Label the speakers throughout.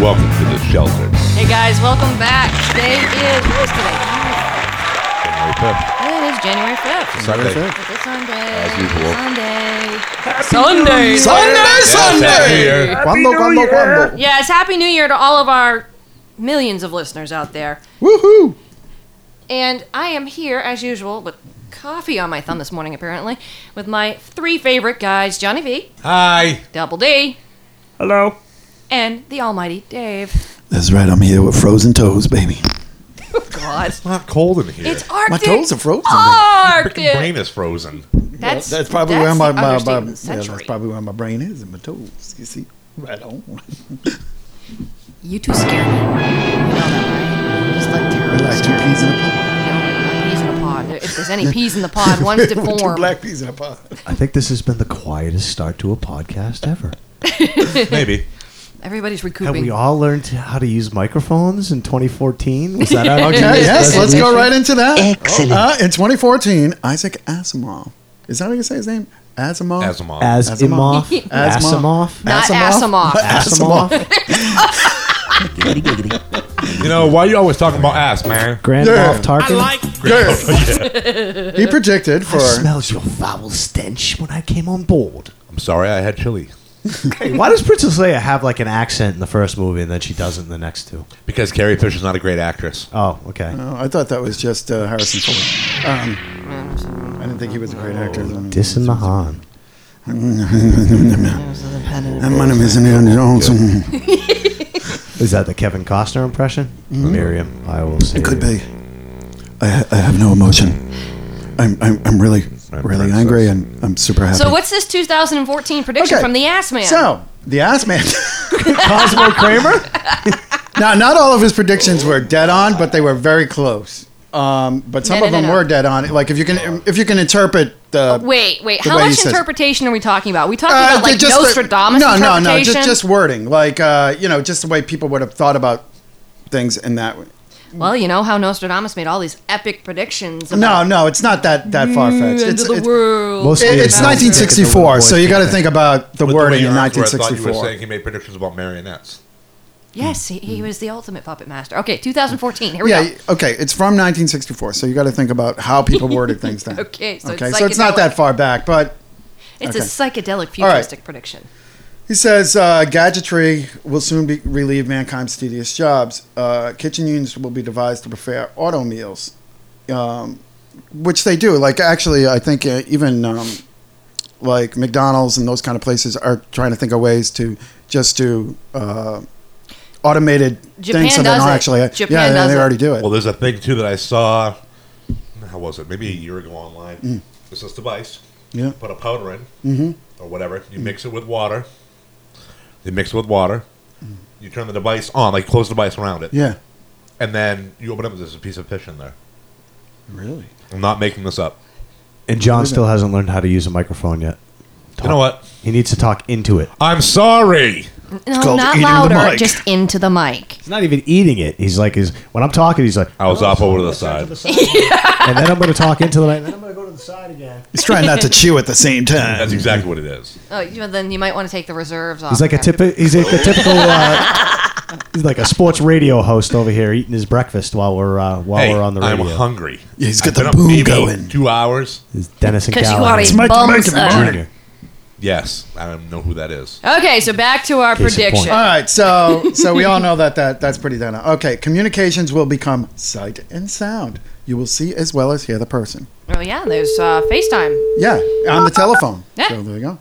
Speaker 1: Welcome to the shelter.
Speaker 2: Hey guys, welcome back. Today is what is today?
Speaker 1: January 5th.
Speaker 2: It is January fifth.
Speaker 1: Sunday.
Speaker 2: It's a Sunday.
Speaker 1: As usual.
Speaker 2: Sunday. Sunday.
Speaker 3: Sunday,
Speaker 1: Sunday!
Speaker 3: Cuando, cuando, cuando.
Speaker 2: Yes, happy New Year to all of our millions of listeners out there.
Speaker 3: Woohoo!
Speaker 2: And I am here as usual with coffee on my thumb this morning, apparently, with my three favorite guys: Johnny V,
Speaker 1: Hi.
Speaker 2: Double D,
Speaker 4: Hello.
Speaker 2: and the Almighty Dave.
Speaker 3: That's right. I'm here with frozen toes, baby.
Speaker 2: Oh God,
Speaker 1: It's not cold in here.
Speaker 2: it's Arctic.
Speaker 3: My toes are frozen.
Speaker 1: Freaking brain
Speaker 2: Arctic.
Speaker 1: is frozen.
Speaker 2: That's,
Speaker 3: That's probably
Speaker 2: that's
Speaker 3: where my
Speaker 2: the
Speaker 3: my, my
Speaker 2: understatement of
Speaker 3: yeah,
Speaker 2: the century.
Speaker 3: that's probably where my brain is in my toes. You see, right on.
Speaker 2: You two scare me. You know that, right? Just like terror.
Speaker 3: We're like two peas in a
Speaker 2: Peas in a pod. If there's any peas in the pod, one's
Speaker 3: pod. two
Speaker 2: deformed.
Speaker 3: black peas in a pod.
Speaker 5: I think this has been the quietest start to a podcast ever.
Speaker 1: Maybe.
Speaker 2: Everybody's
Speaker 5: Have we
Speaker 2: recouping.
Speaker 5: all learned how to use microphones in 2014? Was that our
Speaker 3: Okay,
Speaker 5: New Year's
Speaker 3: yes, let's go
Speaker 5: resolution?
Speaker 3: right into that. Excellent. Uh, in 2014, Isaac Asimov. Is that how you say his name? Asimov.
Speaker 1: Asimov.
Speaker 5: Asimov.
Speaker 2: Asimov.
Speaker 5: Asimov.
Speaker 2: Not Asimov.
Speaker 5: Asimov.
Speaker 1: You know, why you always talking about ass, man?
Speaker 5: Grand
Speaker 3: Yeah.
Speaker 5: Moff Tarkin.
Speaker 3: Yes. he predicted for.
Speaker 5: I smells your foul stench when I came on board.
Speaker 1: I'm sorry, I had chili.
Speaker 5: Hey, why does Princess Leia have like an accent in the first movie and then she doesn't in the next two?
Speaker 1: Because Carrie Fisher's not a great actress.
Speaker 5: Oh, okay.
Speaker 3: Oh, I thought that was just uh, Harrison Ford. Um, I didn't think he was a great actor.
Speaker 5: Dissing the Han.
Speaker 3: My name is Indiana Johnson.
Speaker 5: Is that the Kevin Costner impression? Miriam, I will say.
Speaker 3: It could be. I, ha- I have no emotion. I'm, I'm, I'm really,
Speaker 1: I'm
Speaker 3: really
Speaker 1: princess.
Speaker 3: angry and I'm super happy.
Speaker 2: So what's this 2014 prediction
Speaker 3: Okay.
Speaker 2: from the Ass Man?
Speaker 3: So, the ass man.
Speaker 5: Cosmo Kramer?
Speaker 3: now, not all of his predictions were dead on, but they were very close. Um, but
Speaker 2: No,
Speaker 3: some
Speaker 2: no,
Speaker 3: of
Speaker 2: no,
Speaker 3: them
Speaker 2: no.
Speaker 3: were dead on. Like if you can, if you can interpret the
Speaker 2: wait, wait.
Speaker 3: The
Speaker 2: How
Speaker 3: way he
Speaker 2: much
Speaker 3: says it.
Speaker 2: interpretation are we talking about? We talking
Speaker 3: Uh,
Speaker 2: about like
Speaker 3: just the-
Speaker 2: Nostradamus
Speaker 3: no, no,
Speaker 2: interpretation?
Speaker 3: no. Just, just wording. Like uh, you know, just the way people would have thought about things in that way.
Speaker 2: well, you know how Nostradamus made all these epic predictions.
Speaker 3: No,
Speaker 2: About
Speaker 3: no, it's not that that far
Speaker 2: the
Speaker 3: fetched.
Speaker 2: end
Speaker 3: It's,
Speaker 2: of the
Speaker 3: it's,
Speaker 2: world.
Speaker 5: Mostly
Speaker 3: It-
Speaker 5: Yeah,
Speaker 3: it's
Speaker 5: no,
Speaker 2: About-
Speaker 5: nineteen-
Speaker 3: 1964, so you got to
Speaker 5: Yeah.
Speaker 3: think about the
Speaker 1: But way
Speaker 3: wording
Speaker 1: your
Speaker 3: in
Speaker 1: arms were, I thought you were saying
Speaker 3: 1964.
Speaker 1: he made predictions about marionettes.
Speaker 2: Yes, he, he was the ultimate puppet master. Okay, 2014. Here we
Speaker 3: Yeah,
Speaker 2: go.
Speaker 3: okay, it's from 1964, so you got to think about how people worded things then.
Speaker 2: Okay, so it's
Speaker 3: okay, so it's not
Speaker 2: psychedelic.
Speaker 3: that far back, but
Speaker 2: It's a
Speaker 3: okay.
Speaker 2: psychedelic
Speaker 3: All right.
Speaker 2: futuristic prediction.
Speaker 3: He says uh, gadgetry will soon be, relieve mankind's tedious jobs. Uh, kitchen units will be devised to prepare auto meals, um, which they do. Like actually, I think uh, even um, like McDonald's and those kind of places are trying to think of ways to just do uh, automated
Speaker 2: Japan
Speaker 3: things. So
Speaker 2: does
Speaker 3: they
Speaker 2: it.
Speaker 3: don't actually. uh,
Speaker 2: Japan
Speaker 3: yeah, they-
Speaker 2: does
Speaker 3: they
Speaker 2: it.
Speaker 3: already do it.
Speaker 1: Well, there's a thing too that I saw. How was it? Maybe a year ago online. It's this device.
Speaker 3: Mm. Yeah. Mm-hmm.
Speaker 1: Put a powder in, or whatever. You mix it with water. You mix it with water. You turn the device on, like close the device around it,
Speaker 3: Mm. yeah.
Speaker 1: and then you open it up. There's a piece of fish in there.
Speaker 3: Really?
Speaker 1: I'm not making this up.
Speaker 5: And John still hasn't learned how to use a microphone yet.
Speaker 1: You know what?
Speaker 5: He needs to talk into it.
Speaker 1: I'm sorry.
Speaker 2: No,
Speaker 3: called
Speaker 2: not
Speaker 3: eating the
Speaker 2: louder,
Speaker 3: mic.
Speaker 2: just into the mic.
Speaker 5: He's not even eating it. He's like, is when I'm talking, he's like, "Oh,
Speaker 1: I was off over to the side.
Speaker 5: and then I'm going to talk into the night, and then I'm going to go to the side again.
Speaker 3: He's trying not to chew at the same time.
Speaker 1: That's exactly what it is.
Speaker 2: Oh, you- then you might want to take the reserves off.
Speaker 5: He's like a
Speaker 2: there.
Speaker 5: tip. He's like a typical. Uh, he's like a sports radio host over here, eating his breakfast while we're uh, while
Speaker 1: hey,
Speaker 5: we're on the radio.
Speaker 1: I'm hungry.
Speaker 3: Yeah, he's
Speaker 1: I've
Speaker 3: got the
Speaker 1: been up
Speaker 3: boom
Speaker 1: maybe
Speaker 3: going.
Speaker 1: Two hours.
Speaker 5: It's Dennis and
Speaker 2: 'Cause you
Speaker 5: Callahan.
Speaker 2: are a
Speaker 3: Mike the
Speaker 2: bum,
Speaker 3: Mike
Speaker 2: sir.
Speaker 5: Junior.
Speaker 1: Yes, I don't know who that is.
Speaker 2: Okay, so back to our
Speaker 5: Case in
Speaker 2: prediction.
Speaker 3: All right, so so we all know that, that that's pretty done. Okay, communications will become sight and sound. You will see as well as hear the person.
Speaker 2: Oh yeah, there's uh, FaceTime.
Speaker 3: Yeah, on the telephone.
Speaker 2: Yeah.
Speaker 3: So there you go.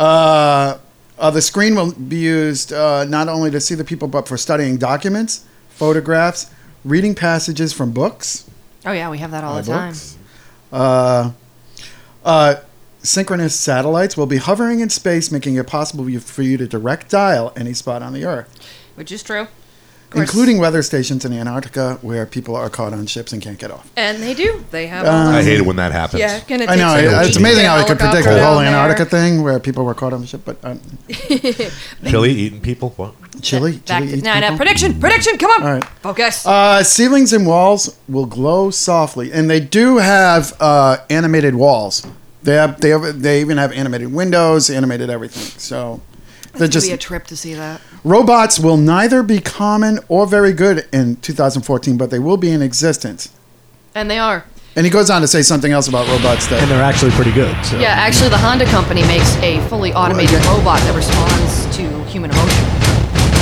Speaker 3: Uh, uh, the screen will be used uh, not only to see the people, but for studying documents, photographs, reading passages from books.
Speaker 2: Oh yeah, we have that all
Speaker 3: My
Speaker 2: the time.
Speaker 3: books. Uh, uh, synchronous satellites will be hovering in space, making it possible for you to direct dial any spot on the Earth.
Speaker 2: Which is true. course.
Speaker 3: including weather stations in Antarctica where people are caught on ships and can't get off.
Speaker 2: And they do. They have all
Speaker 3: Um,
Speaker 1: I hate it when that happens.
Speaker 2: Yeah, gonna
Speaker 3: Uh, I
Speaker 2: take
Speaker 3: know
Speaker 2: some
Speaker 3: it-
Speaker 2: heat
Speaker 3: it's
Speaker 2: to
Speaker 3: amazing
Speaker 2: get
Speaker 3: how I could predict
Speaker 2: helicopter
Speaker 3: the whole
Speaker 2: down there.
Speaker 3: Antarctica thing where people were caught on a ship, but um,
Speaker 1: Chili eating people. What?
Speaker 3: Chile,
Speaker 2: Back
Speaker 3: Chile
Speaker 2: to,
Speaker 3: eats
Speaker 2: no, no,
Speaker 3: people.
Speaker 2: prediction, prediction, come on.
Speaker 3: All right.
Speaker 2: Focus.
Speaker 3: Uh, ceilings and walls will glow softly, and they do have uh, animated walls. They have, they have, they even have animated windows, animated everything. So They're
Speaker 2: It'd
Speaker 3: just
Speaker 2: be a trip to see that.
Speaker 3: robots will neither be common or very good in 2014, but they will be in existence.
Speaker 2: And they are.
Speaker 3: And he goes on to say something else about robots
Speaker 5: and
Speaker 3: that
Speaker 5: they're actually pretty good. So.
Speaker 2: Yeah, actually, the Honda company makes a fully automated robot that responds to human emotion,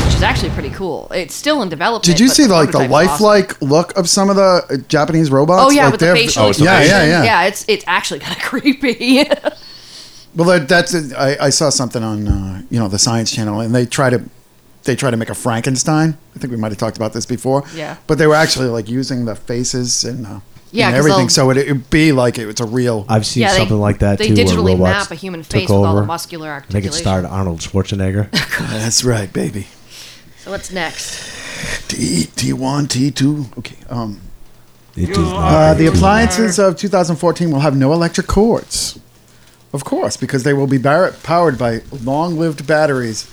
Speaker 2: which is actually pretty cool. It's still in development.
Speaker 3: Did you
Speaker 2: but
Speaker 3: see like the
Speaker 2: prototype's awesome.
Speaker 3: lifelike look of some of the uh, Japanese robots?
Speaker 2: Oh yeah,
Speaker 3: like
Speaker 2: with the
Speaker 3: they're-
Speaker 2: facial
Speaker 1: Oh, it's the
Speaker 3: yeah,
Speaker 2: expression.
Speaker 3: yeah, yeah,
Speaker 2: it's it's actually kind of creepy.
Speaker 3: Well, that, that's it. I, I saw something on uh, you know the Science Channel, and they try to they try to make a Frankenstein. I think we might have talked about this before.
Speaker 2: Yeah.
Speaker 3: But they were actually like using the faces and uh,
Speaker 2: Yeah,
Speaker 3: and
Speaker 2: 'cause
Speaker 3: everything,
Speaker 2: they'll-
Speaker 3: so it, it'd be like it, it's a real.
Speaker 5: I've seen
Speaker 2: Yeah, they-
Speaker 5: something like that
Speaker 2: they
Speaker 5: too. where
Speaker 2: digitally
Speaker 5: robots
Speaker 2: map a human
Speaker 5: took
Speaker 2: face with all the
Speaker 5: over.
Speaker 2: muscular
Speaker 5: I think it
Speaker 2: articulation.
Speaker 5: starred Arnold Schwarzenegger.
Speaker 3: that's right, baby.
Speaker 2: so what's next?
Speaker 3: T E T one T two. Okay. Um,
Speaker 5: It is not E
Speaker 3: uh, the
Speaker 5: good.
Speaker 3: appliances of 2014 will have no electric cords, of course, because they will be bar- powered by long-lived batteries.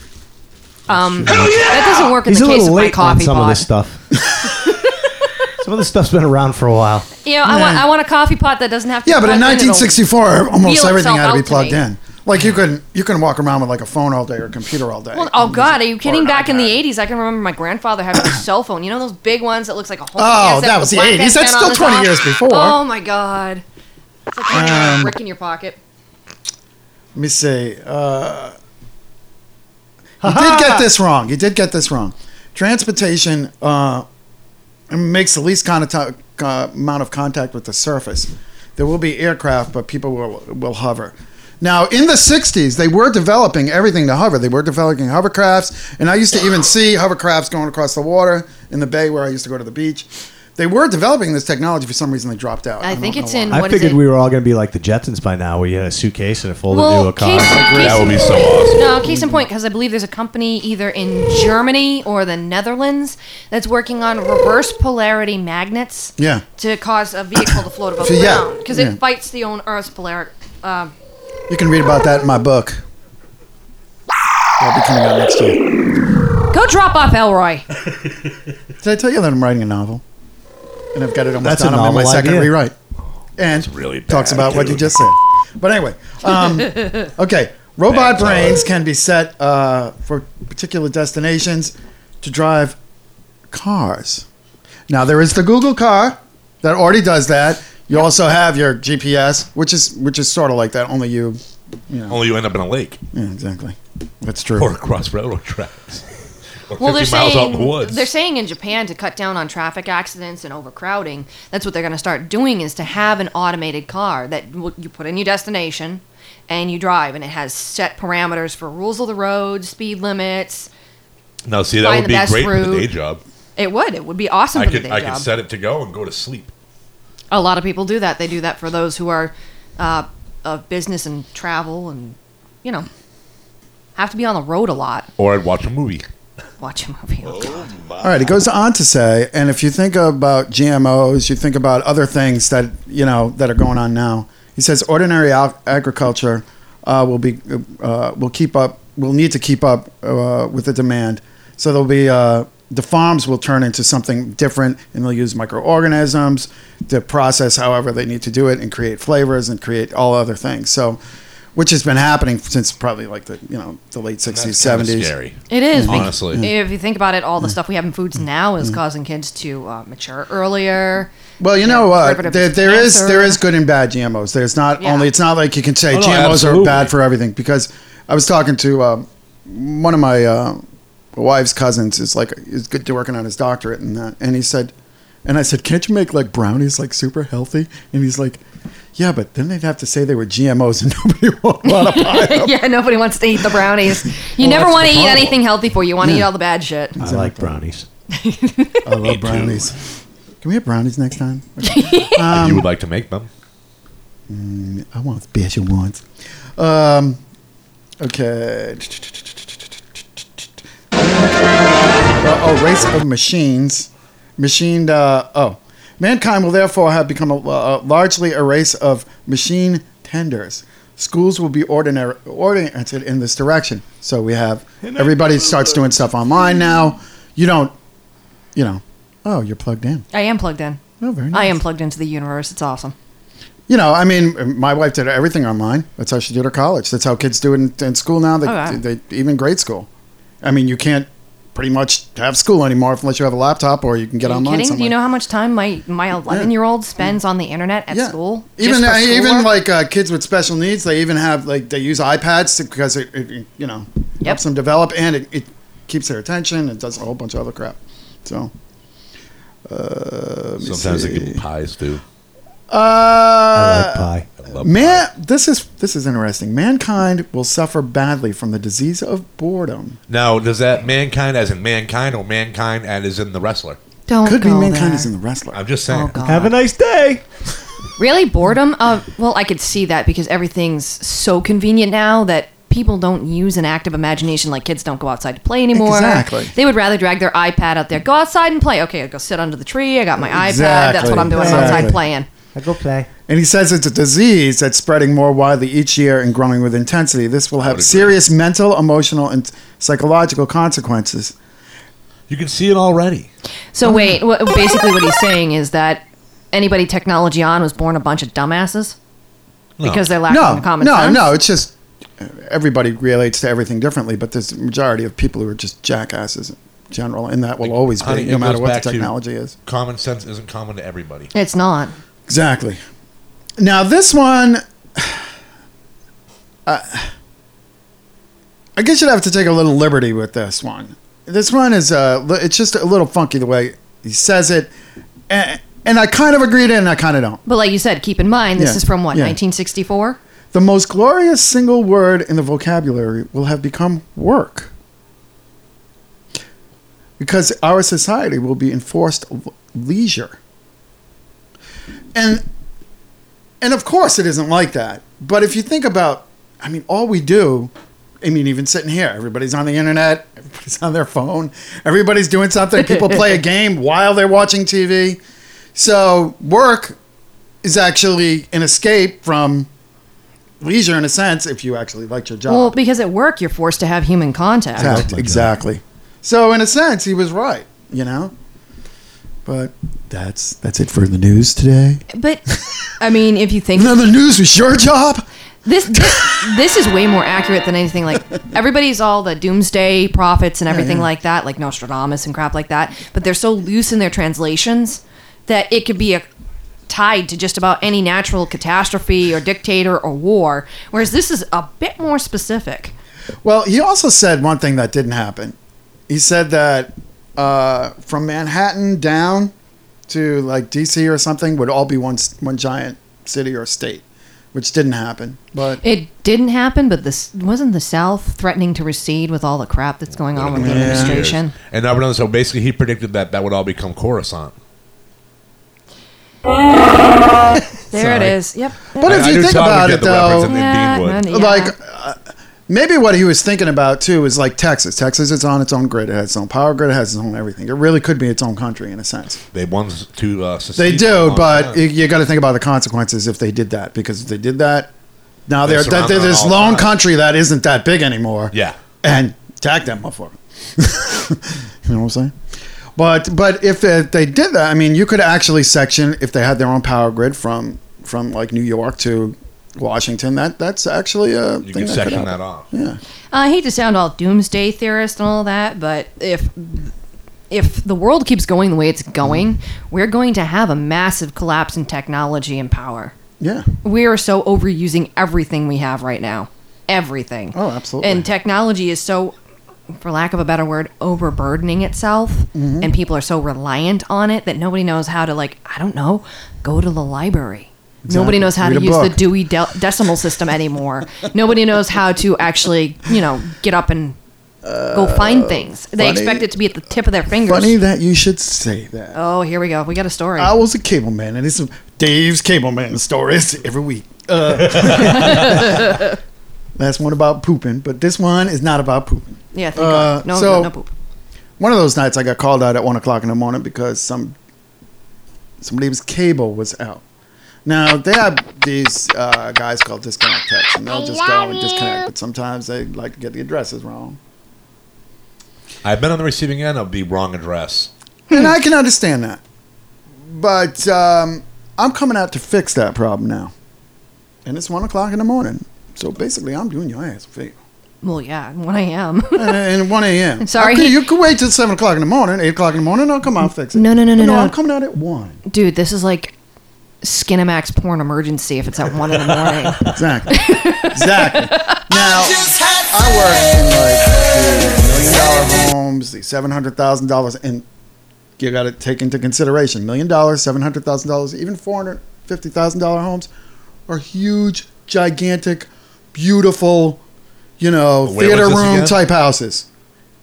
Speaker 2: Um, That doesn't work in
Speaker 5: He's a
Speaker 2: the case
Speaker 5: little
Speaker 2: of my
Speaker 5: late on
Speaker 2: coffee
Speaker 5: some
Speaker 2: pot.
Speaker 5: of this stuff. some of this stuff's been around for a while.
Speaker 2: You know, I want I want a coffee pot that doesn't have to.
Speaker 3: Yeah, but in
Speaker 2: plug it'll-
Speaker 3: 1964, almost
Speaker 2: wheel
Speaker 3: everything
Speaker 2: itself
Speaker 3: had to be
Speaker 2: out to
Speaker 3: plugged
Speaker 2: me.
Speaker 3: in. Like you couldn't you couldn't walk around with like a phone all day or a computer all day.
Speaker 2: Well, oh God, are you kidding?
Speaker 3: an
Speaker 2: Back in the
Speaker 3: iPad.
Speaker 2: '80s, I can remember my grandfather having a cell phone. You know those big ones that looks like a whole.
Speaker 3: Oh,
Speaker 2: cassette
Speaker 3: that
Speaker 2: with
Speaker 3: was
Speaker 2: a
Speaker 3: the
Speaker 2: black
Speaker 3: 80s. That's
Speaker 2: antenna
Speaker 3: still
Speaker 2: on the
Speaker 3: 20
Speaker 2: top.
Speaker 3: years before. Um,
Speaker 2: Oh my God, it's like having a brick in your pocket.
Speaker 3: Let me see. Uh, you did get this wrong. You did get this wrong. Transportation uh, makes the least contact, uh, amount of contact with the surface. There will be aircraft, but people will, will hover. Now, in the 60s, they were developing everything to hover. They were developing hovercrafts, and I used to even see hovercrafts going across the water in the bay where I used to go to the beach. They were developing this technology. For some reason, they dropped out.
Speaker 2: I
Speaker 3: don't
Speaker 2: think
Speaker 3: know
Speaker 2: it's
Speaker 3: why.
Speaker 2: in.
Speaker 5: I
Speaker 2: what is
Speaker 5: figured
Speaker 2: it?
Speaker 5: we were all going to be like the Jetsons by now. We had a suitcase and it folded into a car.
Speaker 2: case, case
Speaker 1: That would
Speaker 2: in
Speaker 1: be so
Speaker 2: point-
Speaker 1: awesome.
Speaker 2: No, case in point, because I believe there's a company either in Germany or the Netherlands that's working on reverse polarity magnets.
Speaker 3: Yeah.
Speaker 2: To cause a vehicle to float above
Speaker 3: So,
Speaker 2: the
Speaker 3: yeah,
Speaker 2: ground because
Speaker 3: yeah.
Speaker 2: it fights the own Earth's polarity. Uh,
Speaker 3: You can read about that in my book. That'll be coming out next year.
Speaker 2: go drop off Elroy.
Speaker 3: Did I tell you that I'm writing a novel? And I've got it almost
Speaker 5: That's a
Speaker 3: done. I'm in my
Speaker 5: novel
Speaker 3: second
Speaker 5: idea.
Speaker 3: rewrite. And
Speaker 1: really bad,
Speaker 3: talks about what you
Speaker 1: dude.
Speaker 3: just said. But anyway, um, okay. Robot
Speaker 1: Bad time.
Speaker 3: brains can be set uh, for particular destinations to drive cars. Now there is the Google car that already does that. You also have your GPS, which is which is sort of like that. Only you,
Speaker 1: Only you end up in a lake
Speaker 3: yeah, exactly. That's true.
Speaker 1: or across railroad tracks. Or
Speaker 2: Well, they're
Speaker 1: 50 miles
Speaker 2: saying
Speaker 1: out in the woods.
Speaker 2: they're saying in Japan to cut down on traffic accidents and overcrowding. That's what they're going to start doing is to have an automated car that w- you put in your destination and you drive, and it has set parameters for rules of the road, speed limits.
Speaker 1: now, see, that
Speaker 2: find
Speaker 1: would
Speaker 2: the
Speaker 1: be
Speaker 2: best
Speaker 1: great for the
Speaker 2: route.
Speaker 1: day job.
Speaker 2: It would. It would be awesome
Speaker 1: I
Speaker 2: for the
Speaker 1: could,
Speaker 2: day
Speaker 1: I
Speaker 2: job.
Speaker 1: could set it to go and go to sleep.
Speaker 2: a lot of people do that. They do that for those who are uh, of business and travel, and you know, have to be on the road a lot.
Speaker 1: Or I'd watch a movie.
Speaker 2: Watch a movie.
Speaker 1: Oh.
Speaker 3: All right, it goes on to say, and if you think about GMOs, you think about other things that you know that are going on now. He says ordinary al- agriculture uh, will be uh, will keep up will need to keep up uh, with the demand. So there'll be uh, the farms will turn into something different, and they'll use microorganisms to process however they need to do it and create flavors and create all other things. So, which has been happening since probably like the you know the late sixties,
Speaker 1: That's kinda
Speaker 3: seventies.
Speaker 1: Scary.
Speaker 2: It is bec-
Speaker 1: Honestly.
Speaker 2: If you think about it, all the stuff we have in
Speaker 3: Mm.
Speaker 2: foods now is causing kids to uh, mature earlier.
Speaker 3: Well, you know what?
Speaker 2: derivative
Speaker 3: There, there is
Speaker 2: cancer.
Speaker 3: there is good and bad GMOs. There's not
Speaker 2: Yeah.
Speaker 3: only it's not like you can say
Speaker 1: no,
Speaker 3: GMOs are
Speaker 1: absolutely.
Speaker 3: bad for everything because I was talking to um, one of my uh, wife's cousins is like is good to working on his doctorate and that, and he said, and I said, can't you make like brownies like super healthy? And he's like, yeah, but then they'd have to say they were GMOs and nobody would want to buy them.
Speaker 2: yeah, nobody wants to eat the brownies. You never
Speaker 3: that's Mm.
Speaker 2: want to
Speaker 3: the
Speaker 2: eat
Speaker 3: problem.
Speaker 2: anything healthy for you. You want to eat all the bad shit.
Speaker 5: I like brownies.
Speaker 3: I love
Speaker 1: too.
Speaker 3: brownies. Can we have brownies next time? Um,
Speaker 1: if you would like to make them.
Speaker 3: I want special ones. Um, okay. Uh, oh, race of machines. Machined. Uh, oh, mankind will therefore have become a, uh, largely a race of machine tenders. Schools will be ordinary, oriented in this direction. So we have everybody starts doing stuff online now. You don't, you know. Oh, you're plugged in.
Speaker 2: I am plugged in.
Speaker 3: Oh, very nice.
Speaker 2: I am plugged into the universe. It's awesome.
Speaker 3: you know, I mean, my wife did everything online. That's how she did her college. That's how kids do it in, in school now. They,
Speaker 2: Oh, wow.
Speaker 3: they even grade school. I mean, you can't pretty much have school anymore unless you have a laptop or you can get
Speaker 2: Are you
Speaker 3: online.
Speaker 2: kidding? Do
Speaker 3: somewhere.
Speaker 2: you know how much time my my 11 year old spends on the internet at
Speaker 3: Yeah.
Speaker 2: school?
Speaker 3: Even
Speaker 2: Just for
Speaker 3: even
Speaker 2: schoolwork?
Speaker 3: like uh, kids with special needs, they even have like they use iPads to- because it, it it, you know
Speaker 2: Yep.
Speaker 3: helps them develop and it, it keeps their attention. It does a whole bunch of other crap. So uh, let me
Speaker 1: Sometimes they
Speaker 3: see.
Speaker 1: give them pies too.
Speaker 5: I like
Speaker 3: Uh,
Speaker 5: pie.
Speaker 1: I love
Speaker 3: man, this is this is interesting. Mankind will suffer badly from the disease of boredom.
Speaker 1: Now, does that mankind as in mankind or mankind and as in the wrestler?
Speaker 2: don't
Speaker 3: Could be
Speaker 2: go
Speaker 3: mankind
Speaker 2: there.
Speaker 3: is in the wrestler.
Speaker 1: I'm just saying.
Speaker 2: Oh, God.
Speaker 5: Have a nice day.
Speaker 2: Really boredom? Uh, well, I could see that because everything's so convenient now that people don't use an active imagination. Like kids don't go outside to play anymore.
Speaker 3: Exactly.
Speaker 2: They would rather drag their iPad out there. Go outside and play. Okay, I go sit under the tree. I got my iPad. That's
Speaker 3: Exactly.
Speaker 2: what I'm doing. I'm
Speaker 3: Exactly.
Speaker 2: outside playing.
Speaker 5: I go play.
Speaker 3: And he says it's a disease that's spreading more widely each year and growing with intensity. This will have serious mental, emotional, and psychological consequences.
Speaker 1: You can see it already.
Speaker 2: So wait, wha- basically what he's saying is that anybody technology on was born a bunch of dumbasses
Speaker 1: No.
Speaker 2: because they're lacking
Speaker 3: No,
Speaker 2: the common
Speaker 3: no,
Speaker 2: sense.
Speaker 3: no. It's just uh, everybody relates to everything differently, but there's a majority of people who are just jackasses in general, and that will always
Speaker 1: Honey,
Speaker 3: be, no
Speaker 1: it
Speaker 3: matter
Speaker 1: goes
Speaker 3: what
Speaker 1: back
Speaker 3: the
Speaker 1: to-
Speaker 3: technology is.
Speaker 1: common sense isn't common to everybody.
Speaker 2: It's not.
Speaker 3: Exactly. Now this one, I I guess you'd have to take a little liberty with this one. This one is uh, li- it's just a little funky the way he says it, and, and I kind of agree to it, and I kind of don't.
Speaker 2: But like you said, keep in mind this
Speaker 3: Yeah,
Speaker 2: is from what,
Speaker 3: yeah.
Speaker 2: 1964?
Speaker 3: The most glorious single word in the vocabulary will have become work. Because our society will be enforced l- leisure. And and of course it isn't like that. But if you think about I mean all we do I mean even sitting here everybody's on the internet, everybody's on their phone, everybody's doing something, people play a game while they're watching TV. So work is actually an escape from leisure in a sense if you actually liked your job.
Speaker 2: Well, because at work you're forced to have human contact.
Speaker 3: Tact,
Speaker 5: job.
Speaker 3: exactly. So in a sense, he was right, you know. But that's that's it for the news today.
Speaker 2: But I mean, if you think
Speaker 3: None of the news was your job.
Speaker 2: this, this this is way more accurate than anything like everybody's all the doomsday prophets and everything
Speaker 3: yeah.
Speaker 2: like that, like Nostradamus and crap like that, but they're so loose in their translations that it could be a tied to just about any natural catastrophe or dictator or war, whereas this is a bit more specific.
Speaker 3: Well, he also said one thing that didn't happen. He said that uh, from Manhattan down to like DC or something would all be one s- one giant city or state, which didn't happen. But
Speaker 2: It didn't happen, but this wasn't the South threatening to recede with all the crap that's going on with the
Speaker 1: Yeah.
Speaker 2: administration.
Speaker 1: And now we're done. So basically, he predicted that that would all become Coruscant.
Speaker 2: There it
Speaker 1: Sorry.
Speaker 2: is. Yep.
Speaker 3: But if
Speaker 1: I
Speaker 3: you
Speaker 1: knew
Speaker 3: think
Speaker 1: Tom would
Speaker 3: about
Speaker 1: get
Speaker 3: it,
Speaker 1: the reference
Speaker 3: though-
Speaker 1: and then Dean would.
Speaker 2: yeah.
Speaker 3: like uh, maybe what he was thinking about too is like Texas. Texas is on its own grid. It has its own power grid. It has its own everything. It really could be its own country in a sense.
Speaker 1: They want to. Uh,
Speaker 3: They
Speaker 1: secede for a
Speaker 3: do,
Speaker 1: long
Speaker 3: but
Speaker 1: time.
Speaker 3: you- you got to think about the consequences if they did that because if they did that, now
Speaker 1: They're
Speaker 3: they're, they're,
Speaker 1: surrounded on
Speaker 3: this
Speaker 1: all
Speaker 3: lone
Speaker 1: sides.
Speaker 3: country that isn't that big anymore.
Speaker 1: Yeah.
Speaker 3: and attack that motherfucker. you know what I'm saying? But but if they, they did that, I mean, you could actually section if they had their own power grid from from like New York to Washington. That that's actually a
Speaker 1: you can
Speaker 3: thing that could
Speaker 1: section
Speaker 3: happen.
Speaker 1: that off.
Speaker 3: Yeah.
Speaker 2: Uh, I hate to sound all doomsday theorist and all that, but if if the world keeps going the way it's going, we're going to have a massive collapse in technology and power.
Speaker 3: Yeah.
Speaker 2: We are so overusing everything we have right now. Everything.
Speaker 3: Oh, absolutely.
Speaker 2: And technology is so for lack of a better word, overburdening itself
Speaker 3: Mm-hmm.
Speaker 2: and people are so reliant on it that nobody knows how to like, I don't know, go to the library. Nobody
Speaker 3: Exactly.
Speaker 2: knows how
Speaker 3: Read
Speaker 2: to
Speaker 3: a
Speaker 2: use the
Speaker 3: book.
Speaker 2: Dewey de- Decimal System anymore. Nobody knows how to actually, you know, get up and go find things. They
Speaker 3: Uh, funny-
Speaker 2: expect it to be at the tip of their fingers.
Speaker 3: Funny that you should say that.
Speaker 2: Oh, here we go. We got a story.
Speaker 3: I was a cable man, and it's Dave's cable man stories every week. Uh, last one about pooping, but this one is not about pooping.
Speaker 2: yeah, thank
Speaker 3: uh,
Speaker 2: God. No,
Speaker 3: so-
Speaker 2: no, no poop.
Speaker 3: one of those nights I got called out at one o'clock in the morning because some somebody's cable was out. Now they have these uh, guys called disconnect techs, and they'll just go and disconnect. But sometimes they like to get the addresses wrong,
Speaker 1: I've been on the receiving end of the wrong address.
Speaker 2: Hmm.
Speaker 3: and I can understand that. But um, I'm coming out to fix that problem now. and it's one o'clock in the morning. So basically, I'm doing your ass a favor.
Speaker 2: Well, yeah, when I am.
Speaker 3: And, and 1 a.m.
Speaker 2: Sorry.
Speaker 3: Okay, you could wait till 7 o'clock in the morning, 8 o'clock in the morning, I'll come out and fix it.
Speaker 2: No, no, no, no,
Speaker 3: No,
Speaker 2: no.
Speaker 3: I'm coming out at 1.
Speaker 2: Dude, this is like Skinamax porn emergency if it's at one in the morning.
Speaker 3: Exactly. exactly. Now, I work in like the million dollar homes, the seven hundred thousand dollars, and you got to take into consideration million dollars, seven hundred thousand dollars, even four hundred fifty thousand dollar homes are huge, gigantic, beautiful, you know,
Speaker 1: Where was
Speaker 3: theater
Speaker 1: this
Speaker 3: room
Speaker 1: again?
Speaker 3: type houses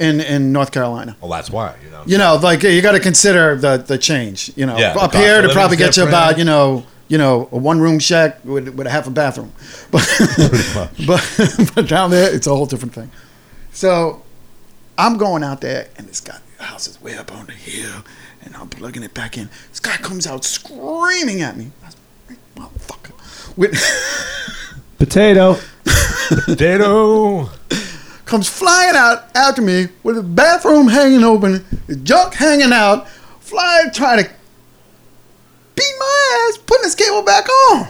Speaker 3: in in North Carolina.
Speaker 1: Well, that's why. You know.
Speaker 3: You know, like you got to consider the the change. You know,
Speaker 1: Yeah, the
Speaker 3: up
Speaker 1: cost of
Speaker 3: here to
Speaker 1: living's
Speaker 3: probably get you
Speaker 1: different.
Speaker 3: about you know you know a one room shack with with a half a bathroom, but but but down there it's a whole different thing. So I'm going out there and this guy the house is way up on the hill, and I'm plugging it back in. This guy comes out screaming at me, I was like, motherfucker, with,
Speaker 5: Potato.
Speaker 1: Potato.
Speaker 3: comes flying out after me with the bathroom hanging open, the junk hanging out, flying trying to beat my ass, putting this cable back on.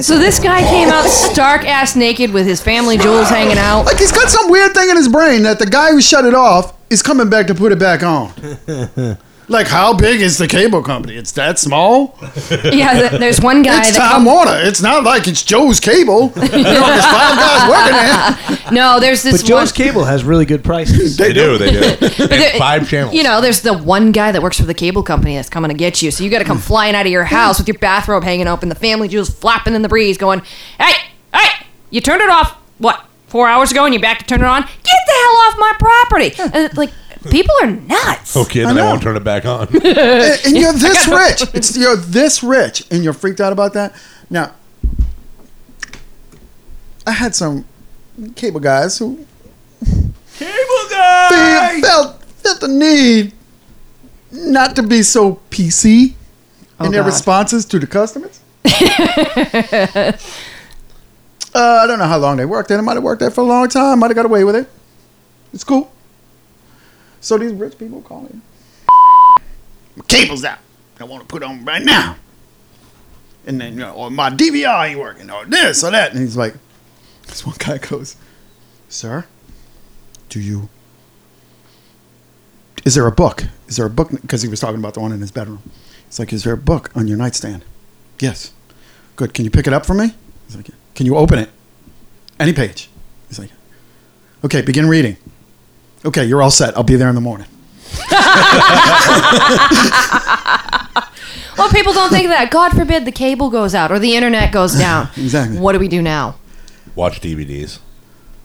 Speaker 2: so this guy came out stark ass naked with his family jewels hanging out.
Speaker 3: Like he's got some weird thing in his brain that the guy who shut it off is coming back to put it back on. like how big is the cable company? It's that small?
Speaker 2: Yeah, th- there's one guy
Speaker 3: It's
Speaker 2: that
Speaker 3: Time Warner. It's not like it's Joe's cable. You know, there's five guys working there.
Speaker 2: No, there's this
Speaker 5: But Joe's
Speaker 2: one.
Speaker 5: Cable has really good prices.
Speaker 1: they do. They do. They have
Speaker 2: there-
Speaker 1: five channels.
Speaker 2: You know, there's the one guy that works for the cable company that's coming to get you. So you got to come flying out of your house with your bathrobe hanging open, the family jewels flapping in the breeze, going, "Hey, hey, you turned it off. What? Four hours ago, and you back to turn it on? Get the hell off my property!" And it's like, people are nuts.
Speaker 1: Okay, then
Speaker 3: I
Speaker 1: I,
Speaker 3: know.
Speaker 1: won't turn it back on.
Speaker 3: and, and you're this rich. It's you're this rich, and you're freaked out about that. Now, I had some cable guys who
Speaker 1: Cable guy.
Speaker 3: fe- felt felt the need not to be so PC in their
Speaker 2: God.
Speaker 3: responses to the customers. uh, I don't know how long they worked there. They might have worked there for a long time. Might have got away with it. It's cool. So these rich people call in. My cable's out. I want to put on right now. And then, you know, or my DVR ain't working, or this or that. And he's like, this one guy goes, Sir, do you is there a book? Is there a book? Because he was talking about the one in his bedroom. It's like, is there a book on your nightstand? Yes. Good. Can you pick it up for me? He's like, can you open it? Any page. He's like, okay, begin reading. Okay, you're all set. I'll be there in the morning.
Speaker 2: Well, people don't think of that. God forbid the cable goes out or the internet goes down.
Speaker 3: Exactly.
Speaker 2: What do we do now?
Speaker 1: Watch DVDs.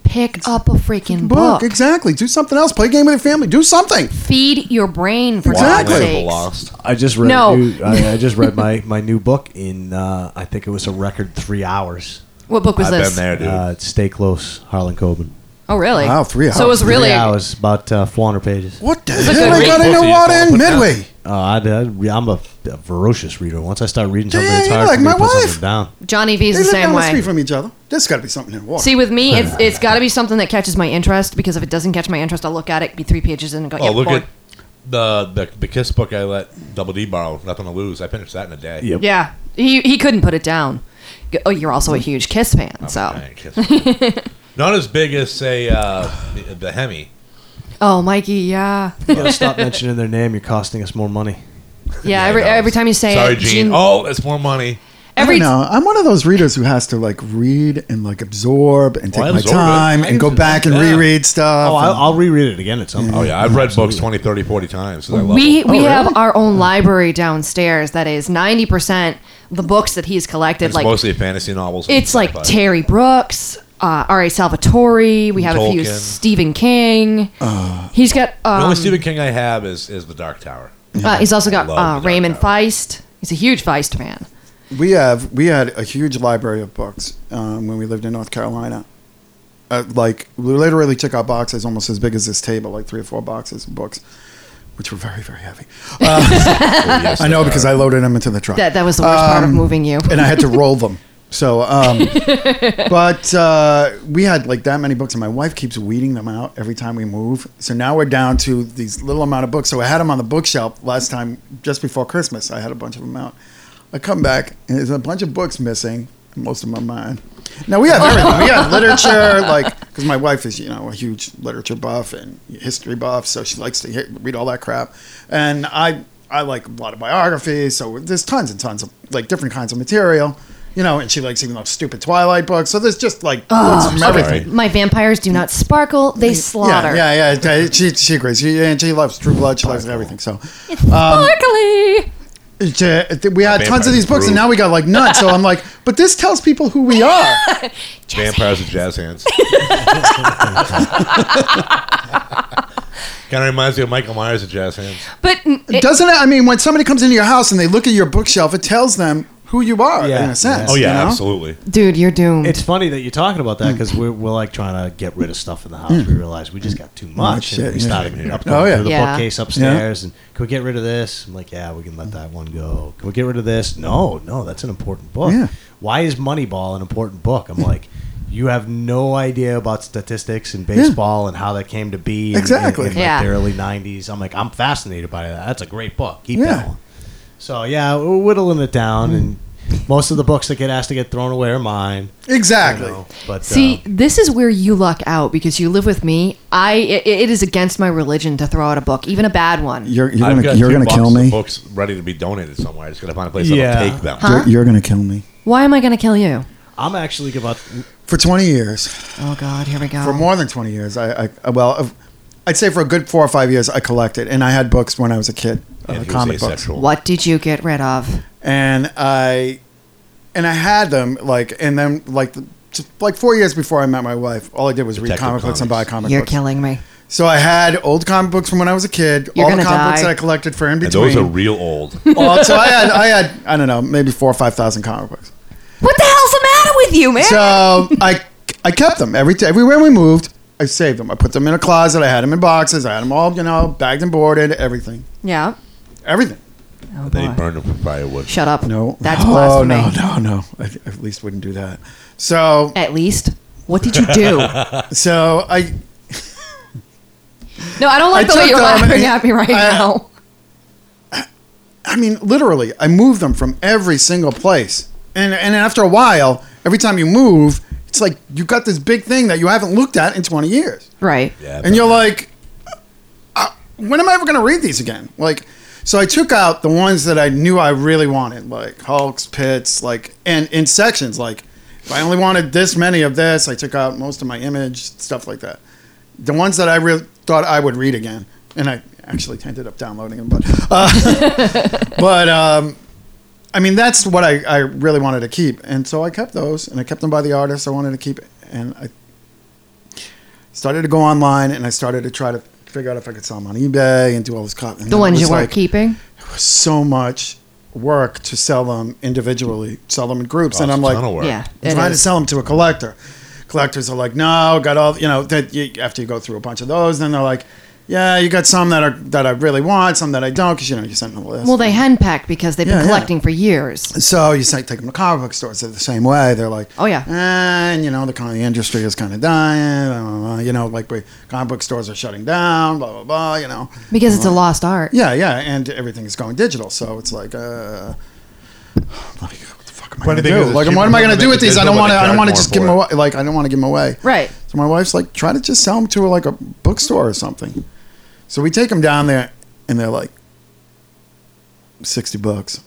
Speaker 2: Pick up a freaking book.
Speaker 3: Book. Exactly. Do something else. Play a game with your family. Do something.
Speaker 2: Feed your brain for
Speaker 3: Exactly.
Speaker 2: God's
Speaker 1: Wild
Speaker 2: sakes.
Speaker 1: Label Lost.
Speaker 5: I just read.
Speaker 2: No.
Speaker 5: New, I, I just read my, my new book in. Uh, I think it was a record three hours.
Speaker 2: What book was
Speaker 1: I've
Speaker 2: this?
Speaker 1: been there, dude.
Speaker 5: Uh, Stay close, Harlan Coben.
Speaker 2: Oh, really?
Speaker 3: Wow, three
Speaker 2: So it was
Speaker 3: hours.
Speaker 2: really
Speaker 5: Three hours, about uh, 400 pages.
Speaker 3: What the
Speaker 2: a
Speaker 3: hell?
Speaker 2: good
Speaker 3: "Oh I got
Speaker 1: read.
Speaker 3: in the
Speaker 1: Pussy,
Speaker 3: water
Speaker 1: that's all
Speaker 3: in
Speaker 1: I put
Speaker 3: Midway.
Speaker 5: Uh, I, am a, a ferocious reader. Once I start reading something,
Speaker 3: Yeah,
Speaker 5: it's
Speaker 3: you're
Speaker 5: hard
Speaker 3: like
Speaker 5: for me
Speaker 3: my
Speaker 5: to put
Speaker 3: wife.
Speaker 5: something down.
Speaker 2: Johnny V's
Speaker 3: They
Speaker 2: the
Speaker 3: live
Speaker 2: same
Speaker 3: down the
Speaker 2: way.
Speaker 3: street from each other. There's got to be something in the water.
Speaker 2: See, with me, it's it's got to be something that catches my interest because if it doesn't catch my interest, I'll look at it, be three pages in, and go.
Speaker 1: Oh,
Speaker 2: yeah,
Speaker 1: look
Speaker 2: bored.
Speaker 1: at the, the the Kiss book I let Double D borrow. Nothing to lose. I finished that in a day.
Speaker 5: Yep.
Speaker 2: Yeah, he he couldn't put it down. G- Oh, you're also a huge Kiss fan, so.
Speaker 1: Giant Kiss. Not as big as say uh, the, the Hemi.
Speaker 2: Oh, Mikey, yeah,
Speaker 5: You gotta stop mentioning their name. You're costing us more money.
Speaker 2: yeah.
Speaker 1: I
Speaker 2: every
Speaker 1: know.
Speaker 2: every time you say
Speaker 1: sorry,
Speaker 2: it,
Speaker 1: Gene. Oh, that's more money.
Speaker 2: every
Speaker 3: I don't know. I'm one of those readers who has to like read and like absorb and take
Speaker 1: Well, Oh, I
Speaker 3: my
Speaker 1: absorb it.
Speaker 3: time
Speaker 1: I
Speaker 3: and go
Speaker 1: absorb-
Speaker 3: back and
Speaker 1: yeah.
Speaker 3: reread stuff.
Speaker 5: Oh, I'll,
Speaker 3: and-
Speaker 5: I'll reread it again at some point.
Speaker 1: Oh yeah, I've read books 20, 30, 40 times. 'cause I love
Speaker 2: we
Speaker 1: them.
Speaker 2: we have our own library downstairs that is ninety percent the books that he's collected.
Speaker 1: It's
Speaker 2: like
Speaker 1: mostly fantasy novels. and
Speaker 2: It's like
Speaker 1: sci-fi.
Speaker 2: Terry Brooks, uh, R.A. Salvatore. We have a few
Speaker 1: Tolkien.
Speaker 2: Stephen King.
Speaker 3: Uh,
Speaker 2: he's got.
Speaker 1: The
Speaker 2: Um,
Speaker 1: only Stephen King I have is is The Dark Tower.
Speaker 2: uh, he's also
Speaker 1: I
Speaker 2: got
Speaker 1: love the
Speaker 2: uh,
Speaker 1: Dark
Speaker 2: Raymond
Speaker 1: Tower.
Speaker 2: Feist. He's a huge Feist fan.
Speaker 3: We have we had a huge library of books um, when we lived in North Carolina. Uh, like we literally took out boxes almost as big as this table, like three or four boxes of books, which were very very heavy. I know because I loaded them into the truck,
Speaker 2: That that was the worst part of
Speaker 3: Um,
Speaker 2: moving you.
Speaker 3: and I had to roll them. So, um, but uh, we had like that many books, and my wife keeps weeding them out every time we move. So now we're down to these little amount of books. So I had them on the bookshelf last time, just before Christmas. I had a bunch of them out. I come back, and there's a bunch of books missing. most of my mind. Now we have everything. We have literature, like because my wife is you know a huge literature buff and history buff, so she likes to hit, read all that crap. And I I like a lot of biographies, so there's tons and tons of like different kinds of material. You know, and she likes even those stupid Twilight books. So there's just like books from everything.
Speaker 2: My vampires do not sparkle; they slaughter.
Speaker 3: Yeah, yeah, yeah. She she agrees. She, and she loves True Blood. She loves everything. So
Speaker 2: It's
Speaker 3: Um,
Speaker 2: sparkly.
Speaker 3: it's, uh, th- we had tons of these books, and
Speaker 1: Vampires
Speaker 3: now we got like none. So I'm like, but this tells people who we are.
Speaker 1: Vampires with jazz hands. kind of reminds me of Michael Myers with jazz hands.
Speaker 2: But n- it-
Speaker 3: Doesn't it? I mean, when somebody comes into your house and they look at your bookshelf, it tells them who you are
Speaker 5: Yeah.
Speaker 3: in a sense.
Speaker 1: Oh yeah,
Speaker 3: you know?
Speaker 1: absolutely.
Speaker 2: dude, you're doomed.
Speaker 5: It's funny that you're talking about
Speaker 3: Mm.
Speaker 5: that because we're, we're like trying to get rid of stuff in the house. We realized we just got too much.
Speaker 3: shit,
Speaker 5: and we
Speaker 3: yeah.
Speaker 5: started up
Speaker 3: Oh, yeah.
Speaker 5: through the
Speaker 2: Yeah.
Speaker 5: bookcase upstairs. And can we get rid of this? I'm like, yeah, we can let that one go. Can we get rid of this? No, no, that's an important book.
Speaker 3: Yeah.
Speaker 5: Why is Moneyball an important book? I'm like, you have no idea about statistics and baseball and how that came to be. in- in-
Speaker 3: Exactly.
Speaker 5: in, like,
Speaker 2: Yeah.
Speaker 5: the early '90s. I'm like, I'm fascinated by that. That's a great book. Keep
Speaker 3: Yeah. Mm.
Speaker 5: that one. So yeah, we're whittling it down, and most of the books that get asked to get thrown away are mine.
Speaker 3: Exactly.
Speaker 5: You know, but
Speaker 2: See,
Speaker 5: uh,
Speaker 2: this is where you luck out because you live with me. I it, it is against my religion to throw out a book, even a bad one.
Speaker 3: You're, you're
Speaker 1: I've
Speaker 3: gonna
Speaker 1: got
Speaker 3: you're
Speaker 1: two
Speaker 3: gonna
Speaker 1: boxes
Speaker 3: kill
Speaker 1: of
Speaker 3: me.
Speaker 1: Books ready to be donated somewhere. I just gotta find a place
Speaker 5: Yeah.
Speaker 1: that'll take them.
Speaker 3: You're, you're gonna kill me.
Speaker 2: Why am I going to kill you?
Speaker 5: I'm actually about
Speaker 3: For 20 years,
Speaker 2: Oh God, here we go.
Speaker 3: for more than 20 years, I, I well, I'd say for a good four or five years, I collected, and I had books when I was a kid,
Speaker 1: And
Speaker 3: uh,
Speaker 1: he was
Speaker 3: comic books.
Speaker 1: asexual.
Speaker 2: what did you get rid of?
Speaker 3: and I and I had them like and then like the, just, like four years before I met my wife, all I did was read
Speaker 1: Detective
Speaker 3: comic books and buy
Speaker 1: Comics.
Speaker 3: comic
Speaker 2: You're
Speaker 3: books.
Speaker 2: killing me.
Speaker 3: so I had old comic books from when I was a kid,
Speaker 2: You're
Speaker 3: all the
Speaker 2: gonna
Speaker 3: comic books
Speaker 2: die.
Speaker 3: that I collected for in
Speaker 1: And
Speaker 3: between.
Speaker 1: those are real old.
Speaker 3: All- so I had I had I don't know maybe four or five thousand comic books.
Speaker 2: What the hell's the matter with you, man?
Speaker 3: So I I kept them every t- everywhere we moved. I saved them. I put them in a closet. I had them in boxes. I had them all, you know, bagged and boarded. Everything,
Speaker 2: yeah.
Speaker 3: everything.
Speaker 2: Oh,
Speaker 1: they
Speaker 2: boy.
Speaker 1: burned them for firewood.
Speaker 2: Shut up.
Speaker 3: No,
Speaker 2: That's
Speaker 3: oh
Speaker 2: blasphemy.
Speaker 3: no, no, no. I, I at least wouldn't do that. So
Speaker 2: At least. What did you do? no,
Speaker 3: So I
Speaker 2: I don't like
Speaker 3: I
Speaker 2: the way
Speaker 3: took
Speaker 2: you're
Speaker 3: them
Speaker 2: laughing
Speaker 3: and-
Speaker 2: at me right
Speaker 3: I-
Speaker 2: now.
Speaker 3: I mean literally I moved them from every single place. And and after a while, every time you move, it's like you got this big thing that you haven't looked at in 20 years.
Speaker 2: Right.
Speaker 1: Yeah,
Speaker 3: And you're
Speaker 1: but-
Speaker 3: like uh, when am I ever going to read these again? Like so I took out the ones that I knew I really wanted, like Hulk's, Pits, like and in sections like if I only wanted this many of this, I took out most of my image stuff like that. The ones that I really thought I would read again, and I actually ended up downloading them, but uh, but um, I mean, that's what I, I really wanted to keep, and so I kept those, and I kept them by the artist I wanted to keep, and I started to go online, and I started to try to figure out if I could sell them on eBay and do all this cop.
Speaker 2: The ones you weren't keeping.
Speaker 3: So much work to sell them individually, sell them in groups, and
Speaker 1: Costs
Speaker 3: I'm
Speaker 1: Oh, a
Speaker 3: like,
Speaker 1: ton of work.
Speaker 2: Yeah.
Speaker 3: I'm
Speaker 2: it
Speaker 3: trying to
Speaker 2: is.
Speaker 3: sell them to a collector. Collectors are like, no, got all you know. That you, after you go through a bunch of those, then they're like, yeah, you got some that are that I really want, some that I don't, because you know you send them a list.
Speaker 2: Well, they henpecked because they've
Speaker 3: Yeah,
Speaker 2: been
Speaker 3: yeah.
Speaker 2: collecting for years.
Speaker 3: So you say, take them to comic book stores. They're the same way. They're like,
Speaker 2: Oh, yeah.
Speaker 3: "Eh, and you know the comic industry is kind of dying. Blah, blah, blah. You know, like we, comic book stores are shutting down. Blah blah blah. You know,
Speaker 2: Because it's a lost art.
Speaker 3: yeah, yeah, and everything is going digital. So it's like, uh, what the fuck am
Speaker 1: Funny
Speaker 3: I going to
Speaker 1: thing
Speaker 3: do?
Speaker 1: is, it's
Speaker 3: Like,
Speaker 1: cheaper
Speaker 3: what am I
Speaker 1: to
Speaker 3: going to
Speaker 1: make
Speaker 3: do
Speaker 1: it
Speaker 3: with these? I
Speaker 1: digital,
Speaker 3: don't
Speaker 1: but
Speaker 3: want to.
Speaker 1: they
Speaker 3: I
Speaker 1: charge
Speaker 3: don't want to
Speaker 1: more
Speaker 3: just give
Speaker 1: for
Speaker 3: them
Speaker 1: it.
Speaker 3: away. Like, I don't want to give them away.
Speaker 2: Right.
Speaker 3: So my wife's like, try to just sell them to like a bookstore or something. So we take them down there, and they're like sixty bucks.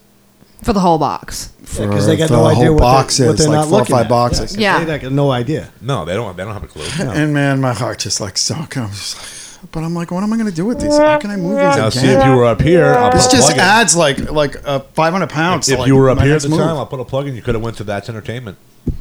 Speaker 2: For the whole box.
Speaker 5: because they got
Speaker 3: the
Speaker 5: no
Speaker 3: whole
Speaker 5: idea what,
Speaker 3: boxes,
Speaker 5: they're, what they're
Speaker 3: like
Speaker 5: not
Speaker 3: four or
Speaker 5: looking
Speaker 3: five
Speaker 5: at.
Speaker 3: boxes.
Speaker 5: Yeah, 'cause
Speaker 2: Yeah.
Speaker 5: they got no idea.
Speaker 1: No, they don't. They don't have a clue.
Speaker 3: And man, my heart just like sunk. I was just like, but I'm like, what am I gonna do with these? How can I move these
Speaker 1: Now, see if you
Speaker 3: again?
Speaker 1: were up here. I'll
Speaker 3: This
Speaker 1: put a
Speaker 3: just
Speaker 1: plug in.
Speaker 3: adds like like uh, 500 pounds. to,
Speaker 1: If
Speaker 3: like,
Speaker 1: you were up
Speaker 3: my
Speaker 1: here at
Speaker 3: next
Speaker 1: the
Speaker 3: move.
Speaker 1: time, I'll put a plug in. You could have went to That's Entertainment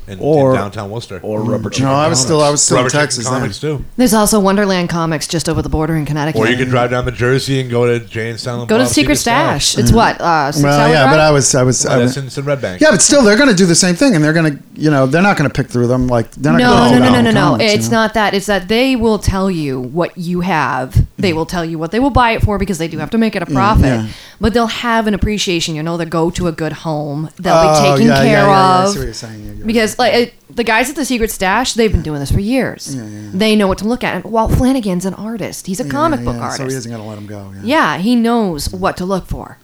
Speaker 1: in,
Speaker 5: Or-
Speaker 1: in downtown Worcester. Mm-hmm.
Speaker 5: Or rubber
Speaker 3: no, I was still I was still
Speaker 1: Rubber
Speaker 3: in
Speaker 1: Chicken
Speaker 3: Texas. Then.
Speaker 1: Comics too.
Speaker 2: There's also Wonderland Comics just over the border in Connecticut.
Speaker 1: Or you could drive down to Jersey and go to Jane Silent
Speaker 2: Go to
Speaker 1: Bob's
Speaker 2: Secret Stash. It's what? Uh, six
Speaker 3: Mm. Well,
Speaker 2: hour
Speaker 3: yeah,
Speaker 2: drive?
Speaker 3: but I was I was, I
Speaker 1: Oh,
Speaker 3: was
Speaker 1: that's in, it's in Red Bank.
Speaker 3: yeah, but still, they're gonna do the same thing, and they're gonna you know they're not gonna pick through them like they're not
Speaker 2: no, no,
Speaker 3: gonna go
Speaker 2: no, no,
Speaker 3: down
Speaker 2: no, no.
Speaker 3: comics, you
Speaker 2: It's
Speaker 3: know?
Speaker 2: not that. It's that they will tell you what you have. They will tell you what they will buy it for because they do have to make it a profit.
Speaker 3: Mm, yeah.
Speaker 2: But they'll have an appreciation. You know, they'll go to a good home. They'll
Speaker 3: Oh,
Speaker 2: be taken
Speaker 3: yeah, yeah,
Speaker 2: care
Speaker 3: yeah, yeah, I
Speaker 2: of.
Speaker 3: see what you're saying. Yeah, you're
Speaker 2: because like it, the guys at the Secret Stash, they've been doing this for years. They know what to look at. And Walt Flanagan's an artist. He's a comic
Speaker 3: Yeah,
Speaker 2: book
Speaker 3: yeah,
Speaker 2: artist.
Speaker 3: So he isn't gonna let them go. Yeah.
Speaker 2: yeah, he knows what to look for.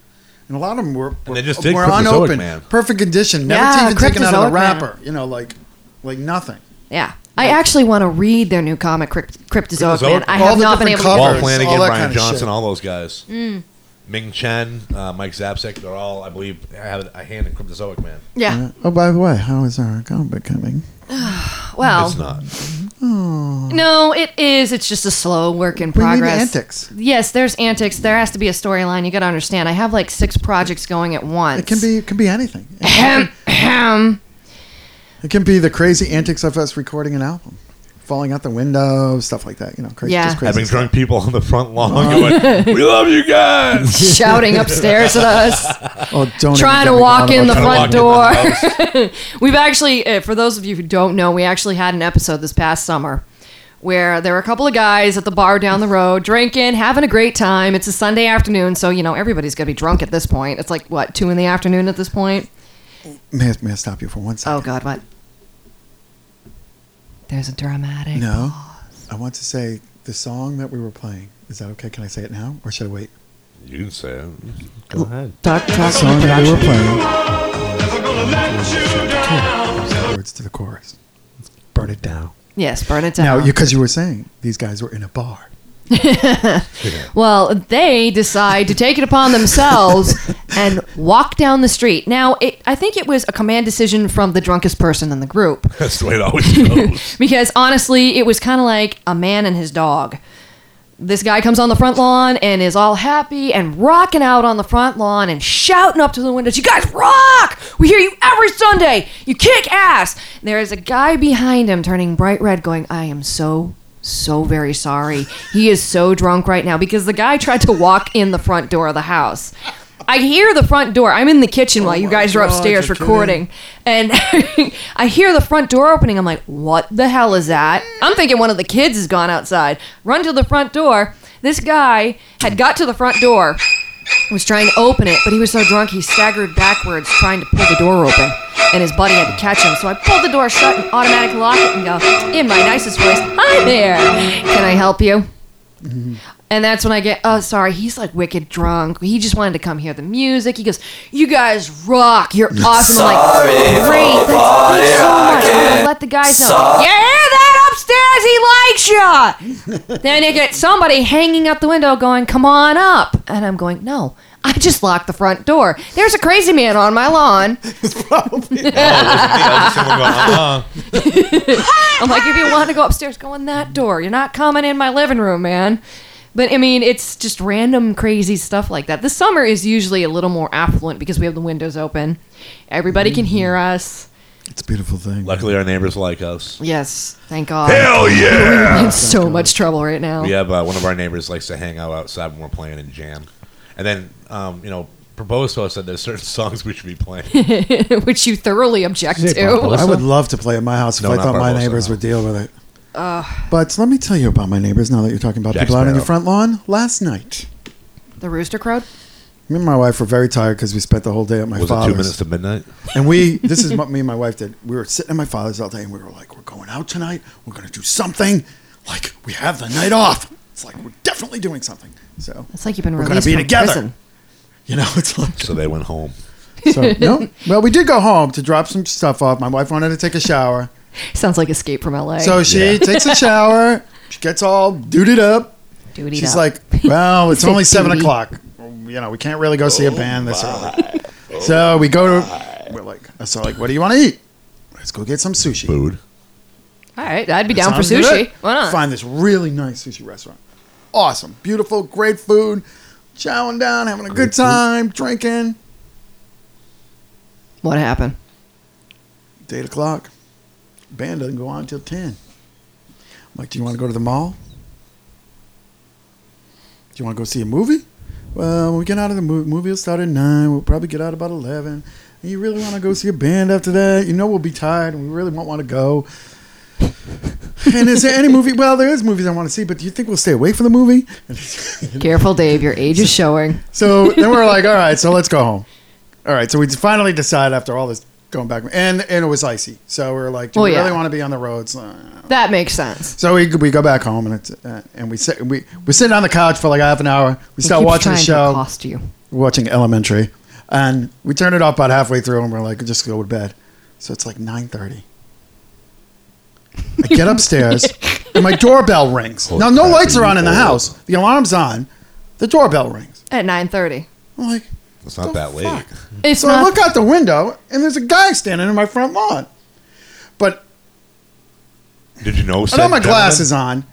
Speaker 3: and a lot of them were were,
Speaker 1: they just did
Speaker 3: were
Speaker 1: Cryptozoic
Speaker 3: unopened,
Speaker 1: Man.
Speaker 3: perfect condition, never
Speaker 2: Yeah,
Speaker 3: even taken out of
Speaker 2: Cryptozoic Man.
Speaker 3: the wrapper. You know, like like nothing.
Speaker 2: Yeah. I actually want to read their new comic, Crypt- Cryptozoic Man. I
Speaker 3: All
Speaker 2: have
Speaker 3: the
Speaker 2: not been able
Speaker 3: different
Speaker 2: to.
Speaker 3: covers.
Speaker 1: Paul
Speaker 3: Covers,
Speaker 1: Flanagan,
Speaker 3: all that
Speaker 1: Brian
Speaker 3: kinda
Speaker 1: Johnson,
Speaker 3: shit.
Speaker 1: all those guys. Ming Chen, uh, Mike Zapsek, they're all, I believe, have a hand in Cryptozoic Man.
Speaker 2: Yeah.
Speaker 3: Oh, by the way, how is our comic coming?
Speaker 2: Well,
Speaker 1: It's not.
Speaker 2: no, it is. It's just a slow work in
Speaker 3: We need
Speaker 2: progress.
Speaker 3: antics.
Speaker 2: Yes, there's antics. There has to be a storyline. You got to understand. I have like six projects going at once.
Speaker 3: It can be it can be anything. It can be, it can be the crazy antics of us recording an album, falling out the window, stuff like that. You know, crazy.
Speaker 2: Yeah.
Speaker 3: Just crazy
Speaker 1: Having
Speaker 3: stuff.
Speaker 1: drunk people on the front lawn going, we love you guys.
Speaker 2: shouting upstairs at us.
Speaker 3: Oh, don't
Speaker 2: trying to
Speaker 3: even get me
Speaker 2: walk
Speaker 3: going
Speaker 2: in the
Speaker 3: about
Speaker 2: front
Speaker 1: walk in the
Speaker 2: door.
Speaker 1: house.
Speaker 2: We've actually, uh, for those of you who don't know, we actually had an episode this past summer where there were a couple of guys at the bar down the road drinking, having a great time. It's a Sunday afternoon, so you know everybody's gonna be drunk at this point. It's like what two in the afternoon at this point.
Speaker 3: that. May I, may I stop you for one second?
Speaker 2: Oh God, what? There's a dramatic.
Speaker 3: No. I want to say the song that we were playing. Is that okay? Can I say it now, or should I wait?
Speaker 1: You can say it.
Speaker 5: Go ahead.
Speaker 3: Talk, talk, song that we were playing. Two Words to the chorus. Burn it down.
Speaker 2: Yes, burn it
Speaker 3: Now,
Speaker 2: down.
Speaker 3: because you were saying these guys were in a bar.
Speaker 2: Well, they decide to take it upon themselves and walk down the street. Now, it, I think it was a command decision from the drunkest person in the group
Speaker 1: That's the way it always goes.
Speaker 2: because honestly, it was kind of like a man and his dog. This guy comes on the front lawn and is all happy and rocking out on the front lawn and shouting up to the windows, You guys rock! We hear you every Sunday! You kick ass! There is a guy behind him turning bright red, going, I am so, so very sorry. He is so drunk right now because the guy tried to walk in the front door of the house. I hear the front door. I'm in the kitchen while you
Speaker 3: Oh my
Speaker 2: guys are
Speaker 3: God,
Speaker 2: upstairs
Speaker 3: you're kidding.
Speaker 2: recording. And I hear the front door opening. I'm like, what the hell is that? I'm thinking one of the kids has gone outside. Run to the front door. This guy had got to the front door, was trying to open it, but he was so drunk he staggered backwards trying to pull the door open. And his buddy had to catch him. So I pulled the door shut and automatic lock it and go, in my nicest voice, hi there. Can I help you? And that's when I get, oh, sorry, he's like wicked drunk. He just wanted to come hear the music. He goes, you guys rock. You're awesome. I'm like, great. Thanks, thanks so much. I'm going to let the guys know. You hear that upstairs? He likes you. then you get somebody hanging out the window going, come on up. And I'm going, no. I just locked the front door. There's a crazy man on my lawn.
Speaker 1: Yeah, someone going, uh-uh.
Speaker 2: I'm like, if you want to go upstairs, go in that door. You're not coming in my living room, man. But I mean, it's just random crazy stuff like that. The summer is usually a little more affluent because we have the windows open. Everybody can hear us.
Speaker 3: It's a beautiful thing.
Speaker 1: Luckily, our neighbors like us.
Speaker 2: Yes, thank God.
Speaker 1: Hell yeah!
Speaker 2: We're in so much trouble right now.
Speaker 1: We have uh, one of our neighbors likes to hang out outside when we're playing and jam, and then um, you know proposed to us that there's certain songs we should be playing.
Speaker 2: Which you thoroughly object
Speaker 5: Is it
Speaker 2: to.
Speaker 5: possible?
Speaker 3: I would love to play at my house if
Speaker 1: No,
Speaker 3: I
Speaker 1: not
Speaker 3: thought my
Speaker 1: Barbosa,
Speaker 3: neighbors
Speaker 1: no.
Speaker 3: would deal with it. but let me tell you about my neighbors now that you're talking about
Speaker 1: Jack
Speaker 3: people out on your
Speaker 1: Sparrow.
Speaker 3: front lawn. Last night,
Speaker 2: The rooster crowed?
Speaker 3: me and my wife were very tired because we spent the whole day at my
Speaker 1: Was it
Speaker 3: father's.
Speaker 1: two minutes to midnight?
Speaker 3: And we, this is what me and my wife did. We were sitting at my father's all day and we were like, we're going out tonight. We're going to do something. Like, we have the night off. It's like, we're definitely doing something. So,
Speaker 2: It's like you've been
Speaker 3: We're gonna
Speaker 2: released
Speaker 3: be
Speaker 2: from
Speaker 3: together.
Speaker 2: prison.
Speaker 3: you know, it's like,
Speaker 1: So they went home.
Speaker 3: so, no. Well, we did go home to drop some stuff off. My wife wanted to take a shower.
Speaker 2: Sounds like Escape from LA.
Speaker 3: So she
Speaker 1: Yeah.
Speaker 3: takes a shower. She gets all dooted up.
Speaker 2: Duty
Speaker 3: She's
Speaker 2: up.
Speaker 3: like, well, it's
Speaker 2: Said
Speaker 3: only seven
Speaker 2: duty.
Speaker 3: o'clock. You know, we can't really go see a band this early. So we go to, we're like, uh, so like, what do you want to eat? Let's go get some sushi.
Speaker 1: Food.
Speaker 2: all right, I'd be down for
Speaker 3: Sounds
Speaker 2: sushi.
Speaker 3: good.
Speaker 2: Why not?
Speaker 3: Find this really nice sushi restaurant. Awesome, beautiful, great food. Chowing down, having a good time, drinking.
Speaker 2: What happened?
Speaker 3: It's Eight o'clock. Band doesn't go on until ten. I'm like, do you want to go to the mall? Do you want to go see a movie? Well, when we get out of the movie, movie will start at nine. We'll probably get out about eleven. And you really want to go see a band after that? You know we'll be tired, and we really won't want to go. and is there any movie? Well, there is movies I want to see, but do you think we'll stay awake for the movie?
Speaker 2: Careful, Dave. Your age is showing.
Speaker 3: So then we're like, all right, so let's go home. All right, so we finally decide after all this going back, and and it was icy. So we are like, do
Speaker 2: Well,
Speaker 3: we
Speaker 2: Oh, yeah.
Speaker 3: really want to be on the roads? Uh,
Speaker 2: That makes sense.
Speaker 3: So we, we go back home and it's, uh, and we sit we we sit on the couch for like half an hour. We start
Speaker 2: Keeps
Speaker 3: watching the
Speaker 2: trying to
Speaker 3: show.
Speaker 2: accost you.
Speaker 3: We're watching Elementary, and we turn it off about halfway through, and we're like, just go to bed. So it's like nine thirty. I get upstairs, and my doorbell rings. now no lights are on in the house. The alarm's on. The doorbell rings.
Speaker 2: at nine thirty.
Speaker 3: I'm like,
Speaker 1: It's not
Speaker 3: "The
Speaker 1: that late.
Speaker 3: fuck?"
Speaker 2: It's
Speaker 3: So I
Speaker 2: not.
Speaker 3: Mm-hmm. look out the window, and there's a guy standing in my front lawn. But
Speaker 1: Did you know?
Speaker 3: I
Speaker 1: said
Speaker 3: got Oh, my
Speaker 1: gentleman?
Speaker 3: glasses on,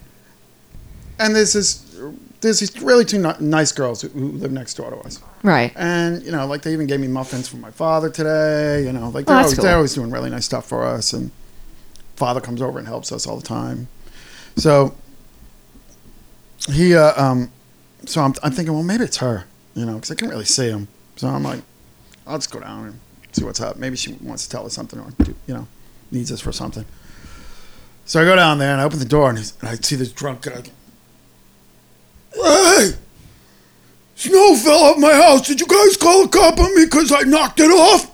Speaker 3: and there's this there's these really two ni- nice girls who, who live next door to us,
Speaker 2: right.
Speaker 3: and you know, like they even gave me muffins for my father today. You know, like
Speaker 2: Oh,
Speaker 3: they're,
Speaker 2: that's
Speaker 3: always,
Speaker 2: cool.
Speaker 3: they're always doing really nice stuff for us, and father comes over and helps us all the time. So he, uh, um, so I'm, I'm thinking, well, maybe it's her, you know, because I can't really see him. So I'm like, I'll just go down and see what's up. Maybe she wants to tell us something, or do- you know, needs us for something. So I go down there and I open the door and, he's, and I see this drunk guy. Hey, snow fell off my house. Did you guys call a cop on me because I knocked it off?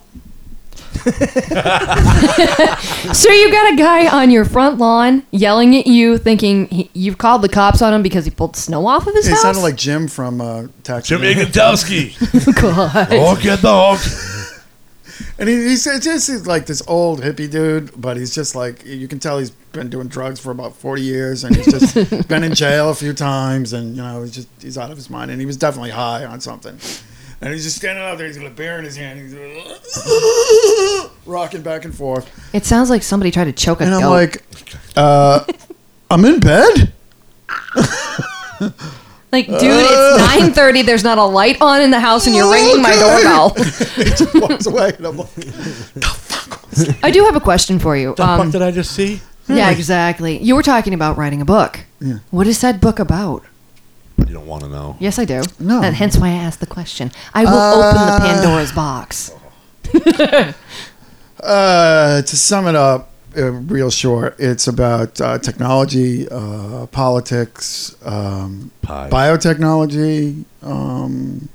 Speaker 2: So you got a guy on your front lawn yelling at you, thinking he, you've called the cops on him because he pulled snow off of his
Speaker 3: He
Speaker 2: house.
Speaker 3: sounded like Jim from uh, Taxi.
Speaker 1: Jimmy Gutowski.
Speaker 2: God.
Speaker 1: oh, get the hog.
Speaker 3: And he, he's it's just he's like this old hippie dude, but he's just like you can tell he's been doing drugs for about forty years, and he's just been in jail a few times, and you know he's just he's out of his mind, and he was definitely high on something. And he's just standing out there, he's got a beer in his hand, he's rocking back and forth,
Speaker 2: It sounds like somebody tried to choke a
Speaker 3: and I'm
Speaker 2: goat.
Speaker 3: like, uh, I'm in bed.
Speaker 2: Like, dude, it's nine thirty. There's not a light on in the house, and you're ringing my
Speaker 3: Okay.
Speaker 2: doorbell.
Speaker 3: he just walks away, and I'm like, the fuck. was that?"
Speaker 2: I do have a question for you. Um,
Speaker 5: I just see?
Speaker 2: yeah, exactly. You were talking about writing a book.
Speaker 3: Yeah.
Speaker 2: What is that book about?
Speaker 1: You don't want to know.
Speaker 2: Yes, I do.
Speaker 3: No.
Speaker 2: And hence why I asked the question. I will open the Pandora's box.
Speaker 3: Uh, to sum it up, uh, real short, it's about uh, technology, uh, politics, um,
Speaker 1: Pie.
Speaker 3: biotechnology, um,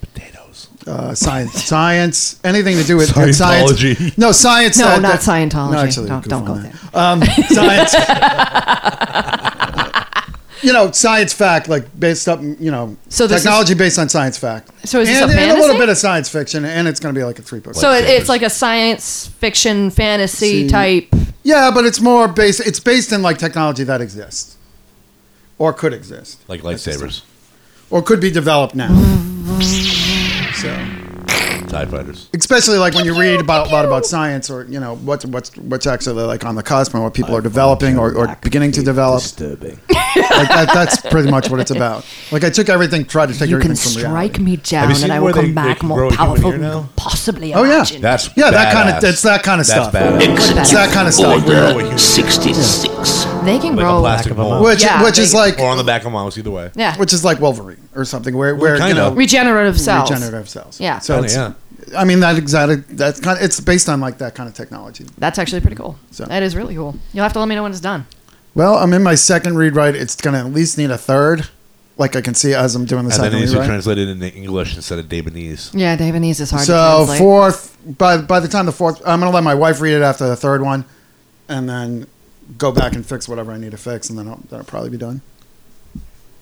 Speaker 1: Potatoes.
Speaker 3: uh, science, science, anything to do with with
Speaker 1: Scientology.
Speaker 3: Science. No, science.
Speaker 2: No,
Speaker 3: uh,
Speaker 2: not
Speaker 3: that-
Speaker 2: Scientology. Don't-
Speaker 3: goof
Speaker 2: don't
Speaker 3: on
Speaker 2: go
Speaker 3: that. Um, science. you know, science fact, like based up, you know,
Speaker 2: So this is-
Speaker 3: technology based on science fact.
Speaker 2: So is this
Speaker 3: and,
Speaker 2: a
Speaker 3: and a little
Speaker 2: fantasy?
Speaker 3: bit of science fiction, and it's going to be like a three book.
Speaker 2: So it,
Speaker 1: papers.
Speaker 2: it's like a science fiction fantasy
Speaker 3: See.
Speaker 2: type.
Speaker 3: Yeah, but it's more based. It's based in like technology that exists, or could exist,
Speaker 1: Like lightsabers.
Speaker 3: or could be developed now. so,
Speaker 1: TIE fighters.
Speaker 3: especially like when you read about a lot about science, or you know what's what's what's actually like on the cusp, and what people are developing or, or beginning to develop.
Speaker 5: Disturbing.
Speaker 3: Like that, that's pretty much what it's about. Like I took everything, tried to take
Speaker 2: You can
Speaker 3: everything from
Speaker 2: strike
Speaker 3: reality.
Speaker 2: me down,
Speaker 1: seen
Speaker 2: and I
Speaker 1: where
Speaker 2: will
Speaker 1: they-
Speaker 2: come
Speaker 1: they
Speaker 2: back
Speaker 1: can
Speaker 2: more
Speaker 1: grow a human
Speaker 2: powerful
Speaker 1: ear
Speaker 2: than
Speaker 1: now?
Speaker 2: you possibly
Speaker 3: Oh, yeah.
Speaker 2: imagine.
Speaker 1: That's
Speaker 3: Yeah, that kind
Speaker 1: badass.
Speaker 3: of it's that kind of
Speaker 1: That's
Speaker 3: stuff.
Speaker 1: badass.
Speaker 3: It's that kind of
Speaker 1: Oh,
Speaker 3: stuff.
Speaker 4: Order 66.
Speaker 2: They can
Speaker 1: Like a
Speaker 2: grow.
Speaker 1: plastic
Speaker 5: Back of a
Speaker 1: mold.
Speaker 5: mouth.
Speaker 3: Which
Speaker 2: Yeah,
Speaker 3: which is
Speaker 2: they-
Speaker 3: like
Speaker 1: Or on the back of my house, either way.
Speaker 2: yeah.
Speaker 3: which is like Wolverine or something, where where you
Speaker 1: kinda.
Speaker 3: know
Speaker 2: regenerative cells.
Speaker 3: regenerative cells.
Speaker 2: Yeah.
Speaker 3: So
Speaker 1: Kinda,
Speaker 3: it's, yeah. I mean that exactly. That's kind. Of, it's based on like that kind of technology.
Speaker 2: That's actually pretty cool.
Speaker 3: So-
Speaker 2: That is really cool. You'll have to let me know when it's done.
Speaker 3: Well, I'm in my second read write. It's gonna at least need a third. Like I can see as I'm doing
Speaker 1: And
Speaker 3: the
Speaker 1: then
Speaker 3: second
Speaker 1: they
Speaker 3: read
Speaker 1: used to
Speaker 3: write.
Speaker 1: translate it into English instead of Dabanese.
Speaker 2: Yeah, Davanese is hard
Speaker 3: So fourth. By by the time the fourth, I'm gonna let my wife read it after the third one, and then go back and fix whatever I need to fix, and then I'll, that'll probably be done.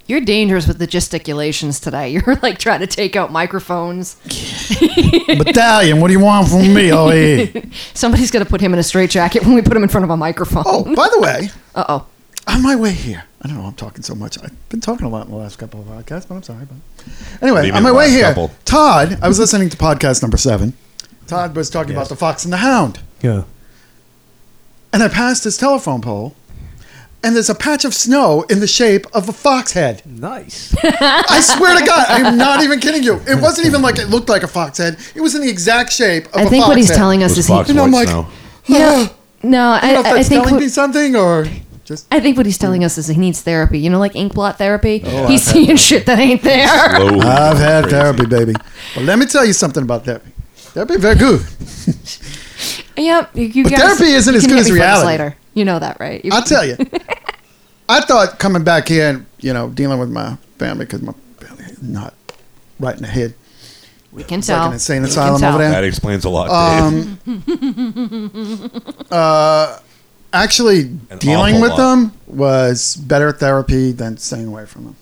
Speaker 2: You're dangerous with the gesticulations today. You're like trying to take out microphones.
Speaker 3: Battalion, what do you want from me, E? OE?
Speaker 2: Somebody's going to put him in a straitjacket when we put him in front of a microphone.
Speaker 3: Oh, by the way,
Speaker 2: Uh-oh.
Speaker 3: on my way here, I don't know. why I'm talking so much. I've been talking a lot in the last couple of podcasts, but I'm sorry. But anyway,
Speaker 1: Leave
Speaker 3: on
Speaker 1: it
Speaker 3: my
Speaker 1: the
Speaker 3: way
Speaker 1: last
Speaker 3: here,
Speaker 1: couple.
Speaker 3: Todd. I was listening to podcast number seven. Todd was talking about the Fox and the Hound,
Speaker 5: Yeah.
Speaker 3: and I passed his telephone pole. And there's a patch of snow in the shape of a fox head.
Speaker 5: Nice.
Speaker 3: I swear to God, I'm not even kidding you. It wasn't even like it looked like a fox head. It was in the exact shape of a
Speaker 2: I think
Speaker 3: fox
Speaker 2: what he's
Speaker 3: head.
Speaker 2: telling us
Speaker 1: Those
Speaker 2: is
Speaker 1: Fox
Speaker 2: he...
Speaker 3: know,
Speaker 1: Whites
Speaker 3: Mike-
Speaker 1: now.
Speaker 2: Yeah. No, I,
Speaker 3: I don't know if
Speaker 2: I,
Speaker 3: that's
Speaker 2: think
Speaker 3: telling me
Speaker 2: what,
Speaker 3: something or just
Speaker 2: I think what he's telling us is he needs therapy. You know, like ink blot therapy? he's seeing shit that ain't there.
Speaker 1: Low.
Speaker 3: I've had therapy, baby. But let me tell you something about therapy. Therapy very good.
Speaker 2: Yep. You, you
Speaker 3: But
Speaker 2: guys,
Speaker 3: therapy isn't
Speaker 2: you
Speaker 3: as
Speaker 2: can
Speaker 3: good
Speaker 2: hit
Speaker 3: as
Speaker 2: me for this
Speaker 3: reality.
Speaker 2: Later. You know that, right? You-
Speaker 3: I'll tell you. I thought coming back here and you know dealing with my family because my family is not right in the head.
Speaker 2: we can
Speaker 3: like
Speaker 2: tell.
Speaker 3: an insane
Speaker 2: We can
Speaker 3: asylum
Speaker 2: tell.
Speaker 3: over there.
Speaker 1: That explains a lot, Dave.
Speaker 3: Um, uh, actually,
Speaker 1: An
Speaker 3: dealing
Speaker 1: awful
Speaker 3: with
Speaker 1: lot.
Speaker 3: them was better therapy than staying away from them.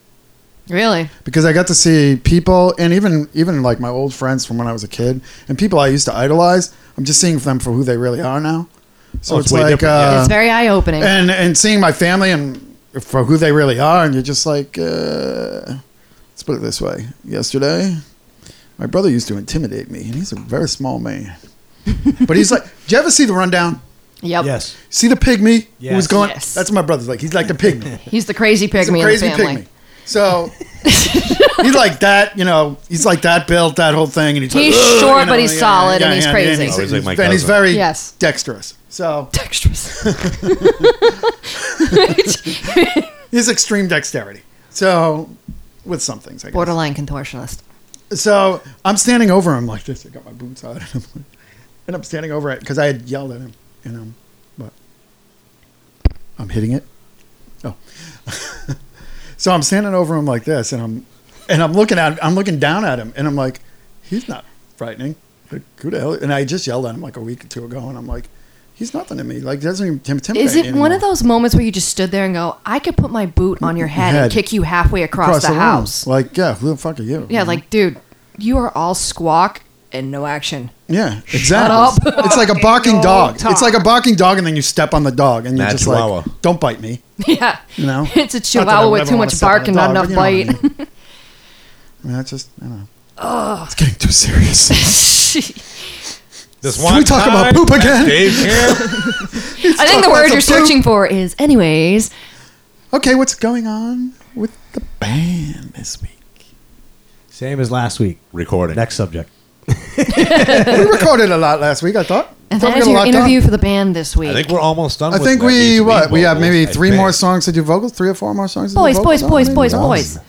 Speaker 2: Really?
Speaker 3: because I got to see people and even even like my old friends from when I was a kid and people I used to idolize. I'm just seeing them for who they really are now. So
Speaker 1: Oh, it's
Speaker 3: it's,
Speaker 1: way
Speaker 3: like
Speaker 1: different, yeah.
Speaker 3: uh,
Speaker 2: it's very eye opening.
Speaker 3: and and seeing my family and for who they really are, and you're just like, uh, let's put it this way. Yesterday, my brother used to intimidate me, and he's a very small man. but he's like, do you ever see the rundown?
Speaker 2: Yep.
Speaker 5: Yes.
Speaker 3: See the pygmy who
Speaker 5: Yes.
Speaker 3: was going?
Speaker 2: Yes.
Speaker 3: That's what my brother's like. He's like the pygmy.
Speaker 2: He's the crazy
Speaker 3: He's a
Speaker 2: pygmy
Speaker 3: crazy
Speaker 2: in the family.
Speaker 3: pygmy. So he's like that, you know. He's like that built, that whole thing, and he's like,
Speaker 2: He's
Speaker 3: "Ugh,"
Speaker 2: short,
Speaker 3: you know,
Speaker 2: but he's solid and he's crazy.
Speaker 3: And
Speaker 1: Oh, he's
Speaker 3: he's,
Speaker 1: like my
Speaker 3: and he's
Speaker 1: cousin.
Speaker 3: very
Speaker 2: Yes.
Speaker 3: dexterous. So
Speaker 2: Dexterous.
Speaker 3: he's extreme dexterity. So with some things, I guess.
Speaker 2: Borderline contortionist.
Speaker 3: So I'm standing over him like this. I got my boots on, and I'm, like, and I'm standing over it because I had yelled at him, and I'm, but I'm hitting it. Oh, so I'm standing over him like this, and I'm, and I'm looking at, I'm looking down at him, and I'm like, he's not frightening. Like, who the hell? And I just yelled at him like a week or two ago, and I'm like, he's nothing to me. Like, doesn't even intimidate.
Speaker 2: Is
Speaker 3: me
Speaker 2: it one
Speaker 3: anymore.
Speaker 2: of those moments where you just stood there and go, I could put my boot on your head,
Speaker 3: Head.
Speaker 2: and kick you halfway across, the,
Speaker 3: room. mm-hmm.
Speaker 2: house?
Speaker 3: Like, yeah, who the fuck are you?
Speaker 2: Yeah, like, dude, you are all squawk and no action.
Speaker 3: Yeah, exactly.
Speaker 2: up.
Speaker 3: It's like a barking
Speaker 2: Fucking
Speaker 3: dog.
Speaker 2: dog.
Speaker 3: It's like a barking dog, and then you step on the dog, and you're
Speaker 1: Mad
Speaker 3: just
Speaker 1: Chihuahua.
Speaker 3: like, "Don't bite me,"
Speaker 2: yeah.
Speaker 3: you know.
Speaker 2: It's a
Speaker 3: Not that I
Speaker 2: chihuahua
Speaker 3: would
Speaker 2: with
Speaker 3: ever
Speaker 2: too
Speaker 3: wanna
Speaker 2: much
Speaker 3: step on
Speaker 2: bark
Speaker 3: a
Speaker 2: and not
Speaker 3: dog,
Speaker 2: enough
Speaker 3: but you know
Speaker 2: bite.
Speaker 3: what I mean. I mean, that's just I don't know. Oh, it's getting too serious.
Speaker 1: This
Speaker 3: Can we talk about poop again?
Speaker 1: Dave Camp.
Speaker 2: I think the
Speaker 3: about
Speaker 2: word
Speaker 3: the
Speaker 2: you're
Speaker 3: poop.
Speaker 2: searching for is, anyways,
Speaker 3: Okay, what's going on with the band this week?
Speaker 5: Same as last week.
Speaker 1: recording.
Speaker 5: Next subject.
Speaker 3: We recorded a lot last week. I thought.
Speaker 2: and
Speaker 3: Thought
Speaker 2: that
Speaker 3: we
Speaker 2: is
Speaker 3: got a
Speaker 2: your
Speaker 3: lot done.
Speaker 2: interview for the band this week.
Speaker 1: I think we're almost done.
Speaker 3: I
Speaker 1: with
Speaker 3: think
Speaker 1: that
Speaker 3: we
Speaker 1: needs to be
Speaker 3: what we have
Speaker 1: vocals,
Speaker 3: maybe
Speaker 1: I
Speaker 3: three more
Speaker 1: think.
Speaker 3: songs to do vocals, three or four more songs. To
Speaker 2: boys,
Speaker 3: do
Speaker 2: boys,
Speaker 3: vocals?
Speaker 2: boys,
Speaker 3: I don't
Speaker 2: boys,
Speaker 3: know.
Speaker 2: boys.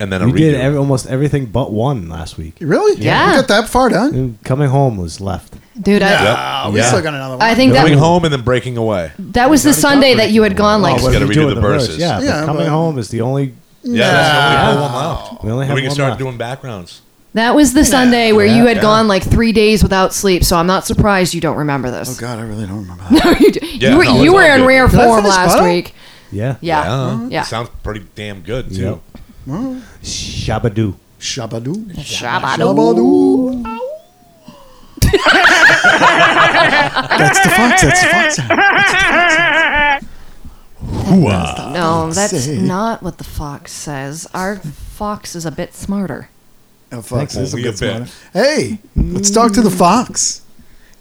Speaker 1: and then a
Speaker 5: We did
Speaker 1: redo.
Speaker 5: every, almost everything but one last week.
Speaker 3: Really?
Speaker 2: Yeah.
Speaker 3: We got that far done.
Speaker 5: And coming home was left.
Speaker 2: Dude, I,
Speaker 1: Yep.
Speaker 3: Ah, we
Speaker 1: Yeah.
Speaker 3: still got another one.
Speaker 2: I think
Speaker 1: Coming
Speaker 2: that,
Speaker 1: home and then breaking away.
Speaker 2: that was the Sunday that you had gone, like,
Speaker 1: what- gotta
Speaker 5: Oh, we
Speaker 1: redo
Speaker 5: doing
Speaker 1: the
Speaker 5: with
Speaker 1: verses.
Speaker 5: Yeah, but
Speaker 3: Yeah,
Speaker 5: coming
Speaker 3: but-
Speaker 5: home is the only.
Speaker 1: Yeah, that's the only one left.
Speaker 5: We only have
Speaker 1: we can
Speaker 5: one
Speaker 1: start
Speaker 5: left.
Speaker 1: doing backgrounds.
Speaker 2: that was the Sunday where you
Speaker 5: Yeah,
Speaker 2: had gone, like, three days without sleep, so I'm not surprised you don't remember
Speaker 3: Oh
Speaker 2: this.
Speaker 3: God, I really don't remember. That.
Speaker 2: you d- you were,
Speaker 1: no, it's
Speaker 2: you were
Speaker 1: all
Speaker 2: in
Speaker 1: good.
Speaker 2: rare
Speaker 3: Did I
Speaker 2: form
Speaker 3: finish
Speaker 2: last
Speaker 3: Bottle?
Speaker 2: week.
Speaker 5: Yeah. Mm-hmm.
Speaker 2: Yeah. Yeah.
Speaker 1: It sounds pretty damn good too.
Speaker 5: Yep. Shabadoo.
Speaker 3: Shabadoo.
Speaker 2: Shabadoo.
Speaker 3: Shabadoo. That's the fox. That's the fox.
Speaker 2: No, that's
Speaker 3: Say.
Speaker 2: not what the fox says. Our fox is a bit smarter.
Speaker 3: Oh, fox
Speaker 1: Well,
Speaker 3: is a
Speaker 1: we a
Speaker 3: bit
Speaker 1: bit.
Speaker 3: smarter. Hey, let's talk to the fox.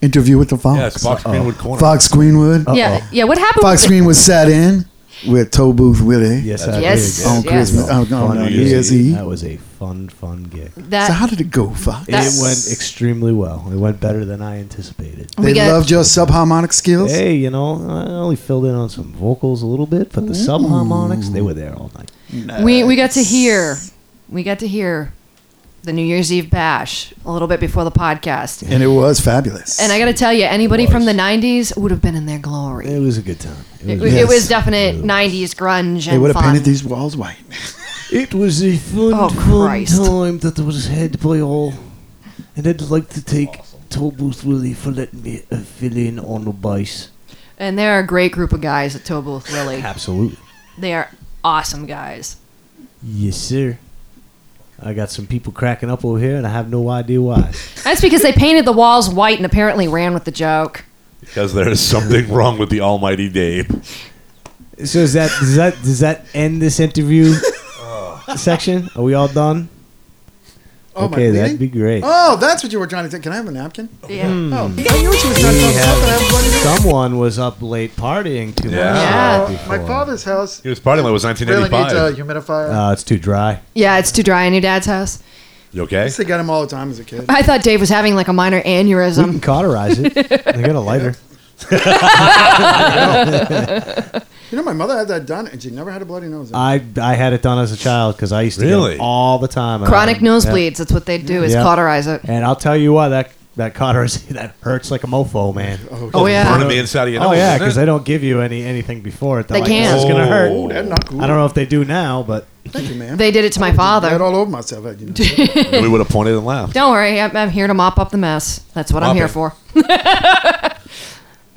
Speaker 3: Interview with the fox.
Speaker 1: Yeah, it's
Speaker 5: Oh,
Speaker 1: Fox Greenwood Corner.
Speaker 3: Fox Greenwood.
Speaker 2: Yeah, yeah. What happened?
Speaker 3: Fox
Speaker 2: with
Speaker 3: Greenwood sat in with Toe Booth Willie.
Speaker 5: Yes,
Speaker 1: That's
Speaker 5: I
Speaker 2: Yes.
Speaker 5: did.
Speaker 2: Oh,
Speaker 3: On
Speaker 2: Yes.
Speaker 3: Christmas. Oh, no,
Speaker 5: Fun
Speaker 3: no,
Speaker 5: gig.
Speaker 3: New Year's Eve.
Speaker 5: That was a fun, fun gig.
Speaker 2: that?
Speaker 3: so how did it go, Fox?
Speaker 2: That's-
Speaker 5: It went extremely well. It went better than I anticipated.
Speaker 3: they
Speaker 2: We got-
Speaker 3: loved your subharmonic skills.
Speaker 5: Hey, you know, I only filled in on some vocals a little bit, but the subharmonics, they were there all night.
Speaker 2: we we got to hear, we got to hear, the New Year's Eve bash a little bit before the podcast.
Speaker 3: And it was fabulous.
Speaker 2: And I got to tell you, anybody from the '90s would have been in their glory.
Speaker 5: It was a good time.
Speaker 2: It,
Speaker 5: a good
Speaker 2: it
Speaker 3: Yes.
Speaker 2: was definite
Speaker 5: Yes.
Speaker 2: '90s grunge
Speaker 3: they
Speaker 2: and
Speaker 3: would have
Speaker 2: fun.
Speaker 3: painted these walls white.
Speaker 5: It was a fun,
Speaker 2: Oh,
Speaker 5: fun
Speaker 2: Christ.
Speaker 5: time that was had by all. And I'd like to take Tollbooth Willie for letting me uh, fill in on the bass.
Speaker 2: and they're a great group of guys at Toboth Willie.
Speaker 5: Absolutely.
Speaker 2: They are awesome guys.
Speaker 5: Yes, sir. I got some people cracking up over here, and I have no idea why.
Speaker 2: That's because they painted the walls white and apparently ran with the joke.
Speaker 1: Because there is something wrong with the Almighty Dave.
Speaker 5: so is that does that does that end this interview
Speaker 1: Oh.
Speaker 5: section? Are we all done?
Speaker 3: Oh, my
Speaker 5: okay, that'd
Speaker 3: bleeding?
Speaker 5: be great.
Speaker 3: Oh, that's what you were trying to take. Can I have a napkin?
Speaker 2: Yeah.
Speaker 3: Oh, I knew what you was trying to tell
Speaker 5: We have-
Speaker 3: something. I was wondering-
Speaker 5: Someone was up late partying too
Speaker 1: Yeah.
Speaker 5: much.
Speaker 2: Yeah.
Speaker 3: My
Speaker 5: before.
Speaker 3: father's house
Speaker 1: He was partying like it was
Speaker 3: really
Speaker 1: 1985.
Speaker 3: needs a humidifier.
Speaker 5: Uh, it's too dry.
Speaker 2: Yeah, it's too dry in your dad's house.
Speaker 1: you
Speaker 3: I
Speaker 1: okay?
Speaker 3: used to get them all the time as a kid.
Speaker 2: I thought Dave was having like a minor
Speaker 5: We can
Speaker 2: aneurysm.
Speaker 5: cauterize it. I got a lighter.
Speaker 3: You know, my mother had that done, and she never had a bloody nose.
Speaker 5: I I had it done as a child because I used to get 'em
Speaker 1: Really?
Speaker 5: all the time.
Speaker 2: Chronic
Speaker 5: And I-
Speaker 2: nosebleeds. That's what they do is
Speaker 5: Yeah.
Speaker 2: cauterize it.
Speaker 5: And I'll tell you what that that cauterization that hurts like a mofo, man.
Speaker 2: Oh
Speaker 1: Burning
Speaker 2: yeah.
Speaker 1: the inside of your
Speaker 5: oh
Speaker 1: nose,
Speaker 5: yeah,
Speaker 1: isn't
Speaker 5: because
Speaker 1: it?
Speaker 5: they don't give you any anything before it. They're
Speaker 2: They
Speaker 5: like,
Speaker 2: can't.
Speaker 5: This is gonna hurt.
Speaker 1: Oh.
Speaker 3: That's not cool.
Speaker 5: I don't know if they do now, but
Speaker 3: Thank you, man.
Speaker 2: They did it to my
Speaker 3: I had
Speaker 2: father.
Speaker 3: all over myself. I- You know,
Speaker 1: we would have pointed and laughed.
Speaker 2: Don't worry, I'm, I'm here to mop up the mess. That's what I'm
Speaker 1: Mop
Speaker 2: here
Speaker 1: it.
Speaker 2: for.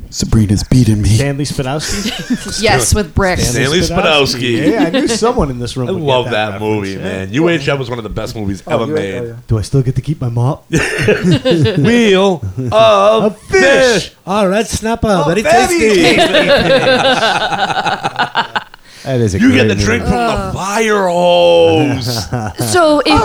Speaker 3: Sabrina's beating me.
Speaker 5: Stanley Spanowski.
Speaker 2: yes, with bricks.
Speaker 1: Stanley- Spanowski.
Speaker 5: Yeah, I knew someone in this room.
Speaker 1: I
Speaker 5: would get
Speaker 1: love that,
Speaker 5: reference.
Speaker 1: movie,
Speaker 5: Yeah. Oh,
Speaker 1: man. UHF was one of the best movies ever made.
Speaker 5: Do I still get to keep my mop?
Speaker 1: Wheel of Fish. Oh,
Speaker 5: All right, snapper.
Speaker 1: Very
Speaker 5: That is a
Speaker 1: You
Speaker 5: great
Speaker 1: get the
Speaker 5: movie.
Speaker 1: drink from the fire hose.
Speaker 2: So if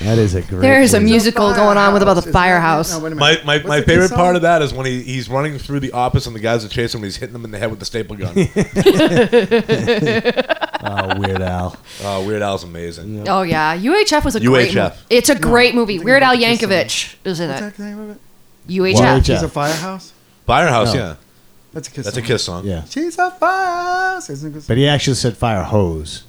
Speaker 5: That is a great.
Speaker 2: there is a
Speaker 5: movie.
Speaker 2: musical going on with about the firehouse.
Speaker 3: No, wait a minute.
Speaker 1: My my,
Speaker 3: What's
Speaker 1: my
Speaker 3: the
Speaker 1: favorite
Speaker 3: song?
Speaker 1: part of that is when he, he's running through the office and the guys are chasing him. and He's hitting them in the head with the staple gun.
Speaker 5: Oh, Weird Al.
Speaker 1: oh, Weird Al's amazing.
Speaker 2: Oh yeah, UHF was a great.
Speaker 1: UHF.
Speaker 2: mo- It's a great movie.
Speaker 3: thinking
Speaker 2: Weird Al
Speaker 3: about the kiss
Speaker 2: Yankovic is in
Speaker 3: What's
Speaker 2: it.
Speaker 3: that name of it?
Speaker 2: UHF.
Speaker 5: Yeah.
Speaker 3: She's a firehouse.
Speaker 1: Firehouse,
Speaker 5: No.
Speaker 1: yeah,
Speaker 3: That's a kiss.
Speaker 1: that's a
Speaker 3: song.
Speaker 1: kiss song.
Speaker 5: Yeah,
Speaker 3: She's a firehouse. Isn't it good?
Speaker 5: but he actually said fire hose.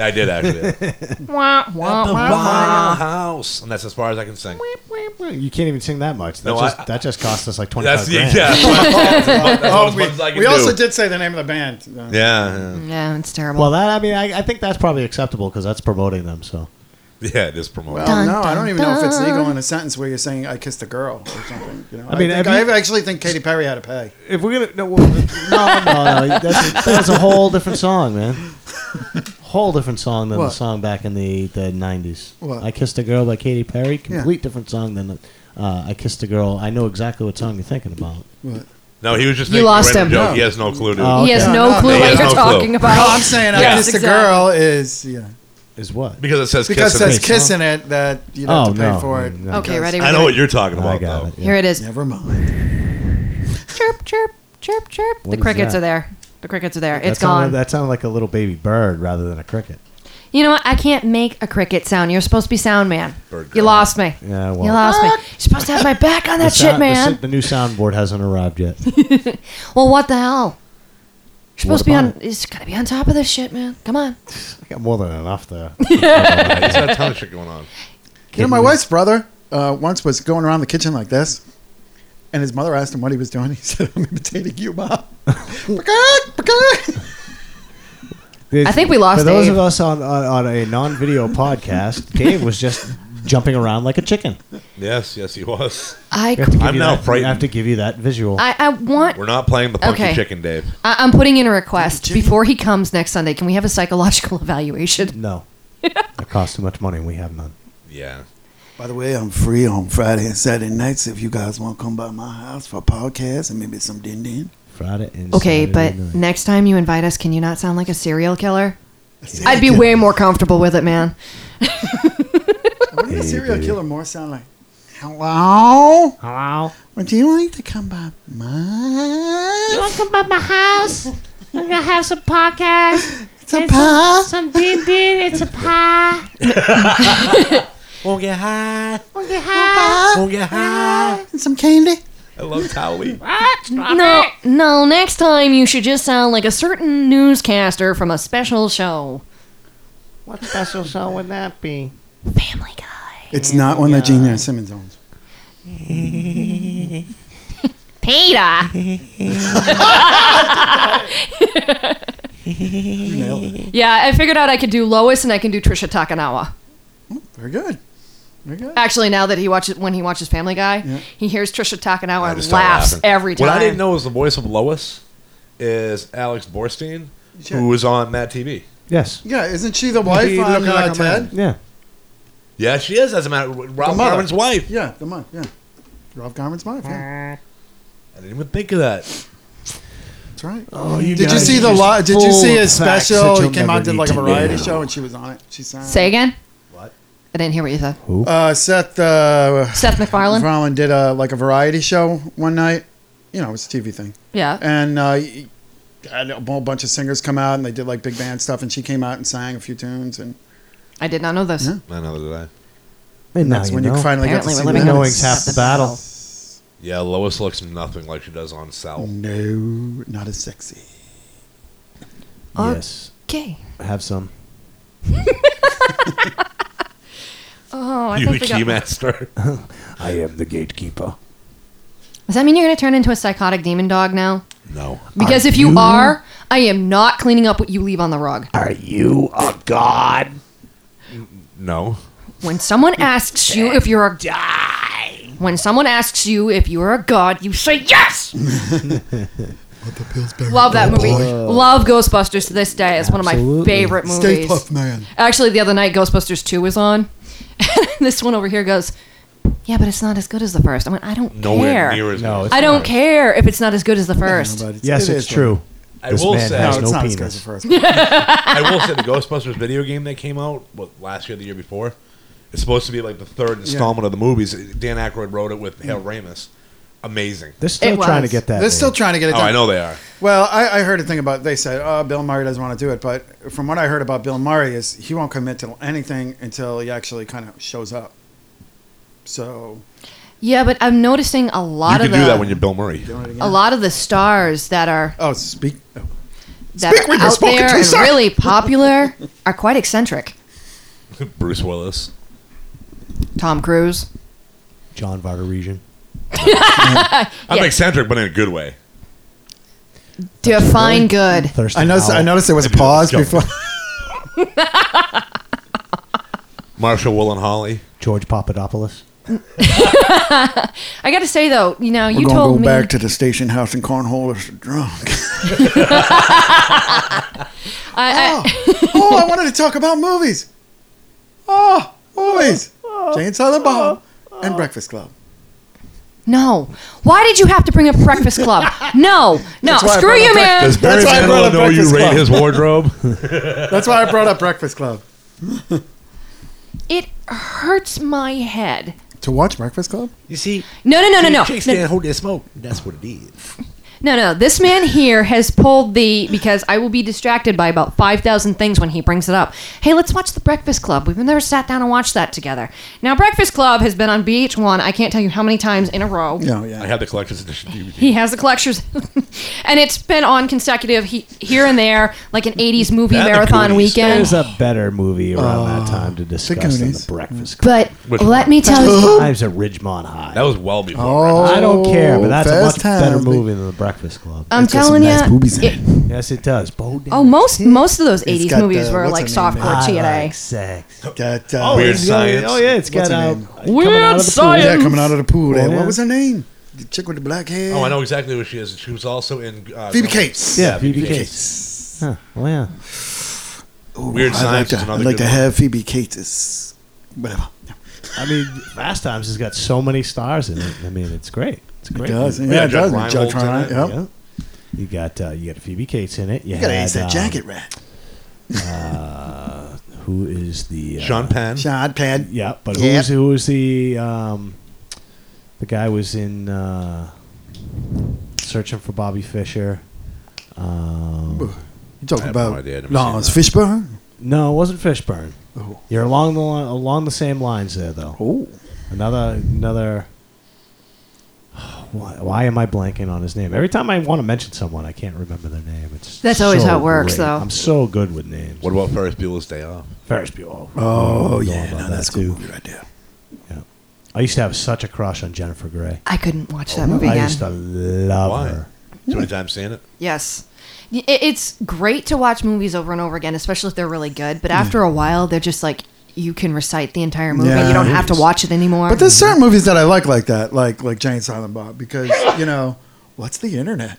Speaker 1: I did actually.
Speaker 2: Wah, wah, wah, wah.
Speaker 1: Firehouse, and that's as far as I can sing.
Speaker 5: You can't even sing that much. That
Speaker 1: No,
Speaker 5: just
Speaker 1: I-
Speaker 5: that just cost us like twenty five
Speaker 1: That's the
Speaker 5: grand.
Speaker 1: yeah. that's my fault. That's as much as I can
Speaker 3: we also
Speaker 1: do.
Speaker 3: did say the name of the band. Uh,
Speaker 1: Yeah,
Speaker 2: Yeah, it's terrible.
Speaker 5: Well, that I mean, I, I think that's probably acceptable because that's promoting them. So
Speaker 1: yeah, yeah. It is promoted.
Speaker 3: Well,
Speaker 2: Dun,
Speaker 3: Oh, no, I don't
Speaker 2: dun,
Speaker 3: even know if it's
Speaker 2: dun.
Speaker 3: legal in a sentence where you're saying "I kissed a girl" or something. You know, I
Speaker 5: mean,
Speaker 3: mean, I, think,
Speaker 5: have you-
Speaker 3: I actually think Katy Perry had to pay.
Speaker 5: if we're gonna no, well, no, no, no that's, that's a whole different song, man. Whole different song than the
Speaker 3: What?
Speaker 5: song back in the the nineties.
Speaker 3: What?
Speaker 5: I kissed a girl by Katy Perry. Complete different song than uh, I kissed a girl. I know exactly what song you're thinking about.
Speaker 1: No, he was just
Speaker 2: You
Speaker 1: making a
Speaker 2: lost
Speaker 1: random
Speaker 2: him.
Speaker 1: Joke.
Speaker 3: No.
Speaker 1: He has no clue. Dude.
Speaker 5: Oh,
Speaker 2: He has
Speaker 5: okay.
Speaker 2: no
Speaker 3: No,
Speaker 2: clue
Speaker 3: no,
Speaker 1: he
Speaker 2: what
Speaker 1: has
Speaker 2: you're
Speaker 1: no clue.
Speaker 2: talking about.
Speaker 3: No, I'm saying "I
Speaker 2: Yes,
Speaker 3: kissed
Speaker 2: exactly.
Speaker 3: a girl" is yeah
Speaker 5: Is what?
Speaker 1: Because it says
Speaker 3: because
Speaker 1: kiss.
Speaker 3: there's
Speaker 1: and-
Speaker 5: Kiss.
Speaker 3: kiss in it that you don't have to pay for it.
Speaker 5: Oh, no.
Speaker 2: Okay, ready?
Speaker 1: I know what you're talking about.
Speaker 5: I got
Speaker 1: though.
Speaker 5: it. yeah.
Speaker 2: Here it is.
Speaker 3: Never mind.
Speaker 2: Chirp, chirp, chirp, chirp.
Speaker 5: What
Speaker 2: the
Speaker 5: is
Speaker 2: crickets
Speaker 5: that?
Speaker 2: are there. The crickets are there.
Speaker 5: That
Speaker 2: It's
Speaker 5: sounded-
Speaker 2: gone.
Speaker 5: that sounded like a little baby bird rather than a cricket.
Speaker 2: You know what? I can't make a cricket sound. You're supposed to be sound man.
Speaker 1: Bird
Speaker 2: You
Speaker 1: girl.
Speaker 2: lost me.
Speaker 5: Yeah, well.
Speaker 2: you lost me. You're supposed to have my back on that
Speaker 5: The
Speaker 2: shit,
Speaker 5: sound- the
Speaker 2: man.
Speaker 5: si- The, new soundboard hasn't arrived yet.
Speaker 2: well, what the hell? You're
Speaker 5: What
Speaker 2: supposed to be on.
Speaker 5: about
Speaker 2: It's gotta be on top of this shit, man. Come on.
Speaker 5: I got more than enough there.
Speaker 1: He's got a ton of shit going on.
Speaker 3: You know, my wife's brother uh, once was going around the kitchen like this, and his mother asked him what he was doing. He said, "I'm imitating you, mom."
Speaker 2: I think we lost
Speaker 5: For those
Speaker 2: Dave.
Speaker 5: of us on, on, on a non-video podcast, Dave was just jumping around like a chicken.
Speaker 1: Yes, yes, he was.
Speaker 5: We have to
Speaker 2: I,
Speaker 5: give
Speaker 1: I'm
Speaker 5: you
Speaker 1: now
Speaker 5: that- we
Speaker 1: frightened.
Speaker 5: have to give you that visual.
Speaker 2: I, I want.
Speaker 1: We're not playing the Punky
Speaker 2: Okay.
Speaker 1: Chicken, Dave.
Speaker 2: I, I'm putting in a request before he comes next Sunday. Can we have a psychological evaluation?
Speaker 5: no, it costs too much money. and We have none.
Speaker 1: Yeah.
Speaker 3: By the way, I'm free on Friday and Saturday nights if you guys want to come by my house for a podcast and maybe some din din.
Speaker 5: Friday and
Speaker 2: Okay,
Speaker 5: Saturday
Speaker 2: but
Speaker 5: night.
Speaker 2: next time you invite us, can you not sound like a serial killer? I'd be way more comfortable with it, man.
Speaker 3: What did a serial killer more sound like? Hello?
Speaker 5: hello.
Speaker 3: Would you like to come by my house?
Speaker 6: Welcome by my house. We're gonna have some podcast,
Speaker 3: It's a pie.
Speaker 6: some din din. It's a pie.
Speaker 5: Won't get high.
Speaker 6: We'll get high.
Speaker 1: Oh,
Speaker 5: Won't get high.
Speaker 3: And some candy.
Speaker 1: I love Tally.
Speaker 6: What? Stop
Speaker 2: No,
Speaker 6: it.
Speaker 2: no, next time you should just sound like a certain newscaster from a special show.
Speaker 5: What special show would that be?
Speaker 2: Family Guy.
Speaker 3: It's not one that Gene Simmons owns.
Speaker 2: Peter.
Speaker 3: You nailed it.
Speaker 2: Yeah, I figured out I could do Lois and I can do Trisha Takanawa.
Speaker 3: Oh, Very good. Very good.
Speaker 2: Actually, now that he watches when he watches Family Guy, he hears Trisha Takanawa
Speaker 1: I
Speaker 2: and
Speaker 1: just start
Speaker 2: laughs
Speaker 1: laughing.
Speaker 2: every time.
Speaker 1: What I didn't know was the voice of Lois is Alex Borstein,
Speaker 3: Sure.
Speaker 1: who was on Matt TV.
Speaker 5: Yes.
Speaker 3: Yeah, isn't she the wife
Speaker 1: He
Speaker 3: on
Speaker 1: looking like
Speaker 3: uh,
Speaker 1: a
Speaker 3: Ted?
Speaker 5: Yeah.
Speaker 1: Yeah, she is, as a matter of Rob
Speaker 3: The mother.
Speaker 1: Garvin's wife.
Speaker 3: Yeah, the mom. Yeah. Ralph Garman's wife. Yeah,
Speaker 1: I didn't even think of that.
Speaker 3: that's right.
Speaker 5: Oh, you
Speaker 3: Did you see the li- Did you see his special? He came out did like a variety show, and she was on it. She sang.
Speaker 2: Say again?
Speaker 1: What?
Speaker 2: I didn't hear what you said.
Speaker 3: Uh, Seth uh,
Speaker 2: Seth MacFarlane?
Speaker 3: Rollin did a like a variety show one night. You know, it was a TV thing,
Speaker 2: Yeah.
Speaker 3: and uh, he- had a whole bunch of singers come out, and they did like big band stuff, and she came out and sang a few tunes, and
Speaker 2: I did not know this.
Speaker 3: Yeah.
Speaker 1: I know that I.
Speaker 5: And
Speaker 3: that's when you, finally got to
Speaker 2: Apparently
Speaker 3: see
Speaker 2: we're living
Speaker 3: that.
Speaker 2: on a
Speaker 5: Knowing's half the battle.
Speaker 1: Yeah, Lois looks nothing like she does on Sal.
Speaker 3: No, not as sexy.
Speaker 5: Yes.
Speaker 2: Okay.
Speaker 5: Have some.
Speaker 2: Oh, I
Speaker 1: you
Speaker 2: think we got...
Speaker 1: keymaster.
Speaker 5: I am the gatekeeper.
Speaker 2: Does that mean you're going to turn into a psychotic demon dog now?
Speaker 1: no.
Speaker 2: Because if you, are, I am not cleaning up what you leave on the rug.
Speaker 5: Are you a god?
Speaker 1: No.
Speaker 2: When someone asks you if you're a guy, when someone asks you if you're a god, you say yes. Love
Speaker 3: Oh,
Speaker 2: that movie. Love Ghostbusters to this day. It's one of
Speaker 5: Absolutely.
Speaker 2: my favorite movies.
Speaker 3: Stay puff, man.
Speaker 2: Actually, the other night, Ghostbusters 2 was on. this one over here goes, Yeah, but it's not as good as the first. I went, I don't
Speaker 1: Nowhere
Speaker 2: care.
Speaker 1: near as
Speaker 5: No,
Speaker 1: good.
Speaker 5: it's
Speaker 2: I don't
Speaker 5: not.
Speaker 2: care if it's not as good as the first.
Speaker 3: But it's-
Speaker 5: Yes,
Speaker 3: it
Speaker 5: it's
Speaker 3: is
Speaker 5: true.
Speaker 1: I
Speaker 5: This
Speaker 1: will
Speaker 5: man
Speaker 1: say-
Speaker 3: what-
Speaker 5: has
Speaker 3: No, it's
Speaker 5: no
Speaker 3: not as good as
Speaker 5: penis.
Speaker 3: the first.
Speaker 1: I will say the Ghostbusters video game that came out what, last year, the year before, it's supposed to be like the third installment of the movies. Dan Aykroyd wrote it with Hal Ramis. Amazing.
Speaker 5: They're still
Speaker 2: It
Speaker 5: trying to
Speaker 2: was.
Speaker 5: get that.
Speaker 3: They're still
Speaker 5: man.
Speaker 3: trying to get it
Speaker 1: Oh,
Speaker 3: done.
Speaker 1: I know they are.
Speaker 3: Well, I, I heard a thing about they said oh, Bill Murray doesn't want to do it, but from what I heard about Bill Murray is he won't commit to anything until he actually kind of shows up. So
Speaker 2: Yeah, but I'm noticing a lot
Speaker 1: You can
Speaker 2: of the,
Speaker 1: do that when you're Bill Murray.
Speaker 3: doing it again.
Speaker 2: a lot of the stars that are
Speaker 3: Oh, speak. oh.
Speaker 2: that are out there and really popular are quite eccentric.
Speaker 1: Bruce Willis.
Speaker 2: Tom Cruise.
Speaker 5: John Vardarejan.
Speaker 1: I'm
Speaker 2: Yeah.
Speaker 1: eccentric, but in a good way.
Speaker 2: They're fine good.
Speaker 5: Thurston.
Speaker 3: I noticed. I
Speaker 5: Howell.
Speaker 3: noticed there was a pause
Speaker 1: Jump.
Speaker 3: before.
Speaker 1: Marshall Will and Holly.
Speaker 5: George Papadopoulos.
Speaker 2: I got to say though, you know, you
Speaker 3: We're gonna
Speaker 2: told
Speaker 3: go
Speaker 2: me
Speaker 3: back to the station house and cornholers drunk.
Speaker 2: I, I,
Speaker 3: oh, oh, I wanted to talk about movies. Oh, movies. Jane Silent Bob and Breakfast Club.
Speaker 2: no. Why did you have to bring up Breakfast Club? No, no.
Speaker 3: That's why I
Speaker 2: Screw
Speaker 3: brought
Speaker 2: you,
Speaker 3: up
Speaker 2: man.
Speaker 1: Does Barry
Speaker 3: That's why I brought
Speaker 1: Manilow
Speaker 3: up
Speaker 1: know you
Speaker 3: Breakfast
Speaker 1: rate
Speaker 3: Club.
Speaker 1: his wardrobe?
Speaker 3: That's why I brought up Breakfast Club.
Speaker 2: It hurts my head.
Speaker 3: To watch Breakfast Club?
Speaker 7: You see,
Speaker 2: No, no, no, no, no.
Speaker 7: Can't
Speaker 2: No,
Speaker 7: stand holding that smoke. That's what it is.
Speaker 2: No, no, this man here has pulled the because I will be distracted by about 5,000 things when he brings it up. Hey, let's watch The Breakfast Club. We've never sat down and watched that together. Now, Breakfast Club has been on BH1, I can't tell you how many times in a row.
Speaker 3: No,
Speaker 1: I
Speaker 3: yeah.
Speaker 1: had the collector's edition DVD.
Speaker 2: He has the collectors, and it's been on consecutive he, here and there, like an 80s movie
Speaker 1: That and the
Speaker 2: marathon
Speaker 1: Goonies.
Speaker 2: weekend.
Speaker 5: There's a better movie around
Speaker 3: Oh,
Speaker 5: that time to discuss than
Speaker 3: Goonies.
Speaker 5: the Breakfast Club.
Speaker 2: But
Speaker 1: Which
Speaker 2: let
Speaker 1: one?
Speaker 2: me tell you,
Speaker 5: Times at Ridgemont High.
Speaker 1: That was well before.
Speaker 3: Oh,
Speaker 5: I don't care, but that's a
Speaker 3: Fast
Speaker 5: much better
Speaker 3: times, big-
Speaker 5: movie than the Breakfast Club.
Speaker 2: I'm
Speaker 3: It's got some
Speaker 2: telling you,
Speaker 3: nice boobies in
Speaker 2: it-
Speaker 5: yes, it does. Bo
Speaker 2: Um, oh, most most of those
Speaker 3: It's
Speaker 2: 80s
Speaker 3: got
Speaker 2: movies
Speaker 3: the-
Speaker 2: were
Speaker 3: what's
Speaker 2: like
Speaker 3: her name? Ah,
Speaker 2: softcore
Speaker 5: I
Speaker 2: TNA.
Speaker 5: like sex.
Speaker 3: That, uh,
Speaker 5: Oh,
Speaker 1: Weird
Speaker 5: it's got-
Speaker 1: Science.
Speaker 5: Oh yeah, it's got
Speaker 3: What's her
Speaker 5: out.
Speaker 3: name?
Speaker 5: Weird
Speaker 3: Yeah, coming out of the pool. there.
Speaker 5: Yeah.
Speaker 3: What was her name? The chick with the black hair.
Speaker 1: Oh, I know exactly who she is. She was also in uh,
Speaker 3: Phoebe Cates.
Speaker 5: Yeah, Phoebe Cates. Huh. Well, yeah.
Speaker 1: Weird
Speaker 3: I'd
Speaker 1: Science
Speaker 3: Like
Speaker 1: is
Speaker 3: to,
Speaker 1: another
Speaker 3: I'd like
Speaker 1: good
Speaker 3: to
Speaker 1: one.
Speaker 3: have Phoebe Cates. Whatever.
Speaker 5: I mean, Fast Times has got so many stars in it. I mean, it's great. It's a great.
Speaker 3: It does.
Speaker 5: movie.
Speaker 3: Yeah,
Speaker 1: Yeah,
Speaker 3: it
Speaker 1: Judge
Speaker 3: does.
Speaker 1: Reinhold's
Speaker 3: Judge
Speaker 1: in
Speaker 3: Reinhold.
Speaker 1: it.
Speaker 3: Yep.
Speaker 5: Yeah. You got uh, you got Phoebe Cates in it. You,
Speaker 3: You gotta
Speaker 5: had,
Speaker 3: ace that
Speaker 5: um,
Speaker 3: jacket, rat.
Speaker 5: Who is the uh,
Speaker 1: Sean Penn.
Speaker 3: Shad pad.
Speaker 5: Yeah, but
Speaker 3: Yeah.
Speaker 5: who's who was the um, the guy was in uh, searching for Bobby Fisher? Um,
Speaker 3: You talking
Speaker 1: I have no
Speaker 3: about?
Speaker 1: idea. I've never
Speaker 3: No,
Speaker 1: seen
Speaker 3: it's Fishburne.
Speaker 5: no, it wasn't Fishburne.
Speaker 3: Oh.
Speaker 5: You're along the li- along the same lines there, though.
Speaker 3: Oh.
Speaker 5: Another another. Why, why am I blanking on his name? Every time I want to mention someone, I can't remember their name. It's
Speaker 2: That's always
Speaker 5: so
Speaker 2: how it works,
Speaker 5: great.
Speaker 2: though.
Speaker 5: I'm so good with names.
Speaker 1: What about Ferris Bueller's Day Off?
Speaker 5: Ferris Bueller.
Speaker 3: Oh,
Speaker 5: we know
Speaker 3: yeah.
Speaker 5: about
Speaker 3: No,
Speaker 5: that,
Speaker 3: that's a good
Speaker 5: too.
Speaker 3: movie right there.
Speaker 5: I used to have such a crush on Jennifer Grey.
Speaker 2: I couldn't watch
Speaker 3: Oh,
Speaker 2: that movie
Speaker 5: I
Speaker 2: again.
Speaker 5: used to love
Speaker 1: Why?
Speaker 5: her.
Speaker 1: Too many times seeing it.
Speaker 2: Yes. Y- i- It's great to watch movies over and over again, especially if they're really good. But after a while, they're just like, you can recite the entire movie.
Speaker 3: Yeah.
Speaker 2: you don't have to watch it anymore.
Speaker 3: But there's certain movies that I like like that, like like Jane Silent Bob, because you know what's the internet?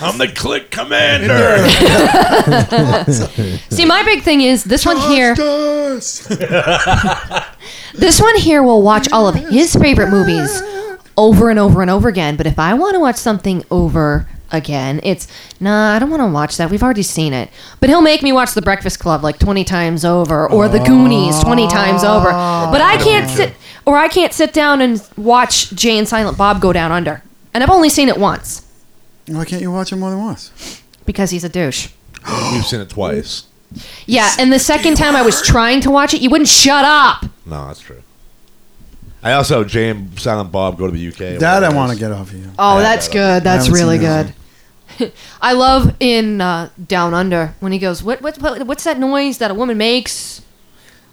Speaker 1: I'm the click commander.
Speaker 2: See, my big thing is this one here.
Speaker 3: Monsters!
Speaker 2: This one here will watch all of his favorite movies over and over and over again. But if I want to watch something over again, it's, nah, I don't want to watch that. We've already seen it. But he'll make me watch The Breakfast Club like 20 times over or The Goonies 20 times over.
Speaker 1: Oh.
Speaker 2: But I can't sit, or I can't sit down and watch Jay and Silent Bob go down under. And I've only seen it once
Speaker 3: Why can't you watch it more than once?
Speaker 2: because he's a douche.
Speaker 1: We've seen it twice.
Speaker 2: Yeah, and the second time I was trying to watch it, you wouldn't shut up.
Speaker 1: No, that's true. I also have Jay and Silent Bob go to the UK.
Speaker 3: That I want to get off of you.
Speaker 2: Oh,
Speaker 1: Yeah,
Speaker 2: that's
Speaker 1: that-
Speaker 2: good. That's
Speaker 3: haven't
Speaker 2: really
Speaker 3: seen that
Speaker 2: good. I love in uh, Down Under when he goes, what, what, what, What's that noise that a woman makes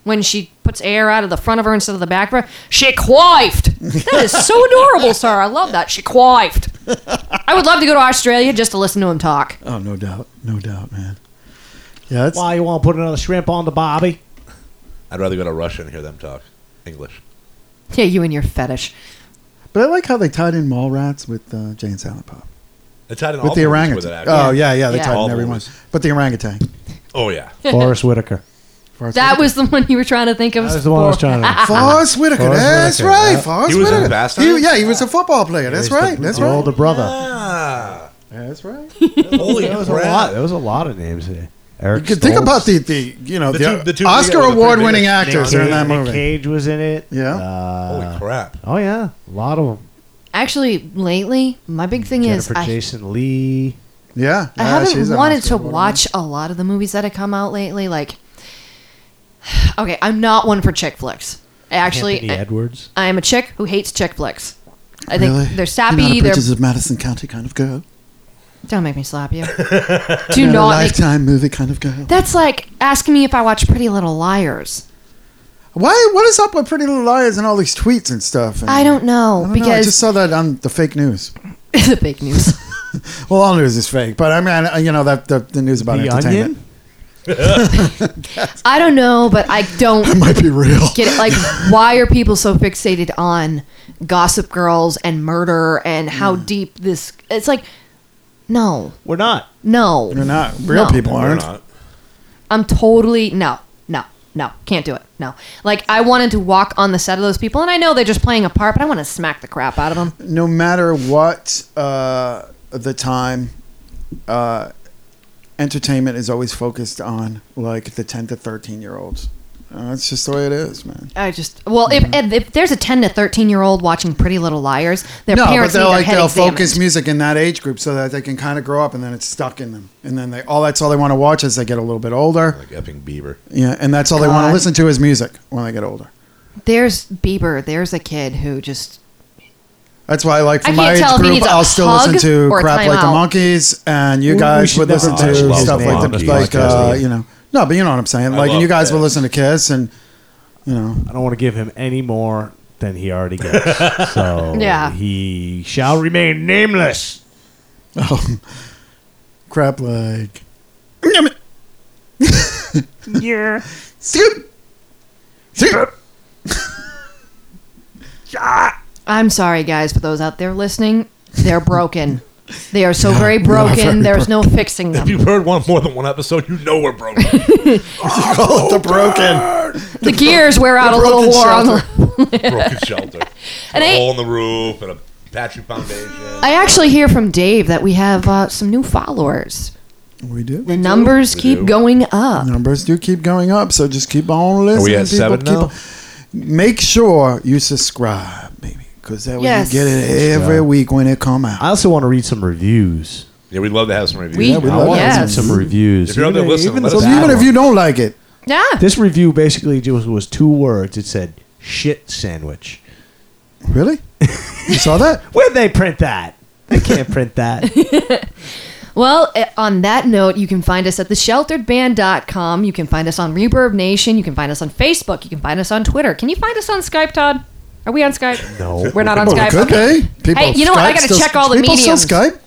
Speaker 2: when she puts air out of the front of her instead of the back of her? She quaffed. That is so adorable, sir. I love that. She quaffed. I would love to go to Australia just to listen to him talk.
Speaker 3: Oh, no doubt, no doubt, man. Yeah, it's,
Speaker 5: Why you want to put another shrimp on the Bobby?
Speaker 1: I'd rather go to Russia and hear them talk English.
Speaker 2: Yeah, you and your fetish.
Speaker 3: but I like how they tied in mall rats with uh, Jay and Silent Pop.
Speaker 1: It's had an
Speaker 3: With the orangutan. Oh, yeah, yeah, they
Speaker 2: Yeah.
Speaker 3: tied
Speaker 1: All
Speaker 3: in every one.
Speaker 1: movies.
Speaker 3: But the orangutan.
Speaker 1: Oh yeah.
Speaker 5: Forrest Whitaker.
Speaker 3: Forrest
Speaker 2: That
Speaker 3: Whitaker.
Speaker 2: was the one you were trying to think of.
Speaker 5: That was the one I was trying to.
Speaker 3: Forrest Whitaker.
Speaker 5: Forrest
Speaker 3: That's
Speaker 5: Whitaker,
Speaker 3: right.
Speaker 5: yeah.
Speaker 3: Forrest
Speaker 1: He was in
Speaker 3: Whitaker.
Speaker 1: Bastard?
Speaker 3: He- yeah, he was a football player. That's
Speaker 5: He's the-
Speaker 3: right. That's
Speaker 5: the
Speaker 3: right.
Speaker 5: older brother.
Speaker 1: Ah,
Speaker 3: That's right.
Speaker 1: holy
Speaker 5: There was a
Speaker 1: crap.
Speaker 5: lot. There was a lot of names here. Eric.
Speaker 3: You could think
Speaker 5: Stoltz.
Speaker 3: about the, the you know
Speaker 1: The
Speaker 3: the,
Speaker 1: two- the two
Speaker 3: Oscar
Speaker 1: biggest-
Speaker 3: award winning
Speaker 1: the three
Speaker 3: actors
Speaker 1: biggest
Speaker 5: Nick
Speaker 3: are in that
Speaker 5: Cage- Nick
Speaker 3: movie.
Speaker 5: Cage was in it.
Speaker 3: Yeah.
Speaker 5: Uh,
Speaker 1: Holy crap.
Speaker 5: Oh yeah, a lot of them.
Speaker 2: Actually, lately, my big thing is
Speaker 5: Jennifer
Speaker 2: I,
Speaker 5: Jason Lee.
Speaker 3: Yeah,
Speaker 2: I
Speaker 3: yeah, she's
Speaker 2: haven't
Speaker 3: an
Speaker 2: wanted
Speaker 3: Oscar
Speaker 2: to
Speaker 3: award
Speaker 2: watch a lot of the movies that have come out lately. Like, okay, I'm not one for chick flicks. Actually,
Speaker 5: Anthony
Speaker 2: I,
Speaker 5: Edwards.
Speaker 2: I am a chick who hates chick flicks. I think
Speaker 3: Really?
Speaker 2: they're
Speaker 3: winner. You're not
Speaker 2: sappy.
Speaker 3: a
Speaker 2: They're
Speaker 3: Bridges of Madison County kind of girl.
Speaker 2: don't make me slap you. Do
Speaker 3: You're a
Speaker 2: not. Make,
Speaker 3: lifetime movie kind of girl.
Speaker 2: that's like asking me if I watch Pretty Little Liars.
Speaker 3: Why? What is up with Pretty Little Liars and all these tweets and stuff? And-
Speaker 2: I don't know
Speaker 3: I don't know. I just
Speaker 2: because
Speaker 3: saw that on the fake news.
Speaker 2: the fake news.
Speaker 3: Well, all news is fake, but I mean, I- you know that the, the news about
Speaker 5: The
Speaker 3: entertainment
Speaker 5: Onion.
Speaker 2: I don't know, but I don't
Speaker 3: It might be real.
Speaker 2: get it. Like, why are people so fixated on Gossip Girls and murder and how
Speaker 3: Hmm.
Speaker 2: deep this? It's like, no,
Speaker 5: We're not.
Speaker 2: no,
Speaker 3: We're not real
Speaker 2: No.
Speaker 3: people,
Speaker 1: We're
Speaker 3: aren't?
Speaker 1: not.
Speaker 2: I'm totally no, no, no, can't do it. No, like I wanted to walk on the set of those people, and I know they're just playing a part, but I want to smack the crap out of them.
Speaker 3: No matter what uh, the time, uh, entertainment is always focused on like the ten to thirteen year olds. Uh, that's just the way it is, man.
Speaker 2: I just well, if, if, if there's a ten to thirteen year old watching Pretty Little Liars, their
Speaker 3: no, but
Speaker 2: parents
Speaker 3: they'll
Speaker 2: need
Speaker 3: like
Speaker 2: their
Speaker 3: they'll
Speaker 2: head examined.
Speaker 3: focus music in that age group so that they can kind of grow up, and then it's stuck in them, and then they all that's all they want to watch as they get a little bit older.
Speaker 1: Like effing Bieber.
Speaker 3: Yeah, and that's all they want to
Speaker 2: God.
Speaker 3: listen to is music when they get older.
Speaker 2: There's Bieber. There's a kid who just
Speaker 3: That's why, like, for
Speaker 2: I
Speaker 3: my
Speaker 2: can't
Speaker 3: age
Speaker 2: tell if he
Speaker 3: group,
Speaker 2: needs a
Speaker 3: I'll still listen
Speaker 2: hug
Speaker 3: to
Speaker 2: or a
Speaker 3: crap like the
Speaker 2: timeout.
Speaker 3: monkeys, and you
Speaker 5: We- we
Speaker 3: guys
Speaker 5: should
Speaker 3: would listen
Speaker 5: never
Speaker 1: mention
Speaker 3: to
Speaker 1: his
Speaker 3: stuff
Speaker 1: name
Speaker 3: like
Speaker 1: on
Speaker 3: the,
Speaker 1: the
Speaker 3: like
Speaker 1: podcast
Speaker 3: uh,
Speaker 1: again.
Speaker 3: you know. No, but you know what I'm saying.
Speaker 1: I
Speaker 3: Like, and
Speaker 1: love
Speaker 3: you guys will
Speaker 1: that.
Speaker 3: listen to Kiss, and you know,
Speaker 5: I don't want to give him any more than he already gets. so
Speaker 2: Yeah.
Speaker 5: he shall remain nameless.
Speaker 3: oh, crap like.
Speaker 6: Yeah.
Speaker 3: Scoop! Scoop!
Speaker 2: I'm sorry, guys, for those out there listening. They're broken. They are so very broken.
Speaker 3: very
Speaker 2: There's no fixing
Speaker 1: If
Speaker 2: them.
Speaker 1: you've heard one more than one episode, you know we're broken.
Speaker 3: The
Speaker 1: Oh,
Speaker 3: broken.
Speaker 2: The gears wear out a little
Speaker 3: broken
Speaker 2: war on
Speaker 3: shelter.
Speaker 2: the.
Speaker 1: broken shelter.
Speaker 2: And
Speaker 1: a
Speaker 2: I-
Speaker 1: hole in the roof and a patchy foundation.
Speaker 2: I actually hear from Dave that we have uh, some new followers.
Speaker 3: We do.
Speaker 2: The numbers
Speaker 1: We
Speaker 2: keep
Speaker 1: do.
Speaker 2: going up.
Speaker 3: Numbers do keep going up, so just keep on listening.
Speaker 1: at
Speaker 3: people.
Speaker 1: seven
Speaker 3: Keep
Speaker 1: now?
Speaker 3: on- Make sure you subscribe, baby, because that way
Speaker 2: Yes.
Speaker 3: you get it every week when it come out.
Speaker 5: I also want to read some reviews.
Speaker 1: yeah, we'd love to have some reviews.
Speaker 2: We- Yeah,
Speaker 3: we
Speaker 5: I
Speaker 3: love
Speaker 5: want to read
Speaker 2: Yes.
Speaker 5: some reviews.
Speaker 1: If you're out there listening, let
Speaker 5: the
Speaker 1: us
Speaker 3: So
Speaker 1: know.
Speaker 5: bad
Speaker 3: even if
Speaker 5: ones.
Speaker 3: you don't like it,
Speaker 2: Yeah.
Speaker 5: this review basically just was two words. It said "shit sandwich."
Speaker 3: Really? You saw that?
Speaker 5: Where'd they print that? They can't print that.
Speaker 2: Well, eh, on that note, you can find us at theshelteredband.com. You can find us on Reverb Nation. You can find us on Facebook. You can find us on Twitter. Can you find us on Skype, Todd? Are we on Skype?
Speaker 5: No.
Speaker 2: We're not on
Speaker 3: Well, it
Speaker 2: Skype.
Speaker 3: could
Speaker 2: Okay.
Speaker 3: be. Oh, People
Speaker 2: Hey, you know what? I
Speaker 3: Skype
Speaker 2: gotta
Speaker 3: still-
Speaker 2: check all the
Speaker 3: people
Speaker 2: mediums.
Speaker 3: still Skype?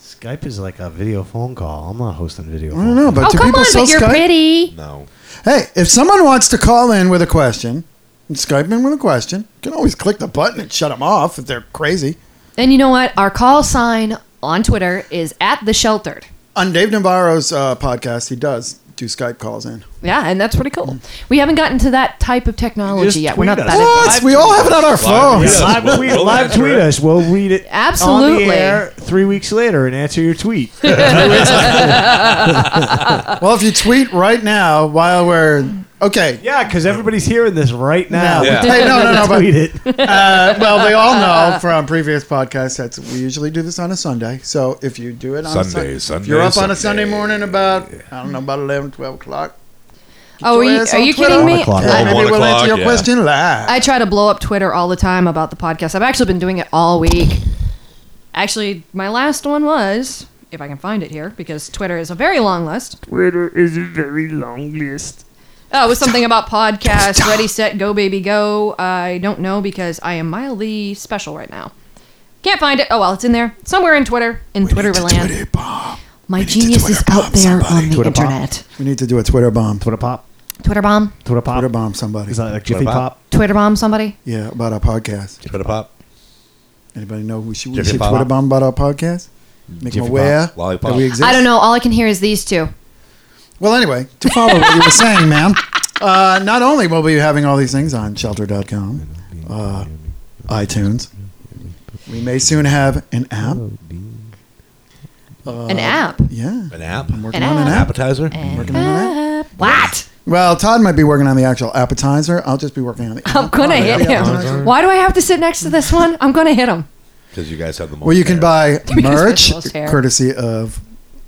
Speaker 5: Skype is like a video phone call. I'm not hosting a video.
Speaker 3: I don't know, but
Speaker 2: Oh,
Speaker 3: do
Speaker 2: come
Speaker 3: people
Speaker 2: on,
Speaker 3: still
Speaker 2: but you're
Speaker 3: Skype?
Speaker 2: pretty.
Speaker 1: No.
Speaker 3: Hey, if someone wants to call in with a question, and Skype in with a question, you can always click the button and shut them off if they're crazy.
Speaker 2: And you know what? Our call sign on Twitter is at the sheltered.
Speaker 3: On Dave Navarro's uh, podcast, he does do Skype calls in.
Speaker 2: Yeah, and that's pretty cool. We haven't gotten to that type of technology
Speaker 5: Just
Speaker 2: yet. We're
Speaker 5: tweet
Speaker 2: not
Speaker 5: us.
Speaker 2: that advanced.
Speaker 3: What? We all have it on our
Speaker 1: tweet
Speaker 3: phones.
Speaker 1: us.
Speaker 5: live
Speaker 1: We'll-
Speaker 5: tweet,
Speaker 1: we'll
Speaker 5: live
Speaker 1: answer
Speaker 5: tweet
Speaker 1: it.
Speaker 5: us. We'll read it on
Speaker 2: Absolutely.
Speaker 5: the air three weeks later and answer your tweet.
Speaker 3: Well, if you tweet right now while we're. Okay.
Speaker 5: yeah, because everybody's hearing this right now.
Speaker 3: Now,
Speaker 1: Yeah.
Speaker 3: Hey, no, no, no, but
Speaker 5: tweet it.
Speaker 3: uh, well, they all know from previous podcasts that we usually do this on a Sunday. So if you do it on
Speaker 1: Sunday,
Speaker 3: a Sunday,
Speaker 1: Sunday,
Speaker 3: if you're up on a
Speaker 1: Sunday.
Speaker 3: Sunday morning about I don't know about 11, 12 o'clock.
Speaker 2: Oh, are
Speaker 3: your
Speaker 2: you,
Speaker 3: ass
Speaker 2: are
Speaker 3: on
Speaker 2: you
Speaker 3: Twitter.
Speaker 2: kidding
Speaker 5: One
Speaker 2: me?
Speaker 5: o'clock.
Speaker 1: Yeah.
Speaker 2: I-
Speaker 1: Oh,
Speaker 3: maybe
Speaker 1: one
Speaker 3: we'll answer
Speaker 1: o'clock,
Speaker 3: your
Speaker 1: yeah.
Speaker 3: question live.
Speaker 2: I try to blow up Twitter all the time about the podcast. I've actually been doing it all week. Actually, my last one was, if I can find it here, because Twitter is a very long list.
Speaker 6: Twitter is a very long list.
Speaker 2: Oh, it was something about podcast, ready, set, go, baby, go. I don't know because I am mildly special right now. Can't find it. Oh, well, it's in there. Somewhere in Twitter, in Twitter land. My genius is out there on the
Speaker 5: Twitter bomb.
Speaker 2: internet.
Speaker 3: We need to do a Twitter bomb.
Speaker 5: Twitter pop.
Speaker 2: Twitter bomb?
Speaker 5: Twitter pop.
Speaker 3: Twitter bomb somebody.
Speaker 5: Is that like Jiffy
Speaker 1: Twitter pop?
Speaker 5: pop?
Speaker 2: Twitter bomb somebody?
Speaker 3: Yeah, about our podcast.
Speaker 1: Twitter pop.
Speaker 3: Anybody know we should, we
Speaker 1: Jiffy
Speaker 3: should
Speaker 1: Pop.
Speaker 3: Twitter bomb about our podcast? Make
Speaker 5: Jiffy
Speaker 3: them
Speaker 5: Pop,
Speaker 3: aware
Speaker 1: Lollipop.
Speaker 3: that we exist.
Speaker 2: I don't know. All I can hear is these two.
Speaker 3: Well, anyway, to follow what you were saying, ma'am, uh, not only will we be having all these things on shelter.com, uh, iTunes, we may soon have an app.
Speaker 2: An app.
Speaker 3: Yeah.
Speaker 1: An app.
Speaker 3: I'm
Speaker 1: An
Speaker 3: working
Speaker 2: An
Speaker 3: on
Speaker 2: app.
Speaker 3: an app.
Speaker 1: appetizer.
Speaker 3: Working on an app.
Speaker 2: What?
Speaker 3: Well, Todd might be working on the actual appetizer. I'll just be working on the
Speaker 2: I'm gonna
Speaker 3: on the
Speaker 2: hit
Speaker 3: appetizer.
Speaker 2: him. Why do I have to sit next to this one? I'm gonna hit him.
Speaker 1: Because you guys have the most.
Speaker 3: Well, you can
Speaker 1: hair.
Speaker 3: buy
Speaker 2: we're
Speaker 3: merch
Speaker 2: supposed to.
Speaker 3: courtesy of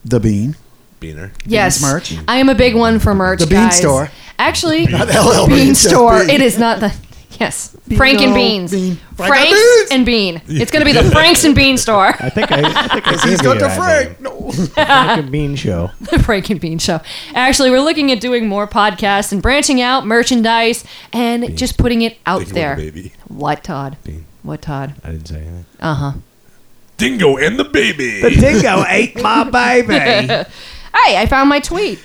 Speaker 3: The Bean.
Speaker 1: Beaner.
Speaker 2: Yes,
Speaker 3: merch?
Speaker 2: I am a big one for merch.
Speaker 3: The Bean
Speaker 2: guys.
Speaker 3: Store.
Speaker 2: Actually,
Speaker 3: Not LL
Speaker 2: Bean
Speaker 3: Bean, just
Speaker 2: Store.
Speaker 3: Bean.
Speaker 2: It is not the yes. Frank and Beans.
Speaker 3: Bean. Frank and
Speaker 2: Franks
Speaker 3: Beans.
Speaker 2: and Bean. It's gonna be the Franks and Bean Store.
Speaker 5: I think I, I think I gave
Speaker 3: He's
Speaker 5: you
Speaker 3: got the
Speaker 5: that
Speaker 3: Frank.
Speaker 5: name.
Speaker 3: No.
Speaker 5: Frank and Bean show.
Speaker 2: the Frank and Bean Show. Actually, we're looking at doing more podcasts and branching out merchandise and just putting it out
Speaker 1: Dingo
Speaker 2: there.
Speaker 1: and the baby.
Speaker 2: What Todd?
Speaker 5: Bean.
Speaker 2: What Todd?
Speaker 5: I didn't say anything.
Speaker 2: Uh huh.
Speaker 1: Dingo and the baby.
Speaker 5: dingo ate my baby.
Speaker 2: Hey, I found my tweet.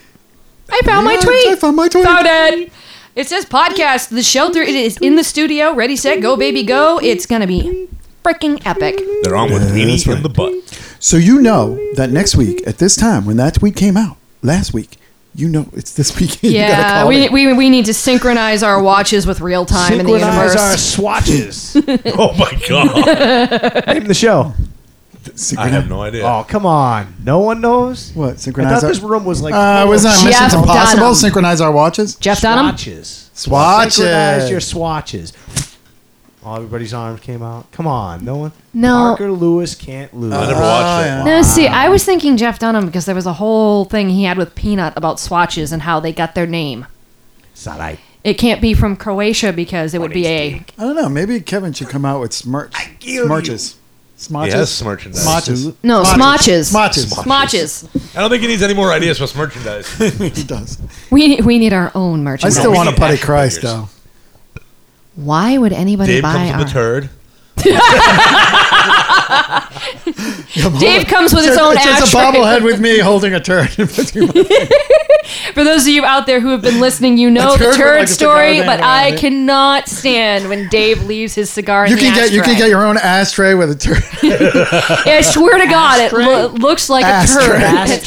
Speaker 2: I found my
Speaker 3: Yeah,
Speaker 2: tweet.
Speaker 3: I found my tweet.
Speaker 2: Found it. It says podcast. The shelter. It is in the studio. Ready, set, go, baby, go. It's gonna be freaking epic.
Speaker 1: They're on with
Speaker 3: Yeah,
Speaker 1: Weenie
Speaker 3: that's right.
Speaker 1: in the butt.
Speaker 3: So you know that next week at this time when that tweet came out last week, you know it's this weekend. you gotta
Speaker 2: Yeah,
Speaker 3: call
Speaker 2: we,
Speaker 3: it.
Speaker 2: we, we need to synchronize our watches with real time in the
Speaker 5: Synchronize
Speaker 2: universe.
Speaker 5: our swatches.
Speaker 1: Oh my god.
Speaker 5: Name the show.
Speaker 1: I have no idea.
Speaker 5: Oh come on! No one knows.
Speaker 3: What,
Speaker 5: I
Speaker 3: synchronize
Speaker 5: thought
Speaker 3: our-
Speaker 5: this room was like
Speaker 3: Uh,
Speaker 5: full
Speaker 3: was
Speaker 5: of
Speaker 3: that
Speaker 2: Jeff
Speaker 3: Mission Impossible?
Speaker 2: Dunham.
Speaker 3: Synchronize our watches.
Speaker 2: Jeff Dunham.
Speaker 5: swatches.
Speaker 3: Swatches.
Speaker 5: Synchronize your swatches. All everybody's arms came out. Come on, no one.
Speaker 2: No.
Speaker 5: Parker Lewis can't lose.
Speaker 1: I never watched that.
Speaker 2: No, see, I was thinking Jeff Dunham because there was a whole thing he had with Peanut about swatches and how they got their name.
Speaker 5: Sarai.
Speaker 2: It can't be from Croatia because it would be a
Speaker 3: I don't know. Maybe Kevin should come out with smirch. Smirches. Smotches.
Speaker 1: Yes, merchandise.
Speaker 3: Smotches.
Speaker 2: no smotches.
Speaker 3: Smotches.
Speaker 2: Smotches.
Speaker 1: I don't think he needs any more ideas for merchandise.
Speaker 3: He does.
Speaker 2: We we need our own merchandise.
Speaker 3: I still
Speaker 1: we
Speaker 3: want a
Speaker 1: need
Speaker 3: putty
Speaker 1: action
Speaker 3: Christ
Speaker 1: figures.
Speaker 3: though.
Speaker 2: Why would anybody
Speaker 1: Dave
Speaker 2: buy
Speaker 1: comes with
Speaker 2: our?
Speaker 1: a turd.
Speaker 2: Dave comes with his
Speaker 3: It's-
Speaker 2: own
Speaker 3: it's just a
Speaker 2: ashtray.
Speaker 3: bobblehead with me holding a turd.
Speaker 2: For those of you out there who have been listening, you know the
Speaker 3: turd with,
Speaker 2: turd
Speaker 3: like, a cigar
Speaker 2: story,
Speaker 3: hanging
Speaker 2: but
Speaker 3: around
Speaker 2: I
Speaker 3: it.
Speaker 2: cannot stand when Dave leaves his cigar.
Speaker 3: you
Speaker 2: in the
Speaker 3: can get you can
Speaker 2: ashtray.
Speaker 3: get your own ashtray with a turd.
Speaker 2: I swear to God, it lo- looks like a turd.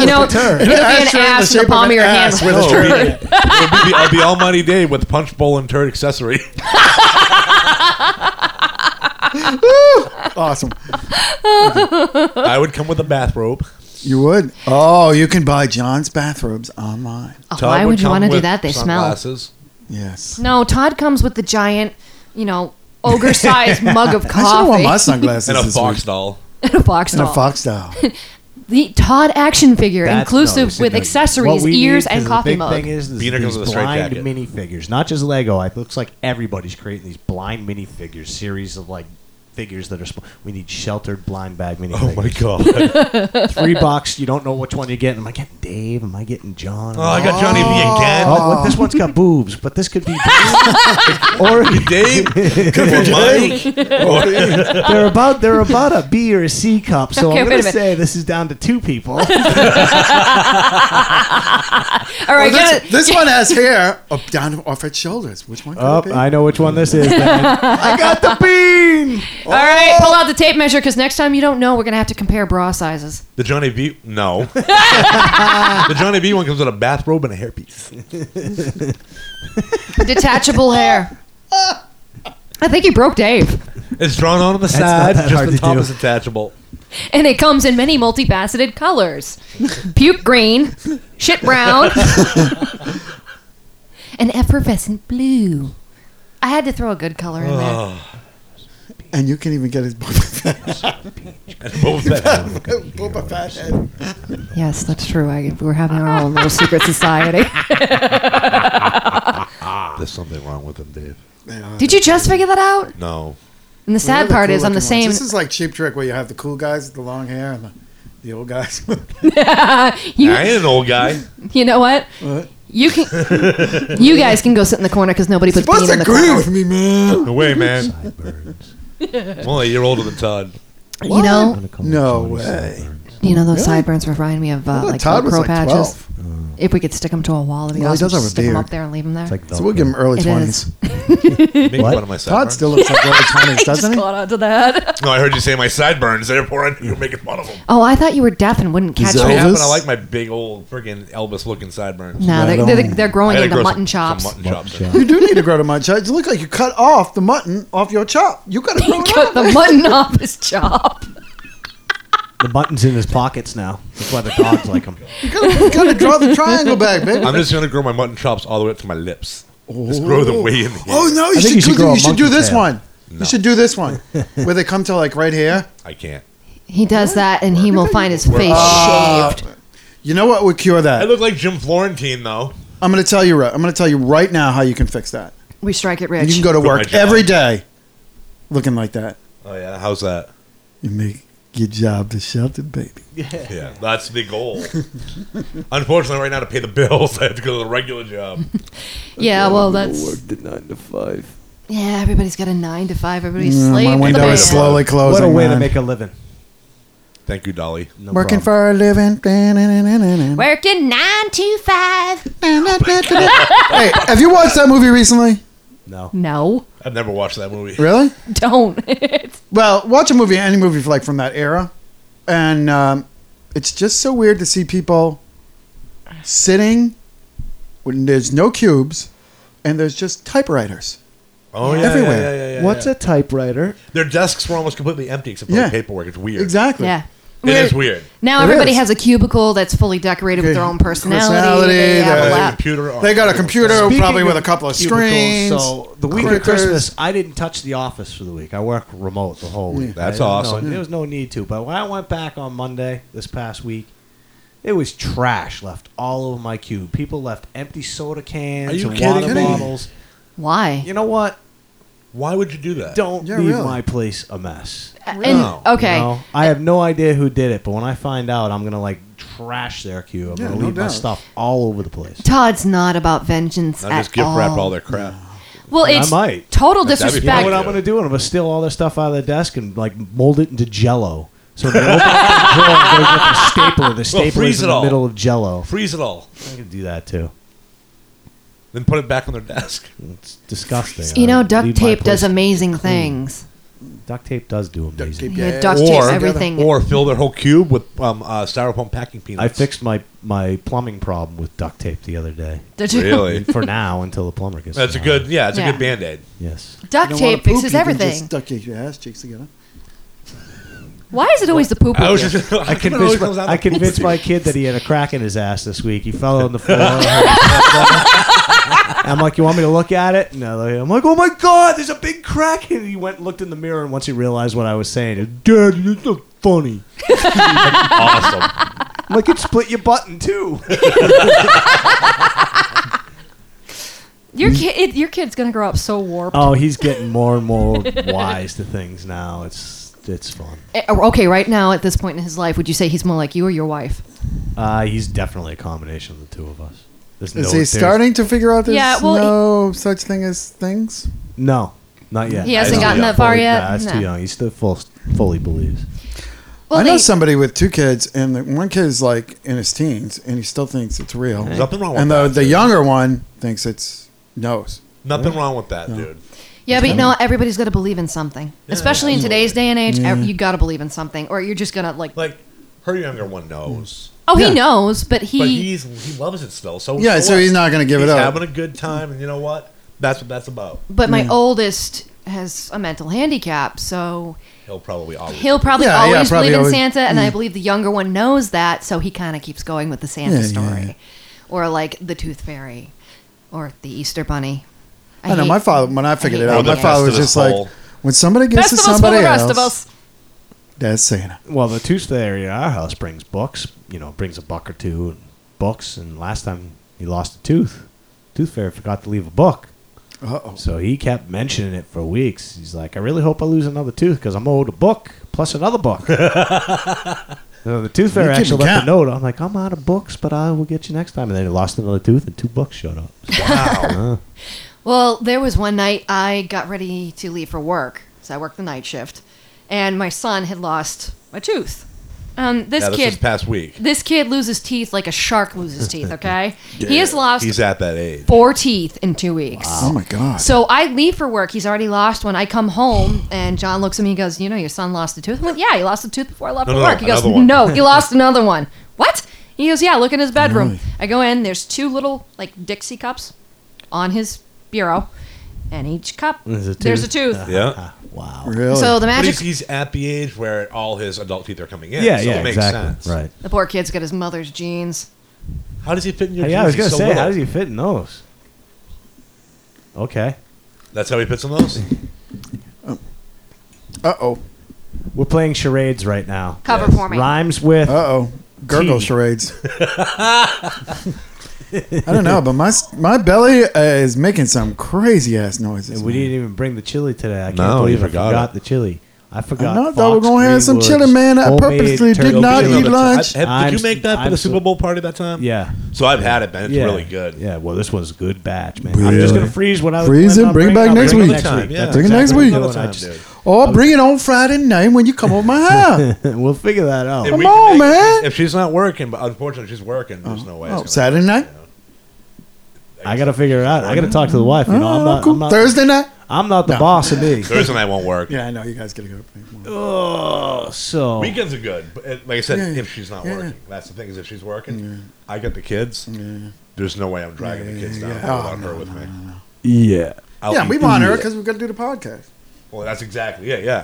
Speaker 2: You know,
Speaker 3: Ashtray.
Speaker 2: it'll be an
Speaker 3: Ashtray in the
Speaker 2: ass in the
Speaker 3: shape of
Speaker 2: palm of
Speaker 3: an
Speaker 2: your hand Oh,
Speaker 3: ass
Speaker 2: with
Speaker 3: with
Speaker 2: a
Speaker 1: Oh, It'll
Speaker 3: a turd.
Speaker 1: be, it'll be- I'll be Almighty Dave with punch bowl and turd accessory.
Speaker 3: Awesome.
Speaker 1: I would come with a bathrobe.
Speaker 3: You would. Oh, you can buy John's bathrobes online.
Speaker 2: Oh,
Speaker 1: Todd
Speaker 2: why would you
Speaker 1: come
Speaker 2: want to do
Speaker 1: with
Speaker 2: that? They smell.
Speaker 1: sunglasses.
Speaker 3: Yes.
Speaker 2: No, Todd comes with the giant, you know, ogre-sized mug of
Speaker 3: I should want
Speaker 2: coffee
Speaker 3: my sunglasses.
Speaker 1: and a
Speaker 3: this
Speaker 1: fox
Speaker 3: week.
Speaker 1: doll.
Speaker 2: and a box
Speaker 3: And a
Speaker 2: doll.
Speaker 3: fox doll.
Speaker 2: The Todd action figure,
Speaker 5: That's- no,
Speaker 2: inclusive
Speaker 5: it's a
Speaker 2: with
Speaker 5: good-
Speaker 2: accessories,
Speaker 5: what we
Speaker 2: ears,
Speaker 5: need,
Speaker 2: and
Speaker 5: 'cause
Speaker 2: coffee
Speaker 5: the big Thing
Speaker 2: mug.
Speaker 5: is, is
Speaker 1: Beaner comes
Speaker 5: these
Speaker 1: with a straight
Speaker 5: blind
Speaker 1: jacket.
Speaker 5: minifigures, not just Lego. It looks like everybody's creating these blind minifigures series of like figures that are. Sp- we need sheltered blind bag minifigures.
Speaker 1: Oh god.
Speaker 5: Three bucks. You don't know which one you're getting. Am I getting Dave? Am I getting John?
Speaker 1: Oh, I got Johnny B again.
Speaker 5: Oh, well, this one's got boobs, but this could be or
Speaker 1: Dave, good for Mike.
Speaker 5: they're about they're about a B or a C cup. So
Speaker 2: Okay,
Speaker 5: I'm
Speaker 2: wait a
Speaker 5: gonna
Speaker 2: minute.
Speaker 5: say this is down to two people.
Speaker 2: All right,
Speaker 3: Well,
Speaker 2: get
Speaker 3: this,
Speaker 2: it.
Speaker 3: this one has hair up down off its shoulders. Which one? Could
Speaker 5: oh,
Speaker 3: it be?
Speaker 5: I know which one this is. I got the bean.
Speaker 2: all right. Pull out the tape measure because next time you don't know, we're gonna have to compare bra sizes.
Speaker 1: The Johnny B. No. the Johnny B. one comes with a bathrobe and a hairpiece.
Speaker 2: Detachable hair. I think he broke Dave,
Speaker 1: It's drawn on the
Speaker 5: not
Speaker 1: side.
Speaker 5: that
Speaker 1: Just
Speaker 5: hard
Speaker 1: the
Speaker 5: to
Speaker 1: top
Speaker 5: do.
Speaker 1: is detachable.
Speaker 2: and it comes in many multifaceted colors: puke green, shit brown, and effervescent blue. I had to throw a good color in there.
Speaker 3: And you can even get his Boba Fett,
Speaker 1: Boba Fett.
Speaker 3: Boba Fett head.
Speaker 2: Yes, that's true. I, we're having our own little secret society.
Speaker 1: There's something wrong with him, Dave.
Speaker 2: Did you just figure that out?
Speaker 1: No.
Speaker 2: And the sad
Speaker 3: They're
Speaker 2: part is,
Speaker 3: cool
Speaker 2: I'm the
Speaker 3: looking
Speaker 2: same.
Speaker 3: Ones. This is like cheap trick where you have the cool guys with the long hair and the, the old guys.
Speaker 2: You,
Speaker 1: I ain't an old guy.
Speaker 2: you know what? You can. you guys can go sit in the corner because nobody puts
Speaker 3: Supposed
Speaker 2: Bean
Speaker 3: to
Speaker 2: in the
Speaker 3: agree
Speaker 2: corner.
Speaker 3: with me, man.
Speaker 1: No way, man. I'm only a year older than Todd.
Speaker 2: You know,
Speaker 3: No way.
Speaker 2: You know, those
Speaker 3: Really?
Speaker 2: sideburns remind me of
Speaker 3: I
Speaker 2: uh,
Speaker 3: thought
Speaker 2: like
Speaker 3: Todd
Speaker 2: little
Speaker 3: was
Speaker 2: crow
Speaker 3: like
Speaker 2: patches.
Speaker 3: 12.
Speaker 2: If we could stick them to a wall, it'd be
Speaker 3: Well, he
Speaker 2: awesome.
Speaker 3: does have
Speaker 2: Just
Speaker 3: a
Speaker 2: stick them up
Speaker 3: beard.
Speaker 2: there and leave them there.
Speaker 5: It's like
Speaker 3: So we'll give him
Speaker 5: Velcro.
Speaker 3: early
Speaker 2: It
Speaker 3: 20s.
Speaker 2: is.
Speaker 1: Making fun of my
Speaker 3: Todd
Speaker 1: sideburns.
Speaker 3: still looks like early 20s, doesn't he?
Speaker 2: Caught onto that.
Speaker 1: no, I heard you say my sideburns. Therefore, I knew you were making fun of them.
Speaker 2: Oh, I thought you were deaf and wouldn't catch
Speaker 3: Is
Speaker 1: It
Speaker 3: that-
Speaker 2: it.
Speaker 1: happened.
Speaker 3: Elvis?
Speaker 1: I like my big old freaking Elvis looking sideburns.
Speaker 2: No,
Speaker 5: Right
Speaker 2: they're, they're,
Speaker 5: on.
Speaker 2: they're
Speaker 1: I
Speaker 2: growing
Speaker 1: gotta
Speaker 2: into
Speaker 1: grow some-
Speaker 2: mutton chops.
Speaker 1: Some mutton
Speaker 5: Mutton
Speaker 1: chops.
Speaker 5: chop.
Speaker 3: You do need to grow to mutton chops. You look like you cut off the mutton off your chop. You got to grow it
Speaker 2: Cut
Speaker 3: off.
Speaker 2: the mutton off his chop.
Speaker 5: The button's in his pockets now. That's why the dogs like him.
Speaker 3: You got to draw the triangle back, baby.
Speaker 1: I'm just gonna grow my mutton chops all the way up to my lips. Just grow them way in the
Speaker 3: Oh no! You
Speaker 5: think
Speaker 3: should,
Speaker 5: you should
Speaker 3: do-
Speaker 5: grow a
Speaker 3: you should do
Speaker 5: monkey
Speaker 3: this
Speaker 5: tail.
Speaker 3: one. You should do this one, where they come to like right here.
Speaker 1: I can't.
Speaker 2: He does that, and he will find his face shaved.
Speaker 3: You know what would cure
Speaker 1: I
Speaker 3: that?
Speaker 1: look like Jim Florentine though.
Speaker 3: I'm going to tell you. right- I'm going to tell you right now how you can fix that.
Speaker 2: We strike it
Speaker 3: You
Speaker 2: rich.
Speaker 3: can go to
Speaker 1: Quit my
Speaker 3: work
Speaker 1: job.
Speaker 3: every day, looking like that.
Speaker 1: Oh yeah, how's that?
Speaker 3: You make your job the sheltered baby.
Speaker 1: Yeah, that's the goal. Unfortunately, right now to pay the bills, I have to go to the regular job.
Speaker 2: yeah,
Speaker 3: Oh,
Speaker 2: well, that's. Work the nine to five. Yeah, everybody's got a nine to five. Everybody's slave
Speaker 3: my
Speaker 2: to the
Speaker 3: window
Speaker 2: man.
Speaker 3: is slowly closing.
Speaker 5: What a way to
Speaker 3: man.
Speaker 5: make a living.
Speaker 1: Thank you, Dolly.
Speaker 5: No
Speaker 3: Working
Speaker 5: problem.
Speaker 3: for a living. hey,
Speaker 2: Working nine to five.
Speaker 3: have you watched that movie recently?
Speaker 5: no.
Speaker 2: No,
Speaker 1: I've never watched that movie.
Speaker 3: Really?
Speaker 2: don't. It's-
Speaker 3: Well, watch a movie, any movie like from that era, and um, it's just so weird to see people sitting when there's no cubes and there's just typewriters.
Speaker 1: Oh yeah,
Speaker 3: Everywhere.
Speaker 1: Yeah, yeah, yeah, yeah,
Speaker 5: What's
Speaker 1: yeah.
Speaker 5: a typewriter?
Speaker 1: Their desks were almost completely empty except for like,
Speaker 3: Yeah.
Speaker 1: paperwork. It's weird.
Speaker 3: Exactly.
Speaker 2: yeah.
Speaker 1: It is weird.
Speaker 2: Now
Speaker 3: It
Speaker 2: everybody
Speaker 3: is.
Speaker 2: has a cubicle that's fully decorated with their own personality.
Speaker 3: Personality,
Speaker 2: They have a
Speaker 3: their-
Speaker 1: There's a
Speaker 2: lap-
Speaker 1: computer on-
Speaker 3: They got a computer
Speaker 5: Speaking
Speaker 3: probably
Speaker 5: of
Speaker 3: with a couple of
Speaker 5: cubicles,
Speaker 3: screens.
Speaker 5: So the week of
Speaker 3: clickers.
Speaker 5: Christmas, I didn't touch the office for the week. I work remote the whole week.
Speaker 1: That's
Speaker 5: I don't know.
Speaker 1: awesome.
Speaker 5: There was no need to. But when I went back on Monday this past week, it was trash left all over my cube. People left empty soda
Speaker 1: Are
Speaker 5: cans
Speaker 1: you
Speaker 5: and water
Speaker 1: kidding me?
Speaker 5: bottles.
Speaker 2: Why?
Speaker 5: You know what?
Speaker 1: Why would you do that?
Speaker 5: Don't
Speaker 3: Yeah,
Speaker 5: leave
Speaker 3: really.
Speaker 5: my place a mess.
Speaker 1: No.
Speaker 2: And, okay.
Speaker 5: You know? I have no idea who did it, but when I find out, I'm gonna like trash their cube. I'm
Speaker 3: Yeah,
Speaker 5: gonna
Speaker 3: no
Speaker 5: leave my
Speaker 3: doubt.
Speaker 5: stuff all over the place.
Speaker 2: Todd's not about vengeance
Speaker 1: Now
Speaker 2: at
Speaker 1: just gift
Speaker 2: all.
Speaker 1: wrap all their crap.
Speaker 2: well,
Speaker 5: I
Speaker 2: it's
Speaker 5: might.
Speaker 2: total
Speaker 1: That'd be
Speaker 5: You know
Speaker 1: Back-
Speaker 5: what
Speaker 2: disrespect.
Speaker 5: I'm gonna do? I'm gonna steal all their stuff out of the desk and like mold it into Jello. So they open up the drawer, they get the stapler. The stapler
Speaker 1: freeze
Speaker 5: is
Speaker 1: it
Speaker 5: in the
Speaker 1: all.
Speaker 5: middle of Jello.
Speaker 1: Freeze it all,
Speaker 5: I can do that too.
Speaker 1: then put it back on their desk.
Speaker 5: It's disgusting.
Speaker 2: You know,
Speaker 5: I'd
Speaker 2: duct
Speaker 5: leave my
Speaker 2: tape does
Speaker 5: place-
Speaker 2: amazing things.
Speaker 5: Duct tape does do amazing.
Speaker 3: tape.
Speaker 2: Yeah,
Speaker 3: Yeah,
Speaker 2: duct tape everything.
Speaker 1: Or fill their whole cube with um, uh, styrofoam packing peanuts.
Speaker 5: I fixed my my plumbing problem with duct tape the other day.
Speaker 2: Did you-
Speaker 1: Really?
Speaker 5: For now, until the plumber gets.
Speaker 1: Oh, That's a
Speaker 5: around.
Speaker 1: good. Yeah, it's
Speaker 2: Yeah.
Speaker 1: a good band aid.
Speaker 5: Yes.
Speaker 2: Duct
Speaker 3: You don't wanna
Speaker 2: tape
Speaker 3: poop,
Speaker 2: fixes
Speaker 3: you can
Speaker 2: everything.
Speaker 3: Just duct tape your ass cheeks together.
Speaker 2: Why is it always the poop?
Speaker 1: I was
Speaker 2: with you?
Speaker 1: just.
Speaker 5: I
Speaker 1: convinced.
Speaker 5: convinced, my, I convinced my kid that he had a crack in his ass this week. He fell on the floor. I'm like, you want me to look at it? No. I'm like, oh my god, there's a big crack. And he went and looked in the mirror, and once he realized what I was saying, he Dad, it's not funny.
Speaker 1: awesome.
Speaker 5: I'm like, it split your button too.
Speaker 2: your kid, it, your kid's gonna grow up so warped.
Speaker 5: oh, he's getting more and more wise to things now. It's it's fun.
Speaker 2: Eh, Okay, right now at this point in his life, would you say he's more like you or your wife?
Speaker 5: Uh, he's definitely a combination of the two of us. There's
Speaker 3: Is
Speaker 5: no,
Speaker 3: he
Speaker 5: there's-
Speaker 3: starting to figure out there's
Speaker 2: Yeah, well, he-
Speaker 3: no such thing as things?
Speaker 5: No, not yet.
Speaker 2: He hasn't
Speaker 5: He's
Speaker 2: gotten
Speaker 5: not
Speaker 2: that far
Speaker 5: fully-
Speaker 2: yet?
Speaker 5: Nah, that's
Speaker 2: No.
Speaker 5: too young. He still full, fully believes.
Speaker 2: Well,
Speaker 3: I know
Speaker 2: they-
Speaker 3: somebody with two kids, and the one kid is like in his teens, and he still thinks it's real.
Speaker 1: There's nothing wrong with
Speaker 3: And the
Speaker 1: that.
Speaker 3: the younger one thinks it's knows.
Speaker 1: nothing wrong with that, dude.
Speaker 2: yeah, but you know, everybody's got to believe in something, especially in today's day and age. ev- you got to believe in something, or you're just gonna like.
Speaker 1: Like her younger one knows,
Speaker 2: oh,
Speaker 3: Yeah.
Speaker 2: he knows, but he.
Speaker 1: but he's he loves it still. So
Speaker 3: Yeah, so
Speaker 1: what?
Speaker 3: he's not gonna give it
Speaker 1: He's
Speaker 3: up.
Speaker 1: Having a good time, and you know what? That's what that's about.
Speaker 2: but my oldest has a mental handicap, so
Speaker 1: He'll probably always.
Speaker 2: he'll probably
Speaker 3: Yeah, yeah,
Speaker 2: always
Speaker 3: probably
Speaker 2: believe
Speaker 3: always-
Speaker 2: in Santa, and I believe the younger one knows that, so he kind of keeps going with the Santa
Speaker 3: Yeah, yeah,
Speaker 2: story,
Speaker 3: yeah.
Speaker 2: or like the Tooth Fairy, or the Easter Bunny.
Speaker 3: I, know
Speaker 2: hate-
Speaker 3: my father when I figured
Speaker 2: hate
Speaker 3: it
Speaker 2: that
Speaker 3: out. My
Speaker 1: idea.
Speaker 3: father was
Speaker 1: Festivus
Speaker 3: just like,
Speaker 1: whole.
Speaker 3: when somebody gets
Speaker 2: Best of
Speaker 3: to
Speaker 2: us for the
Speaker 3: somebody
Speaker 2: rest
Speaker 3: else,
Speaker 2: of us.
Speaker 3: that's Santa.
Speaker 5: Well, the tooth fairy at our house brings books. You know, brings a buck or two and books. And last time he lost a tooth, tooth fairy forgot to leave a book.
Speaker 3: Uh oh.
Speaker 5: So he kept mentioning it for weeks. He's like, I really hope I lose another tooth because I'm owed a book plus another book. so the tooth fairy
Speaker 3: You're keeping
Speaker 5: actually left
Speaker 3: count.
Speaker 5: a note. I'm like, I'm out of books, but I will get you next time. And then he lost another tooth, and two books showed up. Wow.
Speaker 2: Well, there was one night I got ready to leave for work, so I worked the night shift, and my son had lost a tooth. Um, this
Speaker 1: yeah, this
Speaker 2: kid,
Speaker 1: was past week.
Speaker 2: this kid loses teeth like a shark loses teeth. Okay, he has lost
Speaker 1: He's at that age.
Speaker 2: four teeth in two weeks.
Speaker 3: Oh my god.
Speaker 2: So I leave for work. He's already lost one. I come home, and John looks at me and goes, "You know, your son lost a tooth." I went, "Yeah, he lost a tooth before I left
Speaker 1: No,
Speaker 2: for
Speaker 1: no, no,
Speaker 2: work." he goes,
Speaker 1: another one.
Speaker 2: "No, he lost another one." What? He goes, "Yeah, look in his bedroom." I go in. There's two little like Dixie cups on his bureau, and each cup
Speaker 5: There's a
Speaker 2: there's a
Speaker 5: tooth.
Speaker 2: tooth.
Speaker 1: Yeah.
Speaker 5: Wow.
Speaker 3: really?
Speaker 2: So the
Speaker 1: But
Speaker 2: magic.
Speaker 1: he's, he's at the age where all his adult teeth are coming in.
Speaker 5: Yeah,
Speaker 1: so
Speaker 5: yeah,
Speaker 1: it makes
Speaker 5: exactly.
Speaker 1: sense.
Speaker 5: Right.
Speaker 2: The poor kid's got his mother's jeans.
Speaker 1: How does he fit in your
Speaker 5: yeah, I
Speaker 1: jeans?
Speaker 5: was
Speaker 1: He's
Speaker 5: gonna
Speaker 1: so
Speaker 5: say,
Speaker 1: little.
Speaker 5: how does he fit in those? Okay,
Speaker 1: That's how he fits in those?
Speaker 3: uh oh.
Speaker 5: we're playing charades right now.
Speaker 2: Cover for me.
Speaker 5: Rhymes with
Speaker 3: Uh oh. Gurgle
Speaker 5: Tea.
Speaker 3: charades. I don't know, but my my belly uh, is making some crazy ass noises.
Speaker 5: We
Speaker 3: man.
Speaker 5: didn't even bring the chili today. I can't
Speaker 1: No,
Speaker 5: believe
Speaker 1: you
Speaker 5: I
Speaker 1: forgot
Speaker 5: forgot
Speaker 1: it.
Speaker 5: the chili. I forgot.
Speaker 3: know, I thought we were
Speaker 5: Fox
Speaker 3: gonna have some
Speaker 5: Greenwood's
Speaker 3: chili, man. I
Speaker 5: homemade
Speaker 3: purposely did
Speaker 5: turkey
Speaker 3: not
Speaker 5: chili.
Speaker 3: eat lunch.
Speaker 1: I- I-
Speaker 5: I'm
Speaker 1: did you make that for
Speaker 5: I'm
Speaker 1: the
Speaker 5: so-
Speaker 1: Super Bowl party that time?
Speaker 5: Yeah.
Speaker 1: So I've had it, man. It's
Speaker 5: yeah.
Speaker 1: really good.
Speaker 5: Yeah, well, this was good batch, man. I'm just
Speaker 3: Really?
Speaker 5: gonna freeze what I was
Speaker 3: Freeze
Speaker 5: planning
Speaker 3: it,
Speaker 5: on
Speaker 3: bring it
Speaker 5: bringing.
Speaker 3: back
Speaker 5: I'll
Speaker 3: next
Speaker 5: bring it
Speaker 3: week.
Speaker 5: next week.
Speaker 1: Yeah.
Speaker 5: That's
Speaker 3: Bring it next
Speaker 5: exactly
Speaker 3: week.
Speaker 5: what I'm
Speaker 1: Another
Speaker 5: doing. I
Speaker 1: time,
Speaker 5: just-
Speaker 1: dude.
Speaker 3: Or Oh, bring it on Friday night when you come over my house.
Speaker 5: we'll figure that out.
Speaker 1: If we
Speaker 3: Come
Speaker 1: can
Speaker 3: on,
Speaker 1: make it-
Speaker 3: man.
Speaker 1: If she's not working, but unfortunately she's working, there's no way. it's
Speaker 3: Oh,
Speaker 1: gonna
Speaker 3: Saturday
Speaker 1: happen,
Speaker 3: night?
Speaker 1: you know?
Speaker 5: I gotta figure it out. I gotta talk to the wife. You know, I'm not, I'm not,
Speaker 3: Thursday night.
Speaker 5: I'm not the boss of me.
Speaker 1: Thursday night won't work.
Speaker 3: Yeah, I know you guys gotta go. play.
Speaker 5: Oh, so
Speaker 1: Weekends are good, but uh, like I said,
Speaker 3: Yeah.
Speaker 1: if she's not
Speaker 3: Yeah.
Speaker 1: working, that's the thing is if she's working, I got the kids. There's no way I'm dragging the kids down
Speaker 3: yeah.
Speaker 1: without
Speaker 3: Oh,
Speaker 1: her with me.
Speaker 5: yeah.
Speaker 1: I'll
Speaker 3: Yeah,
Speaker 1: eat-
Speaker 3: we want her because we're gonna do the podcast
Speaker 1: Well, that's exactly. Yeah, yeah.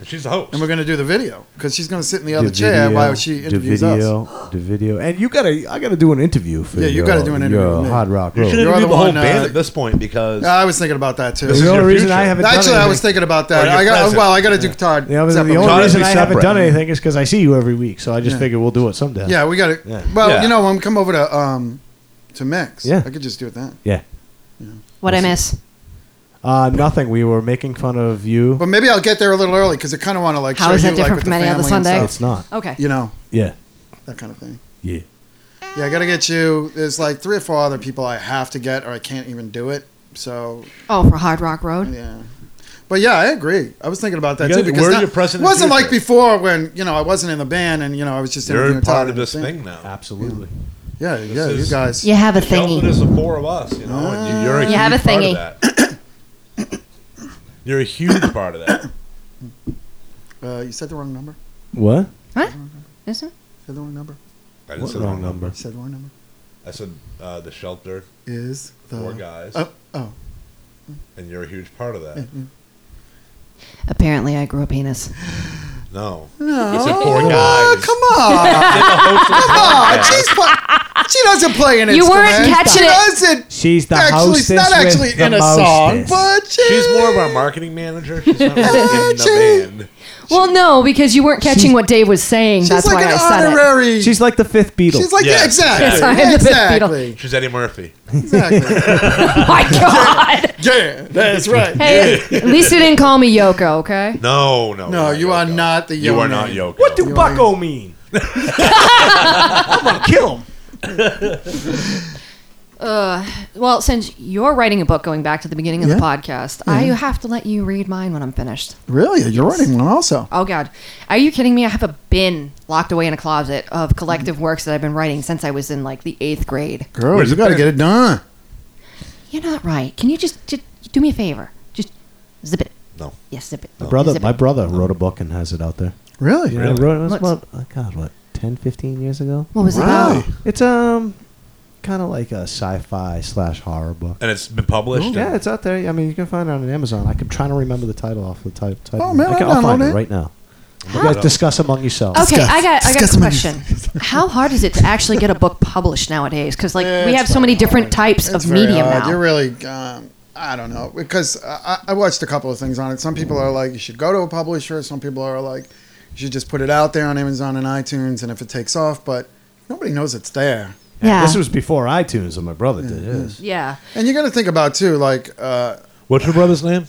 Speaker 1: And she's the host.
Speaker 3: and we're gonna do the video because she's gonna sit in the other chair while she interviews
Speaker 5: the
Speaker 3: us.
Speaker 5: video, The video, and you gotta, I gotta do an interview for.
Speaker 3: Yeah, you
Speaker 5: your-
Speaker 3: gotta do an interview
Speaker 5: your
Speaker 3: with me.
Speaker 5: Hard Rock
Speaker 1: you
Speaker 5: Road.
Speaker 1: should
Speaker 3: You're
Speaker 1: interview
Speaker 3: the
Speaker 1: the, whole
Speaker 3: one, uh, Ah,
Speaker 1: band at this point because
Speaker 3: I was thinking about that too.
Speaker 1: This is
Speaker 5: the
Speaker 1: your
Speaker 5: only reason
Speaker 1: future.
Speaker 5: I haven't done
Speaker 3: Actually, I was
Speaker 5: anything-
Speaker 3: thinking about that.
Speaker 1: Or your
Speaker 3: I got
Speaker 1: present.
Speaker 3: well, I got to do guitar.
Speaker 5: You know, the
Speaker 3: separately.
Speaker 5: only
Speaker 1: Todd is
Speaker 5: reason I
Speaker 1: separate.
Speaker 5: haven't done anything is because I see you every week, so I just
Speaker 3: Yeah.
Speaker 5: figure we'll do it someday.
Speaker 3: Yeah, we got to.
Speaker 5: Yeah.
Speaker 3: Well,
Speaker 1: Yeah.
Speaker 3: you know, when we come over to um to mix,
Speaker 5: Yeah.
Speaker 3: I could just do it then.
Speaker 5: yeah.
Speaker 2: What I miss?
Speaker 5: Uh, nothing. We were making fun of you.
Speaker 3: But maybe I'll get there a little early because I kind of want to like.
Speaker 2: How
Speaker 3: show
Speaker 2: is that
Speaker 3: you,
Speaker 2: different
Speaker 3: like, with
Speaker 2: from
Speaker 3: the
Speaker 2: any other
Speaker 3: family and
Speaker 2: Sunday?
Speaker 3: stuff.
Speaker 5: It's not.
Speaker 2: Okay.
Speaker 3: You know
Speaker 5: Yeah.
Speaker 3: that kind of thing.
Speaker 5: Yeah.
Speaker 3: Yeah, I got to get you. There's like three or four other people I have to get, or I can't even do it. So
Speaker 2: Oh, for Hard Rock Road.
Speaker 3: yeah. But yeah, I agree. I was thinking about that
Speaker 1: You
Speaker 3: too
Speaker 1: gotta-
Speaker 3: because
Speaker 1: where
Speaker 3: now-
Speaker 1: you're present
Speaker 3: it
Speaker 1: in
Speaker 3: wasn't like
Speaker 1: future.
Speaker 3: before when you know I wasn't in the band and you know I was just
Speaker 1: you're
Speaker 3: interviewing Todd
Speaker 1: part of
Speaker 3: and
Speaker 1: this thing
Speaker 3: everything.
Speaker 1: now.
Speaker 5: Absolutely.
Speaker 3: Yeah, yeah, you
Speaker 1: is-
Speaker 3: guys.
Speaker 2: You have a
Speaker 1: Shelton
Speaker 2: thingy.
Speaker 1: is the four of us, you know. and you- you're a
Speaker 2: You have
Speaker 1: huge
Speaker 2: a thingy.
Speaker 1: Part of that. you're a huge part of that.
Speaker 3: Uh, you said the wrong number.
Speaker 5: What?
Speaker 2: Is it?
Speaker 3: Said the wrong number.
Speaker 1: I just
Speaker 5: What
Speaker 1: said the
Speaker 5: wrong number?
Speaker 3: Said the wrong number.
Speaker 1: I said uh, the shelter,
Speaker 3: Is the
Speaker 1: four guys,
Speaker 3: Oh, oh.
Speaker 1: and you're a huge part of that.
Speaker 2: Apparently, I grew a penis.
Speaker 1: No, I said four guys.
Speaker 3: Come on.
Speaker 1: You're the host of the
Speaker 3: Oh,
Speaker 1: podcast.
Speaker 3: she's pla- she doesn't play an
Speaker 2: You
Speaker 3: instrument.
Speaker 2: weren't catching
Speaker 3: she
Speaker 2: it.
Speaker 3: doesn't.
Speaker 5: She's the
Speaker 3: actually,
Speaker 5: hostess.
Speaker 3: she's not
Speaker 5: with
Speaker 3: actually
Speaker 5: the
Speaker 3: in a song,
Speaker 5: mostest.
Speaker 3: but she,
Speaker 1: She's more of our marketing manager. She's not really in the band.
Speaker 2: Well, no, because you weren't catching
Speaker 5: She's-
Speaker 2: what Dave was saying.
Speaker 3: She's
Speaker 2: That's
Speaker 3: like
Speaker 2: why
Speaker 3: an
Speaker 2: I said it.
Speaker 3: honorary.
Speaker 5: she's like the fifth Beatle.
Speaker 3: she's like
Speaker 1: Yeah.
Speaker 3: exactly,
Speaker 2: Sorry, I'm the fifth
Speaker 3: exactly,
Speaker 1: She's Eddie Murphy.
Speaker 3: exactly.
Speaker 2: My God.
Speaker 3: yeah, that's right.
Speaker 2: Hey, at least you didn't call me Yoko, okay?
Speaker 1: No, no,
Speaker 3: No,
Speaker 1: you're
Speaker 3: you are
Speaker 1: Yoko.
Speaker 3: not the.
Speaker 1: Oh You
Speaker 3: young
Speaker 1: are not
Speaker 3: man.
Speaker 1: Yoko.
Speaker 5: what do Bucko mean? I'm gonna kill him.
Speaker 2: Well, since you're writing a book going back to the beginning of
Speaker 3: Yeah.
Speaker 2: the podcast, I have to let you read mine when I'm finished.
Speaker 3: Really, you're writing one also.
Speaker 2: Oh, God. Are you kidding me? I have a bin locked away in a closet of collective works that I've been writing since I was in like the eighth grade.
Speaker 3: Girl,
Speaker 1: Where's
Speaker 3: you
Speaker 1: the
Speaker 3: got to
Speaker 1: pen?
Speaker 3: get it done.
Speaker 2: You're not right. Can you just, just do me a favor? Just zip it.
Speaker 1: No.
Speaker 2: Yes, zip it.
Speaker 5: My brother,
Speaker 2: Zip
Speaker 5: my
Speaker 2: it.
Speaker 5: brother wrote a book and has it out there.
Speaker 3: Really?
Speaker 5: Yeah, I wrote it. It was
Speaker 2: What's-
Speaker 5: about oh, God, what 10, 15 years ago.
Speaker 2: What was it Oh.
Speaker 3: Wow.
Speaker 2: about?
Speaker 5: It's um, kind of like a sci-fi slash horror book.
Speaker 1: And it's been published.
Speaker 5: Yeah,
Speaker 1: and-
Speaker 5: it's out there. I mean, you can find it on Amazon. I can trying to remember the title off the title. title.
Speaker 3: man,
Speaker 5: Oh, I can,
Speaker 3: I
Speaker 5: I'll find
Speaker 3: downloaded
Speaker 5: it
Speaker 3: it.
Speaker 5: right now. You
Speaker 2: How-
Speaker 5: guys discuss among yourselves.
Speaker 2: Okay, I got I got
Speaker 3: Discuss
Speaker 2: a
Speaker 3: among
Speaker 2: question. How hard is it to actually get a book published nowadays? Because like we
Speaker 3: It's
Speaker 2: have so many
Speaker 3: very
Speaker 2: different
Speaker 3: hard.
Speaker 2: types
Speaker 3: It's
Speaker 2: of
Speaker 3: very
Speaker 2: medium
Speaker 3: hard.
Speaker 2: now.
Speaker 3: You're really, um, I don't know, because I, I I watched a couple of things on it. Some people are like, you should go to a publisher. Some people are like, you should just put it out there on Amazon and iTunes, and if it takes off, but nobody knows it's there.
Speaker 5: And
Speaker 2: yeah.
Speaker 5: This was before iTunes, and my brother did his.
Speaker 2: yeah.
Speaker 3: And you got to think about too, like, uh,
Speaker 1: What's your brother's name?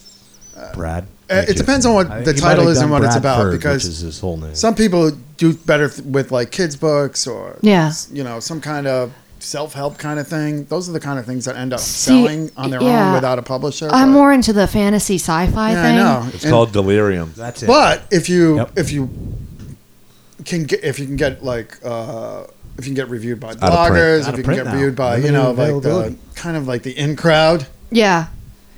Speaker 5: Brad.
Speaker 3: uh, it depends on
Speaker 5: I-
Speaker 3: what the
Speaker 5: he might
Speaker 3: title
Speaker 5: have
Speaker 3: is and
Speaker 5: done
Speaker 3: what it's about,
Speaker 5: Bradford, which
Speaker 3: because
Speaker 5: is his whole name.
Speaker 3: some people do better th- with like kids books or
Speaker 2: Yeah.
Speaker 3: s- you know, some kind of self-help kind of thing. Those are the kind of things that end up
Speaker 2: See,
Speaker 3: selling on their
Speaker 2: yeah.
Speaker 3: own without a publisher.
Speaker 2: I'm
Speaker 3: but-
Speaker 2: more into the fantasy sci-fi
Speaker 3: Yeah,
Speaker 2: thing.
Speaker 3: I know.
Speaker 1: It's
Speaker 3: And-
Speaker 1: called Delirium.
Speaker 5: That's it.
Speaker 3: But if you
Speaker 5: Yep.
Speaker 3: if you can get if you can get like uh, if you can get reviewed by
Speaker 5: out of print.
Speaker 3: bloggers,
Speaker 5: Out
Speaker 3: if
Speaker 5: of
Speaker 3: you can
Speaker 5: print
Speaker 3: get
Speaker 5: now.
Speaker 3: reviewed by you
Speaker 5: Limited
Speaker 3: know like the
Speaker 5: availability.
Speaker 3: kind of like the in crowd.
Speaker 2: Yeah.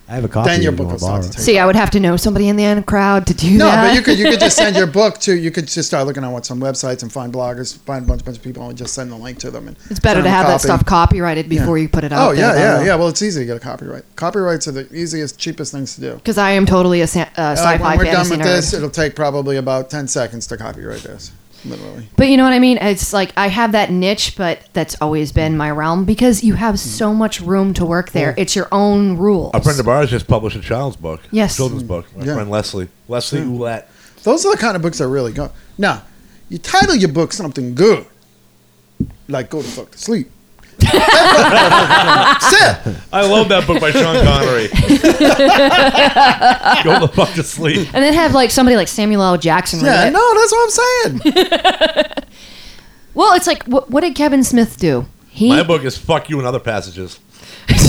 Speaker 5: I have a copy.
Speaker 3: Then your
Speaker 5: if
Speaker 3: book
Speaker 5: you wanna
Speaker 3: will start
Speaker 5: borrow
Speaker 3: to
Speaker 5: it.
Speaker 3: take-
Speaker 2: See, I would have to know somebody in the end crowd to do
Speaker 3: No,
Speaker 2: that.
Speaker 3: but you could you could just send your book to you could just start looking on what some websites and find bloggers, find a bunch bunch of people, and just send the link to them. And
Speaker 2: It's better
Speaker 3: send
Speaker 2: to
Speaker 3: them
Speaker 2: have
Speaker 3: a
Speaker 2: that
Speaker 3: copy.
Speaker 2: stuff copyrighted before you put it out
Speaker 3: Oh
Speaker 2: there.
Speaker 3: yeah, yeah, yeah. Well, it's easy to get a copyright. Copyrights are the easiest, cheapest things to do.
Speaker 2: Because I am totally a sa- uh, sci-fi
Speaker 3: Like, when we're done
Speaker 2: fantasy
Speaker 3: with
Speaker 2: nerd.
Speaker 3: this, it'll take probably about ten seconds to copyright this. Literally.
Speaker 2: But you know what I mean? It's like I have that niche, but that's always been my realm because you have
Speaker 3: Hmm.
Speaker 2: so much room to work there. It's your own rules.
Speaker 1: A friend of ours just published a child's book.
Speaker 2: Yes.
Speaker 1: Children's book. My
Speaker 3: Yeah.
Speaker 1: friend Leslie. Leslie Ouellette.
Speaker 3: Those are the kind of books that really go. Now, you title your book something good, like "Go to Fuck to Sleep." That's it.
Speaker 1: I love that book by Sean Connery. Go the fuck to sleep.
Speaker 2: and then have like somebody like Samuel L. Jackson. read
Speaker 3: Yeah,
Speaker 2: it.
Speaker 3: no, that's what I'm saying.
Speaker 2: Well, it's like what, what did Kevin Smith do? He
Speaker 1: My book is fuck you and other passages.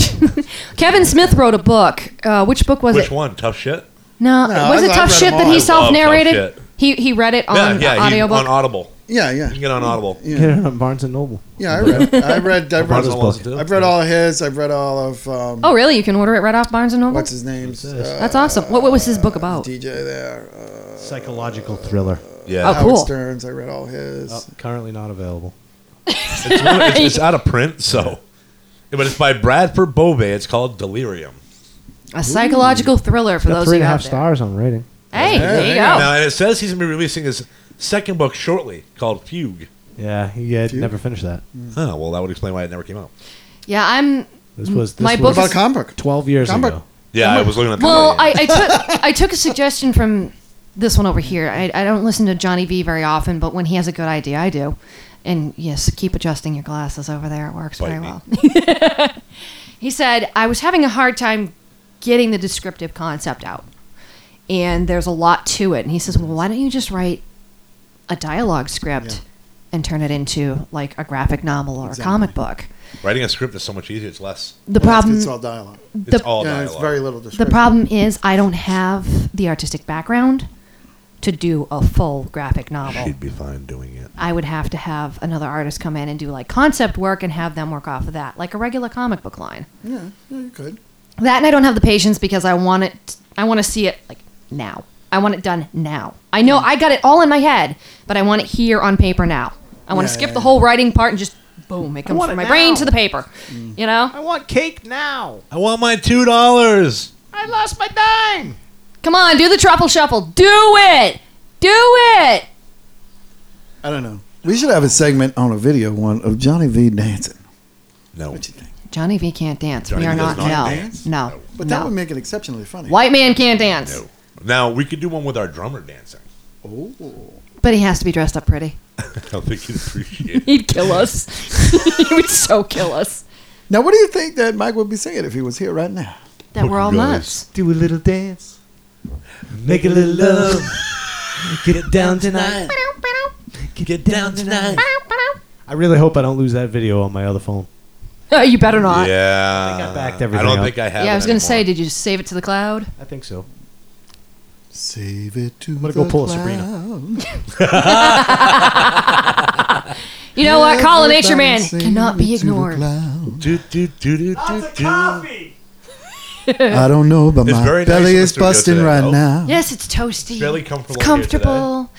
Speaker 2: Kevin Smith wrote a book. Uh, which book was
Speaker 1: Which
Speaker 2: it?
Speaker 1: one? Tough shit.
Speaker 2: No,
Speaker 3: No,
Speaker 2: was
Speaker 3: I-
Speaker 2: it
Speaker 3: I
Speaker 2: Tough
Speaker 3: read
Speaker 2: Shit
Speaker 3: them
Speaker 2: that
Speaker 3: all.
Speaker 2: he
Speaker 3: I love
Speaker 1: Tough
Speaker 2: self-narrated?
Speaker 1: Shit.
Speaker 2: he he read it
Speaker 1: Yeah,
Speaker 2: on
Speaker 1: yeah. he-
Speaker 2: audiobook.
Speaker 1: on Audible.
Speaker 3: Yeah, yeah,
Speaker 1: You can get it on Audible.
Speaker 5: Get it on Barnes and Noble.
Speaker 3: yeah. I read, I read, I
Speaker 1: Barnes and
Speaker 3: read,
Speaker 5: book.
Speaker 1: Noble's too.
Speaker 3: I've read all of his. I've read all of um,
Speaker 2: oh, really? You can order it right off Barnes and Noble.
Speaker 3: what's his name's uh,
Speaker 2: That's awesome. What what was his book about?
Speaker 3: DJ there. Uh,
Speaker 5: Psychological thriller.
Speaker 1: Yeah.
Speaker 2: Cool.
Speaker 3: Howard Stearns. I read all his.
Speaker 5: Oh. currently not available.
Speaker 1: It's, one- it's- it's out of print, so. Yeah, But it's by Bradford Bove. It's called Delirium.
Speaker 2: A psychological thriller for
Speaker 5: Got
Speaker 2: those
Speaker 5: three
Speaker 2: of you
Speaker 5: and a
Speaker 2: out
Speaker 5: half
Speaker 2: there.
Speaker 5: stars on rating.
Speaker 2: Hey, there you
Speaker 3: yeah.
Speaker 2: go.
Speaker 1: Now, and it says he's going to be releasing his second book shortly called Fugue.
Speaker 5: Yeah, he had
Speaker 3: Few.
Speaker 5: never finished that.
Speaker 1: Oh, well, that would explain why it never came out.
Speaker 2: Yeah, I'm.
Speaker 5: This was this
Speaker 2: Mm. My
Speaker 5: was
Speaker 3: What about
Speaker 2: book-
Speaker 3: comic book?
Speaker 5: twelve years
Speaker 3: Come back.
Speaker 5: ago.
Speaker 1: Yeah, I was looking at the
Speaker 2: Well, I, I took I took a suggestion from this one over here. I, I don't listen to Johnny V very often, but when he has a good idea, I do. And yes, keep adjusting your glasses over there. It works very
Speaker 1: Bite me.
Speaker 2: well. he said I was having a hard time getting the descriptive concept out, and there's a lot to it. And he says, well, why don't you just write a dialogue script and turn it into like a graphic novel or a comic book?
Speaker 1: Writing a script is so much easier. It's less.
Speaker 2: The problem
Speaker 3: It's all dialogue.
Speaker 1: It's
Speaker 2: The-
Speaker 1: all
Speaker 3: yeah,
Speaker 1: dialogue.
Speaker 3: it's very little
Speaker 2: The
Speaker 3: description.
Speaker 2: problem is I don't have the artistic background to do a full graphic novel.
Speaker 1: She'd be fine doing it.
Speaker 2: I would have to have another artist come in and do like concept work and have them work off of that, like a regular comic book line.
Speaker 3: Yeah, yeah, you could.
Speaker 2: That and I don't have the patience because I want it I want to see it like now. I want it done now. I know I got it all in my head, but I want it here on paper now. I want
Speaker 3: Yeah,
Speaker 2: to skip
Speaker 3: yeah,
Speaker 2: the
Speaker 3: yeah.
Speaker 2: whole writing part and just boom, it comes
Speaker 5: want
Speaker 2: from
Speaker 5: it
Speaker 2: my brain
Speaker 5: now. Mm.
Speaker 2: to the paper. You know?
Speaker 5: I want cake now.
Speaker 1: I want my two dollars.
Speaker 5: I lost my dime.
Speaker 2: Come on, do the truffle shuffle. Do it. Do it.
Speaker 3: I don't know. We should have a segment on a video one of Johnny V dancing.
Speaker 1: No,
Speaker 3: What you think?
Speaker 2: Johnny V can't dance.
Speaker 1: Johnny
Speaker 2: we are
Speaker 1: V does
Speaker 2: not,
Speaker 1: not
Speaker 2: no,
Speaker 1: dance?
Speaker 2: no,
Speaker 3: But
Speaker 2: no.
Speaker 3: that would make it exceptionally funny.
Speaker 2: White man can't dance,
Speaker 1: no. Now we could do one with our drummer dancing.
Speaker 3: Oh.
Speaker 2: but he has to be dressed up pretty.
Speaker 1: I don't think you'd appreciate it.
Speaker 2: He'd kill us. he would so kill us
Speaker 3: Now, what do you think that Mike would be saying if he was here right now?
Speaker 2: that we're all
Speaker 1: Fucking guys.
Speaker 2: nuts.
Speaker 5: Do a little dance. Make a little love. Get it down tonight. Get it down tonight. I really hope I don't lose that video on my other phone.
Speaker 2: Uh, you better not. Yeah,
Speaker 1: yeah,
Speaker 5: I backed everything
Speaker 1: I don't
Speaker 5: up.
Speaker 1: think I have.
Speaker 2: I was gonna
Speaker 1: going to
Speaker 2: say, did you save it to the cloud?
Speaker 5: I think so.
Speaker 3: Save it to.
Speaker 5: I'm gonna go pull a Sabrina.
Speaker 2: You know what? Colin Nature Man cannot be ignored.
Speaker 1: Do, do, do, do, do, do.
Speaker 3: I don't know, but
Speaker 1: It's
Speaker 3: my
Speaker 1: very nice
Speaker 3: belly
Speaker 1: in the
Speaker 3: is
Speaker 1: studio
Speaker 3: busting
Speaker 1: today,
Speaker 3: right
Speaker 1: though.
Speaker 3: now.
Speaker 2: Yes, it's toasty.
Speaker 1: It's fairly
Speaker 2: It's
Speaker 1: comfortable in here
Speaker 2: comfortable.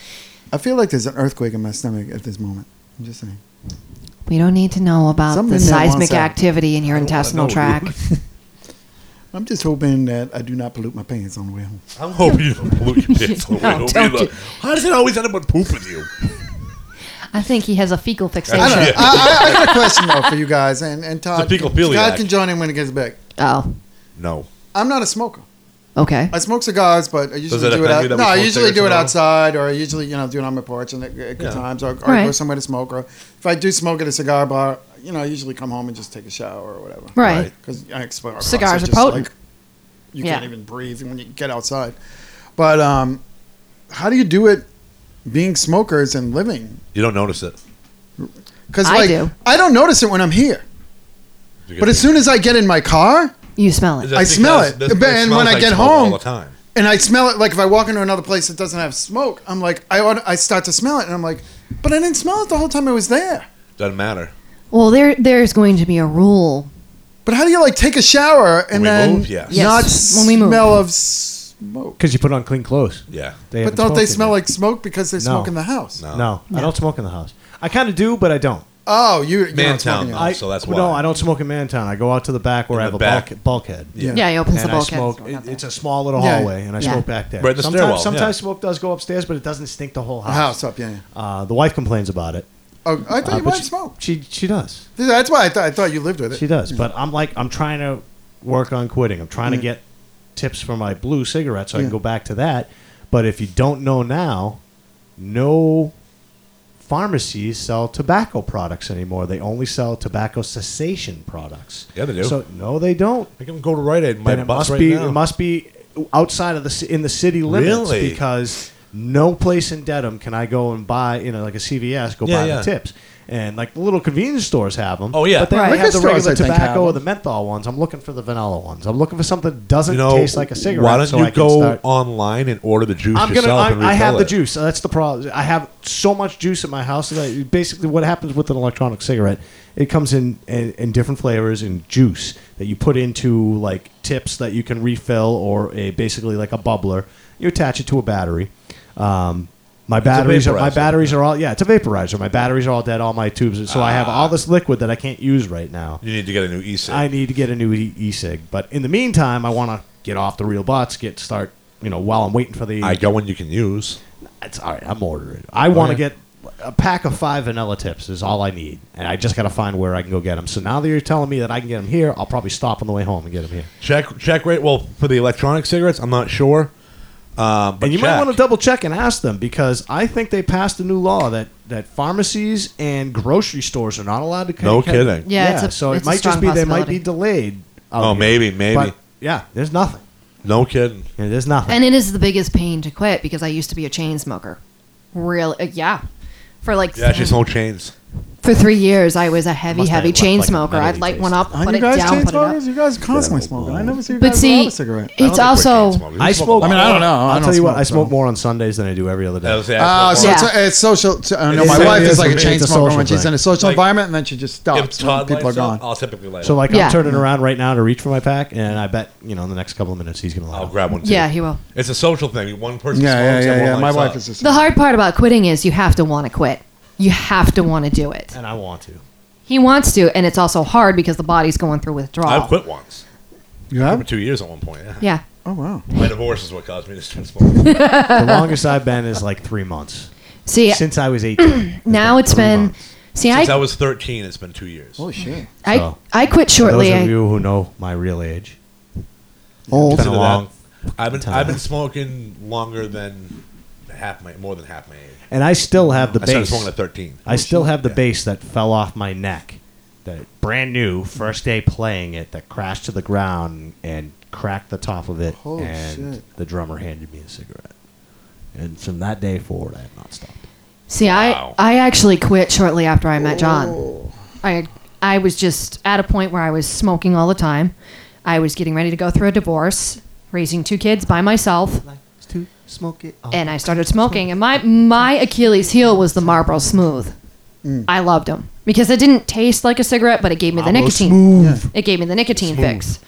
Speaker 3: I feel like there's an earthquake in my stomach at this moment. I'm just saying.
Speaker 2: We don't need to know about
Speaker 3: Something
Speaker 2: the
Speaker 3: in there wants
Speaker 2: seismic
Speaker 3: out.
Speaker 2: activity in your
Speaker 1: don't wanna
Speaker 2: intestinal
Speaker 1: know, dude.
Speaker 2: tract.
Speaker 3: I'm just hoping that I do not pollute my pants on the way home.
Speaker 1: I'm hoping you don't pollute your pants.
Speaker 2: No,
Speaker 1: Why
Speaker 2: don't you.
Speaker 1: does it always end up with poop with you?
Speaker 2: I think he has a fecal
Speaker 3: I don't
Speaker 2: fixation.
Speaker 3: know. I, I, I got a question though for you guys, and and
Speaker 1: It's
Speaker 3: Todd.
Speaker 1: a
Speaker 3: can,
Speaker 1: pedophiliac.
Speaker 3: Todd can join in when he gets back.
Speaker 2: Oh,
Speaker 1: No.
Speaker 3: I'm not a smoker.
Speaker 2: okay.
Speaker 3: I smoke cigars, but I usually
Speaker 1: it
Speaker 3: do it.
Speaker 1: offend
Speaker 3: Out,
Speaker 1: you that
Speaker 3: no,
Speaker 1: we
Speaker 3: I
Speaker 1: smoke
Speaker 3: usually do it
Speaker 1: cigarettes now?
Speaker 3: outside, or I usually you know do it on my porch and at, at good
Speaker 1: Yeah.
Speaker 3: times, or, or
Speaker 2: Right.
Speaker 3: go somewhere to smoke. Or if I do smoke at a cigar bar, you know, I usually come home and just take a shower or whatever.
Speaker 2: Right.
Speaker 1: Right.
Speaker 3: Because I cigar
Speaker 2: Cigars
Speaker 3: bars
Speaker 2: are
Speaker 3: just
Speaker 2: potent.
Speaker 3: Like, you
Speaker 2: Yeah.
Speaker 3: can't even breathe when you get outside. But um, how do you do it? Being smokers and living,
Speaker 1: You don't notice it.
Speaker 3: because
Speaker 2: I
Speaker 3: like
Speaker 2: do.
Speaker 3: I don't notice it when I'm here,
Speaker 1: You
Speaker 3: but
Speaker 1: can-
Speaker 3: as soon as I get in my car
Speaker 2: You smell it.
Speaker 1: That's
Speaker 3: I smell
Speaker 1: because
Speaker 3: it,
Speaker 1: this
Speaker 3: but-
Speaker 1: place
Speaker 3: and when
Speaker 1: smells
Speaker 3: I
Speaker 1: like
Speaker 3: get
Speaker 1: smoke
Speaker 3: home-
Speaker 1: all the time.
Speaker 3: and I smell it, like if I walk into another place that doesn't have smoke, I'm like I ought, I start to smell it, and I'm like, But I didn't smell it the whole time I was there.
Speaker 1: Doesn't matter.
Speaker 2: Well, there there's going to be a rule.
Speaker 3: But how do you like take a shower and
Speaker 1: we
Speaker 3: then
Speaker 1: move? Yes.
Speaker 2: Yes,
Speaker 3: not
Speaker 2: when we move.
Speaker 3: smell of smoke?
Speaker 5: Because you put on clean clothes.
Speaker 1: Yeah.
Speaker 3: But
Speaker 5: haven't
Speaker 3: don't they
Speaker 5: smoked in
Speaker 3: smell
Speaker 5: there.
Speaker 3: like smoke because they smoke in the house?
Speaker 1: No.
Speaker 5: No, I don't smoke in the house. I kind of do, but I don't.
Speaker 3: Oh, you you're not
Speaker 1: Mantown.
Speaker 3: smoking in the
Speaker 1: Oh,
Speaker 3: house.
Speaker 5: I,
Speaker 1: so that's
Speaker 5: No,
Speaker 1: why.
Speaker 5: I don't smoke in Mantown. I go out to the back where
Speaker 1: In
Speaker 5: I
Speaker 1: the
Speaker 5: have a
Speaker 1: back.
Speaker 5: bulk, bulkhead.
Speaker 3: Yeah.
Speaker 2: Yeah, he opens
Speaker 5: and
Speaker 2: the
Speaker 5: I
Speaker 2: bulkhead.
Speaker 5: smoke.
Speaker 2: Smoke out
Speaker 5: It,
Speaker 2: there.
Speaker 5: it's a small little
Speaker 3: Yeah.
Speaker 5: hallway, and I
Speaker 2: Yeah.
Speaker 5: smoke back there.
Speaker 1: Right in the
Speaker 5: sometimes,
Speaker 1: stairwell, yeah.
Speaker 5: sometimes smoke does go upstairs, but it doesn't stink the whole house.
Speaker 3: house up, yeah. yeah.
Speaker 5: Uh, the wife complains about it.
Speaker 3: Oh, I thought
Speaker 5: Uh,
Speaker 3: you
Speaker 5: but
Speaker 3: might
Speaker 5: she-
Speaker 3: smoke.
Speaker 5: She she does.
Speaker 3: That's why I thought I thought you lived with it.
Speaker 5: She does. But I'm like I'm trying to work on quitting. I'm trying to get tips for my blue cigarette so I
Speaker 3: Yeah.
Speaker 5: can go back to that. But if you don't know now, no pharmacies sell tobacco products anymore. They only sell tobacco cessation products.
Speaker 1: Yeah, they do.
Speaker 5: So no, they don't.
Speaker 1: I can go to Rite Aid. and buy
Speaker 5: Then it
Speaker 1: bucks
Speaker 5: must
Speaker 1: right
Speaker 5: be
Speaker 1: now.
Speaker 5: it must be outside of the ci- in the city limits
Speaker 1: Really?
Speaker 5: because no place in Dedham can I go and buy you know like a CVS go
Speaker 1: Yeah,
Speaker 5: buy
Speaker 1: yeah.
Speaker 5: the tips and like the little convenience stores have them.
Speaker 1: Oh, yeah.
Speaker 5: but they
Speaker 2: Right.
Speaker 5: only have the
Speaker 3: Liquor stores,
Speaker 5: regular
Speaker 3: I think, have
Speaker 5: tobacco or the
Speaker 3: 'em.
Speaker 5: menthol ones. I'm looking for the vanilla ones. I'm looking for something that doesn't
Speaker 1: you know,
Speaker 5: taste like a cigarette.
Speaker 1: Why don't
Speaker 5: so
Speaker 1: you
Speaker 5: I can
Speaker 1: go
Speaker 5: start-
Speaker 1: online and order the juice
Speaker 5: I'm gonna.
Speaker 1: yourself?
Speaker 5: I,
Speaker 1: and
Speaker 5: I have
Speaker 1: refill
Speaker 5: the
Speaker 1: it?
Speaker 5: juice. That's the problem. I have so much juice at my house that I, basically what happens with an electronic cigarette, it comes in, in in different flavors and juice that you put into like tips that you can refill or a basically like a bubbler. You attach it to a battery. Um, my batteries are my
Speaker 1: vaporizer.
Speaker 5: batteries are all yeah. It's a vaporizer. My batteries are all dead. All my tubes. So I have all this liquid that I can't use right now.
Speaker 1: Ah. You need to get a new e-cig.
Speaker 5: I need to get a new e- e-cig, but in the meantime, I want to get off the real bots. Get start. You know, while I'm waiting for the
Speaker 1: I got one you can use.
Speaker 5: it's all right. I'm ordering. it. I want to
Speaker 1: Oh, yeah.
Speaker 5: get a pack of five vanilla tips is all I need, and I just got to find where I can go get them. So now that you're telling me that I can get them here, I'll probably stop on the way home and get them here.
Speaker 1: Check check rate. Well, for the electronic cigarettes, I'm not sure. Um, but
Speaker 5: and you
Speaker 1: check.
Speaker 5: might want to double check and ask them because I think they passed a new law that that pharmacies and grocery stores are not allowed to.
Speaker 1: No kidding.
Speaker 2: Yeah, it's a-
Speaker 5: so
Speaker 2: it's
Speaker 5: it
Speaker 2: a
Speaker 5: might just
Speaker 2: strong
Speaker 5: be they might
Speaker 2: possibility.
Speaker 5: be delayed. out
Speaker 1: Oh,
Speaker 5: here.
Speaker 1: maybe, maybe.
Speaker 5: But, yeah, there's nothing.
Speaker 1: No kidding.
Speaker 5: Yeah, there's nothing.
Speaker 2: And it is the biggest pain to quit because I used to be a chain smoker. Really, uh, yeah. For like
Speaker 1: Yeah, she's no chains.
Speaker 2: for three years, I was a heavy,
Speaker 5: Must have
Speaker 2: heavy
Speaker 5: left,
Speaker 2: chain
Speaker 5: like,
Speaker 2: smoker.
Speaker 5: mentally
Speaker 2: I'd light
Speaker 5: tasted.
Speaker 2: one up,
Speaker 3: Aren't
Speaker 2: put
Speaker 3: you
Speaker 2: it
Speaker 3: guys
Speaker 2: down,
Speaker 3: chain
Speaker 2: put it up.
Speaker 3: smokers? You guys constantly smoking. I never see you
Speaker 2: But
Speaker 3: guys
Speaker 2: see,
Speaker 3: without a
Speaker 1: I
Speaker 3: cigarette.
Speaker 1: don't
Speaker 2: it's
Speaker 1: think we're chain
Speaker 2: also
Speaker 1: smokers. We
Speaker 5: I smoke.
Speaker 3: I mean, I don't know. I
Speaker 5: I'll
Speaker 3: don't
Speaker 5: tell you what.
Speaker 3: smoke,
Speaker 5: I smoke
Speaker 3: so-
Speaker 5: more on Sundays than I do every other day.
Speaker 1: I was gonna say,
Speaker 3: Ah,
Speaker 1: I
Speaker 3: so
Speaker 1: smoke
Speaker 2: Yeah.
Speaker 1: more.
Speaker 3: it's, a, it's social. t- I know
Speaker 5: It's
Speaker 3: my
Speaker 5: a-
Speaker 3: wife
Speaker 5: it's
Speaker 3: is like a
Speaker 5: a
Speaker 3: chain
Speaker 5: social
Speaker 3: smoker when she's
Speaker 5: thing.
Speaker 3: in a social
Speaker 1: Like,
Speaker 3: environment, and then she just
Speaker 1: If
Speaker 3: stops when
Speaker 1: Todd
Speaker 3: people are
Speaker 1: lights up,
Speaker 3: gone.
Speaker 1: I'll typically light.
Speaker 5: So
Speaker 1: up.
Speaker 5: like
Speaker 2: Yeah.
Speaker 5: I'm turning around right now to reach for my pack, and I bet you know in the next couple of minutes he's gonna.
Speaker 1: I'll
Speaker 5: Allow.
Speaker 1: grab one. Too.
Speaker 2: Yeah, he will.
Speaker 1: It's a social thing. One person.
Speaker 3: Yeah, yeah,
Speaker 1: smokes,
Speaker 3: yeah,
Speaker 1: everyone
Speaker 3: yeah. My
Speaker 1: lights
Speaker 3: wife
Speaker 1: up.
Speaker 3: is just.
Speaker 2: The hard part about quitting is you have to want to quit. You have to want to do it.
Speaker 5: and I want to.
Speaker 2: He wants to, and it's also hard because the body's going through withdrawal.
Speaker 1: I've quit once.
Speaker 3: You
Speaker 1: For
Speaker 3: have?
Speaker 1: two years at one point. Yeah.
Speaker 2: Yeah.
Speaker 3: Oh wow.
Speaker 1: My divorce is what caused me to start smoking.
Speaker 5: The longest I've been is like three months
Speaker 2: See,
Speaker 5: since I was 18.
Speaker 2: now it's
Speaker 5: three
Speaker 2: been.
Speaker 5: months.
Speaker 2: See,
Speaker 1: Since I
Speaker 2: I,
Speaker 1: was 13, it's been two years.
Speaker 3: Holy shit.
Speaker 2: I
Speaker 5: So,
Speaker 2: I quit
Speaker 5: For those
Speaker 2: shortly.
Speaker 5: of
Speaker 2: I,
Speaker 5: you who know my real age,
Speaker 3: Old.
Speaker 5: it's
Speaker 1: Consider
Speaker 5: been a
Speaker 1: that.
Speaker 5: long.
Speaker 1: I've been
Speaker 5: Time.
Speaker 1: I've been smoking longer than half my more than half my age.
Speaker 5: And I still have the
Speaker 1: I started
Speaker 5: base.
Speaker 1: smoking at 13.
Speaker 5: I still have the
Speaker 1: Yeah.
Speaker 5: base that fell off my neck. That brand new first day playing it that crashed to the ground and cracked the top of it.
Speaker 3: Holy
Speaker 5: and
Speaker 3: shit.
Speaker 5: the drummer handed me a cigarette. And from that day forward, I have not stopped.
Speaker 2: see,
Speaker 1: Wow.
Speaker 2: I I actually quit shortly after I met John. I I was just at a point where I was smoking all the time. I was getting ready to go through a divorce, raising two kids by myself.
Speaker 5: To smoke it.
Speaker 2: and I started smoking. And my my Achilles heel was the Marlboro Smooth. I loved them because it didn't taste like a cigarette, but it gave me the nicotine. It gave me the nicotine fix.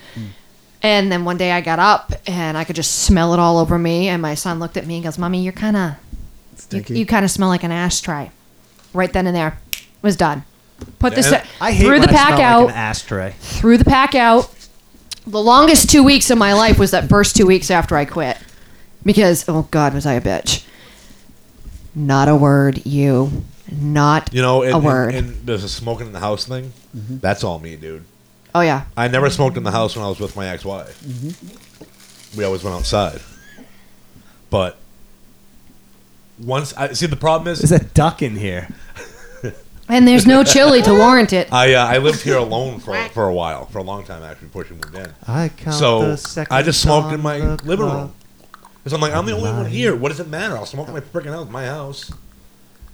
Speaker 2: And then one day I got up and I could just smell it all over me. And my son looked at me and goes, "Mommy, you're kind of you,
Speaker 3: Stinky.
Speaker 2: kind of smell like an ashtray." Right then and there, was done. Put this
Speaker 1: Yeah,
Speaker 5: I hate
Speaker 2: threw
Speaker 5: when
Speaker 2: the
Speaker 5: I
Speaker 2: pack
Speaker 5: smell
Speaker 2: out
Speaker 5: Like an ashtray.
Speaker 2: threw the pack out. The longest two weeks of my life was that first two weeks after I quit. Because, oh God, was I a bitch. Not a word, you. Not
Speaker 1: You know, and,
Speaker 2: a
Speaker 1: and-
Speaker 2: word.
Speaker 1: And, there's a smoking in the house thing. That's all me, dude.
Speaker 2: oh, yeah.
Speaker 1: I never smoked in the house when I was with my ex-wife. We always went outside. But once I see the problem is,
Speaker 5: There's a duck in here.
Speaker 2: And there's no chili to warrant it.
Speaker 1: I uh, I lived here alone for for a while, for a long time actually, before she moved in.
Speaker 5: I count
Speaker 1: So I just smoked in my living room. Because I'm like, I'm the only one here. What does it matter? I'll smoke in my freaking house, my house.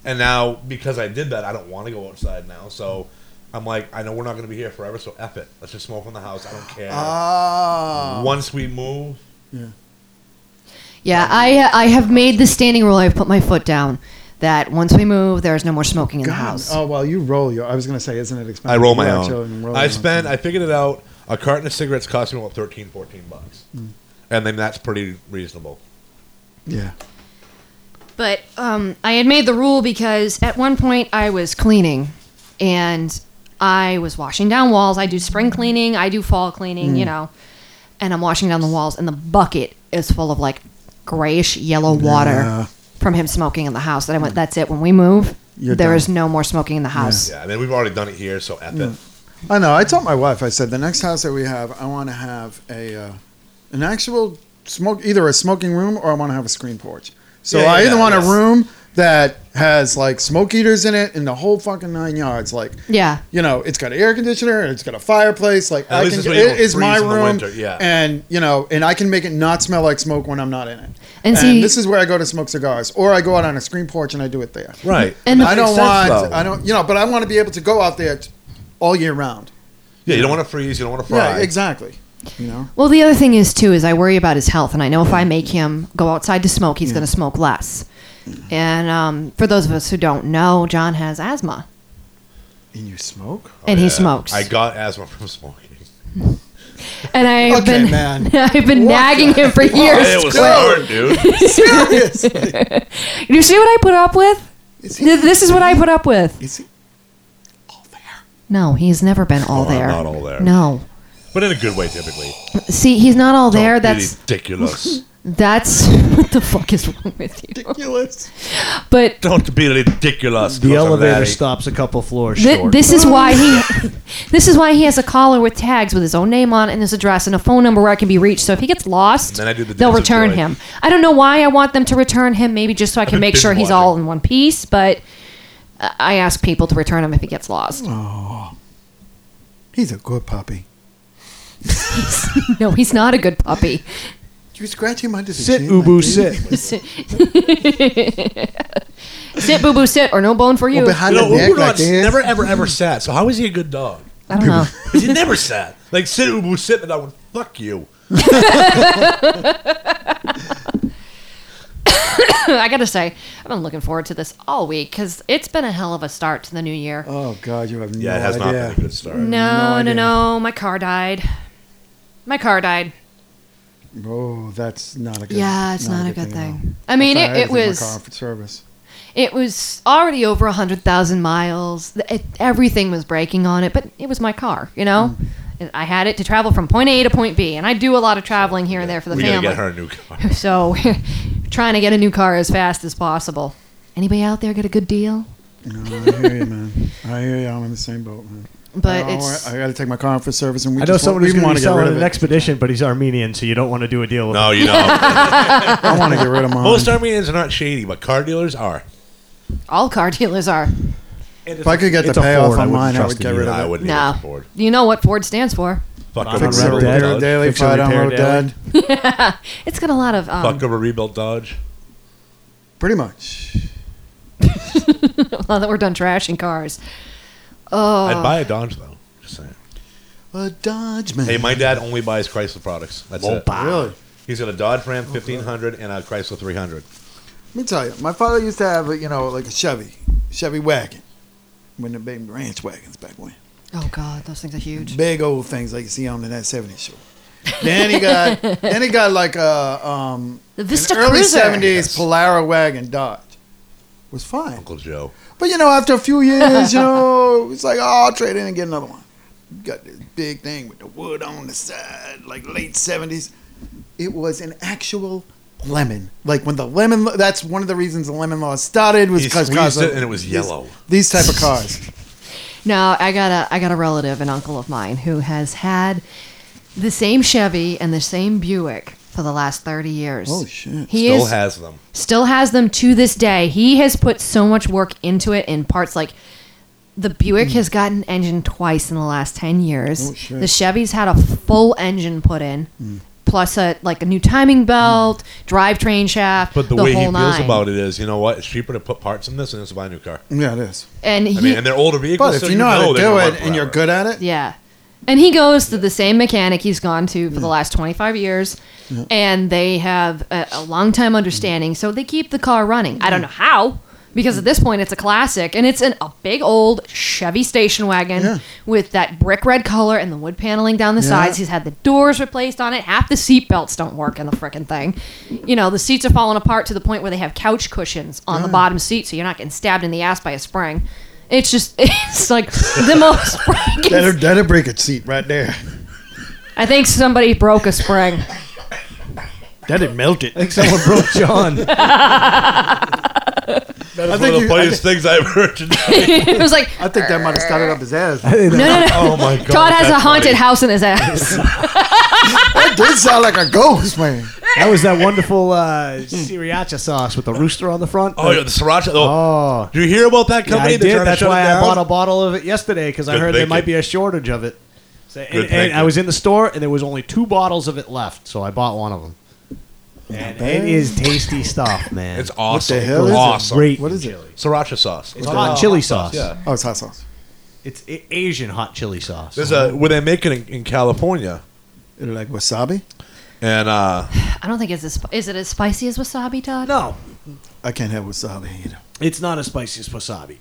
Speaker 1: And now, because I did that, I don't want to go outside now. So I'm like, I know we're not going to be here forever, so F it. Let's just smoke in the house. I don't care.
Speaker 3: Ah.
Speaker 1: Once we move,
Speaker 2: uh, Yeah, I I have made the standing rule. I've put my foot down that once we move, there's no more smoking in the
Speaker 3: God.
Speaker 2: house.
Speaker 3: Oh well, you roll your. I was gonna say, isn't it expensive?
Speaker 1: I roll my
Speaker 3: You
Speaker 1: own.
Speaker 3: actually roll
Speaker 1: I
Speaker 3: your
Speaker 1: spent. I figured it out. A carton of cigarettes cost me about 13, 14 bucks,
Speaker 3: Hmm.
Speaker 1: and then that's pretty reasonable.
Speaker 3: Yeah.
Speaker 2: But um, I had made the rule because at one point I was cleaning and I was washing down walls. I do spring cleaning, I do fall cleaning,
Speaker 3: Mm.
Speaker 2: you know. And I'm washing down the walls, and the bucket is full of like grayish yellow water
Speaker 3: Yeah. Mm.
Speaker 2: from him smoking in the house. And I went, that's it. When we move, there
Speaker 3: You're
Speaker 2: is
Speaker 3: done.
Speaker 2: no more smoking in the house.
Speaker 1: Yeah, I mean we've already done it here, so epic.
Speaker 3: I know. I told my wife. I said the next house that we have, I want to have a uh, an actual smoke, either a smoking room or I want to have a screen porch. So
Speaker 1: Yeah, yeah,
Speaker 3: I either
Speaker 1: yeah,
Speaker 3: want
Speaker 1: yes.
Speaker 3: a room that has like smoke eaters in it and the whole fucking nine yards. Like,
Speaker 2: Yeah.
Speaker 3: you know, it's got an air conditioner and it's got a fireplace. Like,
Speaker 1: At
Speaker 3: I
Speaker 1: least
Speaker 3: can,
Speaker 1: this way you
Speaker 3: it
Speaker 1: don't
Speaker 3: is my
Speaker 1: freeze in the
Speaker 3: room,
Speaker 1: winter, yeah.
Speaker 3: and you know, and I can make it not smell like smoke when I'm not in it.
Speaker 2: And see-
Speaker 3: this is where I go to smoke cigars, or I go out on a screen porch and I do it there.
Speaker 1: Right.
Speaker 2: And
Speaker 3: I don't
Speaker 1: Makes sense,
Speaker 3: want,
Speaker 1: though.
Speaker 3: I don't, you know, but I want to be able to go out there t- all year round.
Speaker 1: Yeah, you don't want to freeze. You don't want to fry.
Speaker 3: Yeah, exactly. You know,
Speaker 2: Well, the other thing is too is I worry about his health, and I know if I make him go outside to smoke, he's going to smoke less. And um, for those of us who don't know, John has asthma,
Speaker 3: and you smoke.
Speaker 2: and he
Speaker 1: Yeah.
Speaker 2: smokes.
Speaker 1: I got asthma from smoking.
Speaker 2: and I've
Speaker 3: Okay,
Speaker 2: been
Speaker 3: man.
Speaker 2: I've been
Speaker 3: What
Speaker 2: nagging him for years.
Speaker 1: It was
Speaker 2: to quit.
Speaker 1: hard, dude.
Speaker 3: Seriously,
Speaker 2: You see what I put up with?
Speaker 3: is he?
Speaker 2: Th- This is what I put up with.
Speaker 3: Is he?
Speaker 2: No, he's never been all
Speaker 1: Oh, I'm
Speaker 2: there.
Speaker 1: not all there.
Speaker 2: No.
Speaker 1: But in a good way, typically.
Speaker 2: See, he's not all there.
Speaker 1: Oh,
Speaker 2: That's
Speaker 1: ridiculous.
Speaker 2: that's what the fuck is wrong with you?
Speaker 3: Ridiculous.
Speaker 2: But
Speaker 1: Don't be ridiculous.
Speaker 5: The
Speaker 1: 'cause I'm
Speaker 5: elevator
Speaker 1: that-
Speaker 5: stops a couple floors
Speaker 2: Thi-
Speaker 5: short.
Speaker 2: this is why he this is why he has a collar with tags with his own name on it and his address and a phone number where I can be reached. So if he gets lost,
Speaker 1: Then I do the
Speaker 2: they'll
Speaker 1: dance of
Speaker 2: return
Speaker 1: joy.
Speaker 2: him. I don't know why I want them to return him, maybe just so I can
Speaker 1: been
Speaker 2: make sure he's
Speaker 1: binge-watching.
Speaker 2: all in one piece, but I I ask people to return him if he gets lost.
Speaker 1: Oh.
Speaker 3: He's a good puppy.
Speaker 2: no, he's not a good puppy.
Speaker 3: You scratch him under the
Speaker 5: sit,
Speaker 3: chin
Speaker 5: Ubu,
Speaker 3: like this?
Speaker 5: sit.
Speaker 2: Sit, boo boo, sit, or no bone for you.
Speaker 3: Well, behind
Speaker 1: You know,
Speaker 3: the neck
Speaker 1: Ubudon's
Speaker 3: like this.
Speaker 1: never, ever, ever sat. So how is he a good dog?
Speaker 2: I don't know.
Speaker 1: 'Cause he never sat. Like, sit, Ubu, sit, and I went, fuck you.
Speaker 2: I gotta say, I've been looking forward to this all week because it's been a hell of a start to the new year.
Speaker 3: Oh God, you have no
Speaker 1: Yeah, it has not
Speaker 3: idea.
Speaker 1: been a good start.
Speaker 2: no, no,
Speaker 3: idea.
Speaker 2: no. My car died. My car died.
Speaker 3: Oh, that's not a good.
Speaker 2: Yeah, it's not, a good
Speaker 3: at all.
Speaker 2: thing. I mean, it,
Speaker 3: That's why I
Speaker 2: it
Speaker 3: had to take my car
Speaker 2: was
Speaker 3: off at service.
Speaker 2: it was already over hundred thousand miles. Th- It, everything was breaking on it, but it was my car. You know,
Speaker 3: Mm.
Speaker 2: And I had it to travel from point A to point B, and I do a lot of traveling here and there for the
Speaker 1: we gotta
Speaker 2: family.
Speaker 1: get her a new car.
Speaker 2: So, trying to get a new car as fast as possible. Anybody out there get a good deal?
Speaker 3: No, I hear you, man. I hear you. I'm in the same boat, man.
Speaker 2: But
Speaker 3: I,
Speaker 2: it's
Speaker 3: I got to take my car off for service, and we
Speaker 5: I know
Speaker 3: just
Speaker 5: someone
Speaker 3: want,
Speaker 5: who's
Speaker 3: we
Speaker 5: going
Speaker 3: want
Speaker 5: to
Speaker 3: to get
Speaker 5: sell
Speaker 3: rid
Speaker 5: on
Speaker 3: of
Speaker 5: an
Speaker 3: it.
Speaker 5: expedition, but he's Armenian, so you don't want to do a deal with
Speaker 1: No,
Speaker 5: him.
Speaker 1: you know. um,
Speaker 3: I want to get rid of mine.
Speaker 1: Most Armenians are not shady, but car dealers are.
Speaker 2: all car dealers are.
Speaker 3: if I could get
Speaker 5: It's
Speaker 3: the
Speaker 5: a
Speaker 3: payoff
Speaker 5: Ford, I
Speaker 3: on
Speaker 5: wouldn't
Speaker 3: mine, I
Speaker 5: trust
Speaker 3: would
Speaker 5: it
Speaker 3: get rid
Speaker 5: either.
Speaker 3: of it.
Speaker 1: I wouldn't
Speaker 2: No,
Speaker 1: even afford.
Speaker 2: you know what Ford stands for?
Speaker 1: Fuck
Speaker 5: Not
Speaker 1: up a
Speaker 5: on
Speaker 3: Fix it,
Speaker 1: rebuilt
Speaker 5: Red Dead.
Speaker 3: repair
Speaker 1: Dodge.
Speaker 3: daily,
Speaker 5: Fix it,
Speaker 3: fight on
Speaker 5: repair
Speaker 3: road
Speaker 5: daily.
Speaker 3: dead.
Speaker 2: It's got a lot of um,
Speaker 1: Fuck up a rebuilt Dodge.
Speaker 3: Pretty much.
Speaker 2: now that we're done trashing cars. Oh,
Speaker 1: I'd buy a Dodge, though. Just saying.
Speaker 3: A Dodge man.
Speaker 1: Hey, my dad only buys Chrysler products. That's it.
Speaker 3: Really?
Speaker 1: He's got a Dodge Ram 1500 and a Chrysler 300.
Speaker 3: Let me tell you, my father used to have, you know, like a Chevy, Chevy wagon, when the big ranch wagons back when,
Speaker 2: oh god, those things are huge.
Speaker 3: big old things like you see on that '70s show. Then he got, then he got like a um,
Speaker 2: The
Speaker 3: an
Speaker 2: Vista
Speaker 3: early
Speaker 2: Cruiser.
Speaker 3: '70s
Speaker 1: Yes.
Speaker 3: Polara wagon Dodge. Was fine,
Speaker 1: Uncle Joe.
Speaker 3: but you know, after a few years, you know, it's like, oh, I'll trade in and get another one. Got this big thing with the wood on the side, like late '70s. It was an actual lemon. Like when the lemon, that's one of the reasons the lemon law started was
Speaker 1: He
Speaker 3: because
Speaker 1: squeezed
Speaker 3: cars
Speaker 1: it and it was yellow.
Speaker 3: These type of cars.
Speaker 2: No, I got a I got a relative, an uncle of mine, who has had the same Chevy and the same Buick for the last thirty years.
Speaker 3: Oh, shit.
Speaker 2: He
Speaker 1: Still
Speaker 2: is
Speaker 1: has them.
Speaker 2: still has them to this day. He has put so much work into it in parts like the Buick has gotten engine twice in the last ten years.
Speaker 3: Oh, shit.
Speaker 2: the Chevy's had a full engine put in. Plus a like a new timing belt, drivetrain shaft,
Speaker 1: But the, way he
Speaker 2: whole
Speaker 1: feels
Speaker 2: nine.
Speaker 1: about it is, you know what? It's cheaper to put parts in this than it is to buy a new car.
Speaker 3: yeah, it is.
Speaker 2: and he,
Speaker 1: I mean, and they're older vehicles.
Speaker 3: But
Speaker 1: so
Speaker 3: if you know how
Speaker 1: they're
Speaker 3: to do
Speaker 1: gonna
Speaker 3: it
Speaker 1: run
Speaker 3: and you're
Speaker 1: forever.
Speaker 3: good at it,
Speaker 2: Yeah. And he goes to the same mechanic he's gone to
Speaker 3: Hmm.
Speaker 2: for the last 25 years,
Speaker 3: Hmm.
Speaker 2: and they have a, a long time understanding, so they keep the car running. I don't know how. because at this point it's a classic and it's an, a big old Chevy station wagon
Speaker 3: Yeah.
Speaker 2: with that brick red color and the wood paneling down the
Speaker 3: Yeah.
Speaker 2: sides. He's had the doors replaced on it. Half the seat belts don't work in the frickin' thing. You know, the seats are falling apart to the point where they have couch cushions on the bottom seat so you're not getting stabbed in the ass by a spring. It's just, it's like the most.
Speaker 3: That'll,
Speaker 2: Frankenstein-
Speaker 3: that'll break a seat right there.
Speaker 2: I think somebody broke a spring.
Speaker 3: That'll melt it.
Speaker 5: I think someone broke John.
Speaker 1: That is
Speaker 3: I
Speaker 1: one
Speaker 3: think
Speaker 1: of the
Speaker 3: you-
Speaker 1: funniest things I've heard today.
Speaker 2: it was like,
Speaker 3: I think that might have started up his ass. That
Speaker 5: no, no, no.
Speaker 1: oh my god.
Speaker 2: Todd has a
Speaker 1: that's
Speaker 2: haunted
Speaker 1: funny.
Speaker 2: house in his ass.
Speaker 3: did sound like a ghost, man.
Speaker 5: That was that wonderful uh, sriracha sauce with the rooster on the front.
Speaker 1: Oh, yeah, the sriracha. Oh,
Speaker 5: Oh.
Speaker 1: do you hear about that
Speaker 5: Yeah,
Speaker 1: company?
Speaker 5: I
Speaker 1: They're trying
Speaker 5: did.
Speaker 1: to
Speaker 5: That's
Speaker 1: shut it
Speaker 5: why I
Speaker 1: down?
Speaker 5: bought a bottle of it yesterday because I
Speaker 1: Good
Speaker 5: heard there might
Speaker 1: thinking.
Speaker 5: be a shortage of it. So, and,
Speaker 1: Good
Speaker 5: and I
Speaker 1: thinking.
Speaker 5: was in the store and there was only two bottles of it left, so I bought one of them. And it is tasty stuff, man.
Speaker 1: It's awesome.
Speaker 3: hell is it?
Speaker 1: awesome.
Speaker 5: Great.
Speaker 3: What is it?
Speaker 1: Sriracha sauce.
Speaker 5: It's hot chili sauce.
Speaker 1: Yeah.
Speaker 3: Oh, it's hot sauce.
Speaker 5: It's a- Asian hot chili sauce.
Speaker 1: There's a where they make it in, in California,
Speaker 3: It'll like wasabi?
Speaker 1: and uh,
Speaker 2: I don't think it's as is it as spicy as wasabi, Todd?
Speaker 5: no,
Speaker 3: I can't have wasabi either.
Speaker 5: it's not as spicy as wasabi,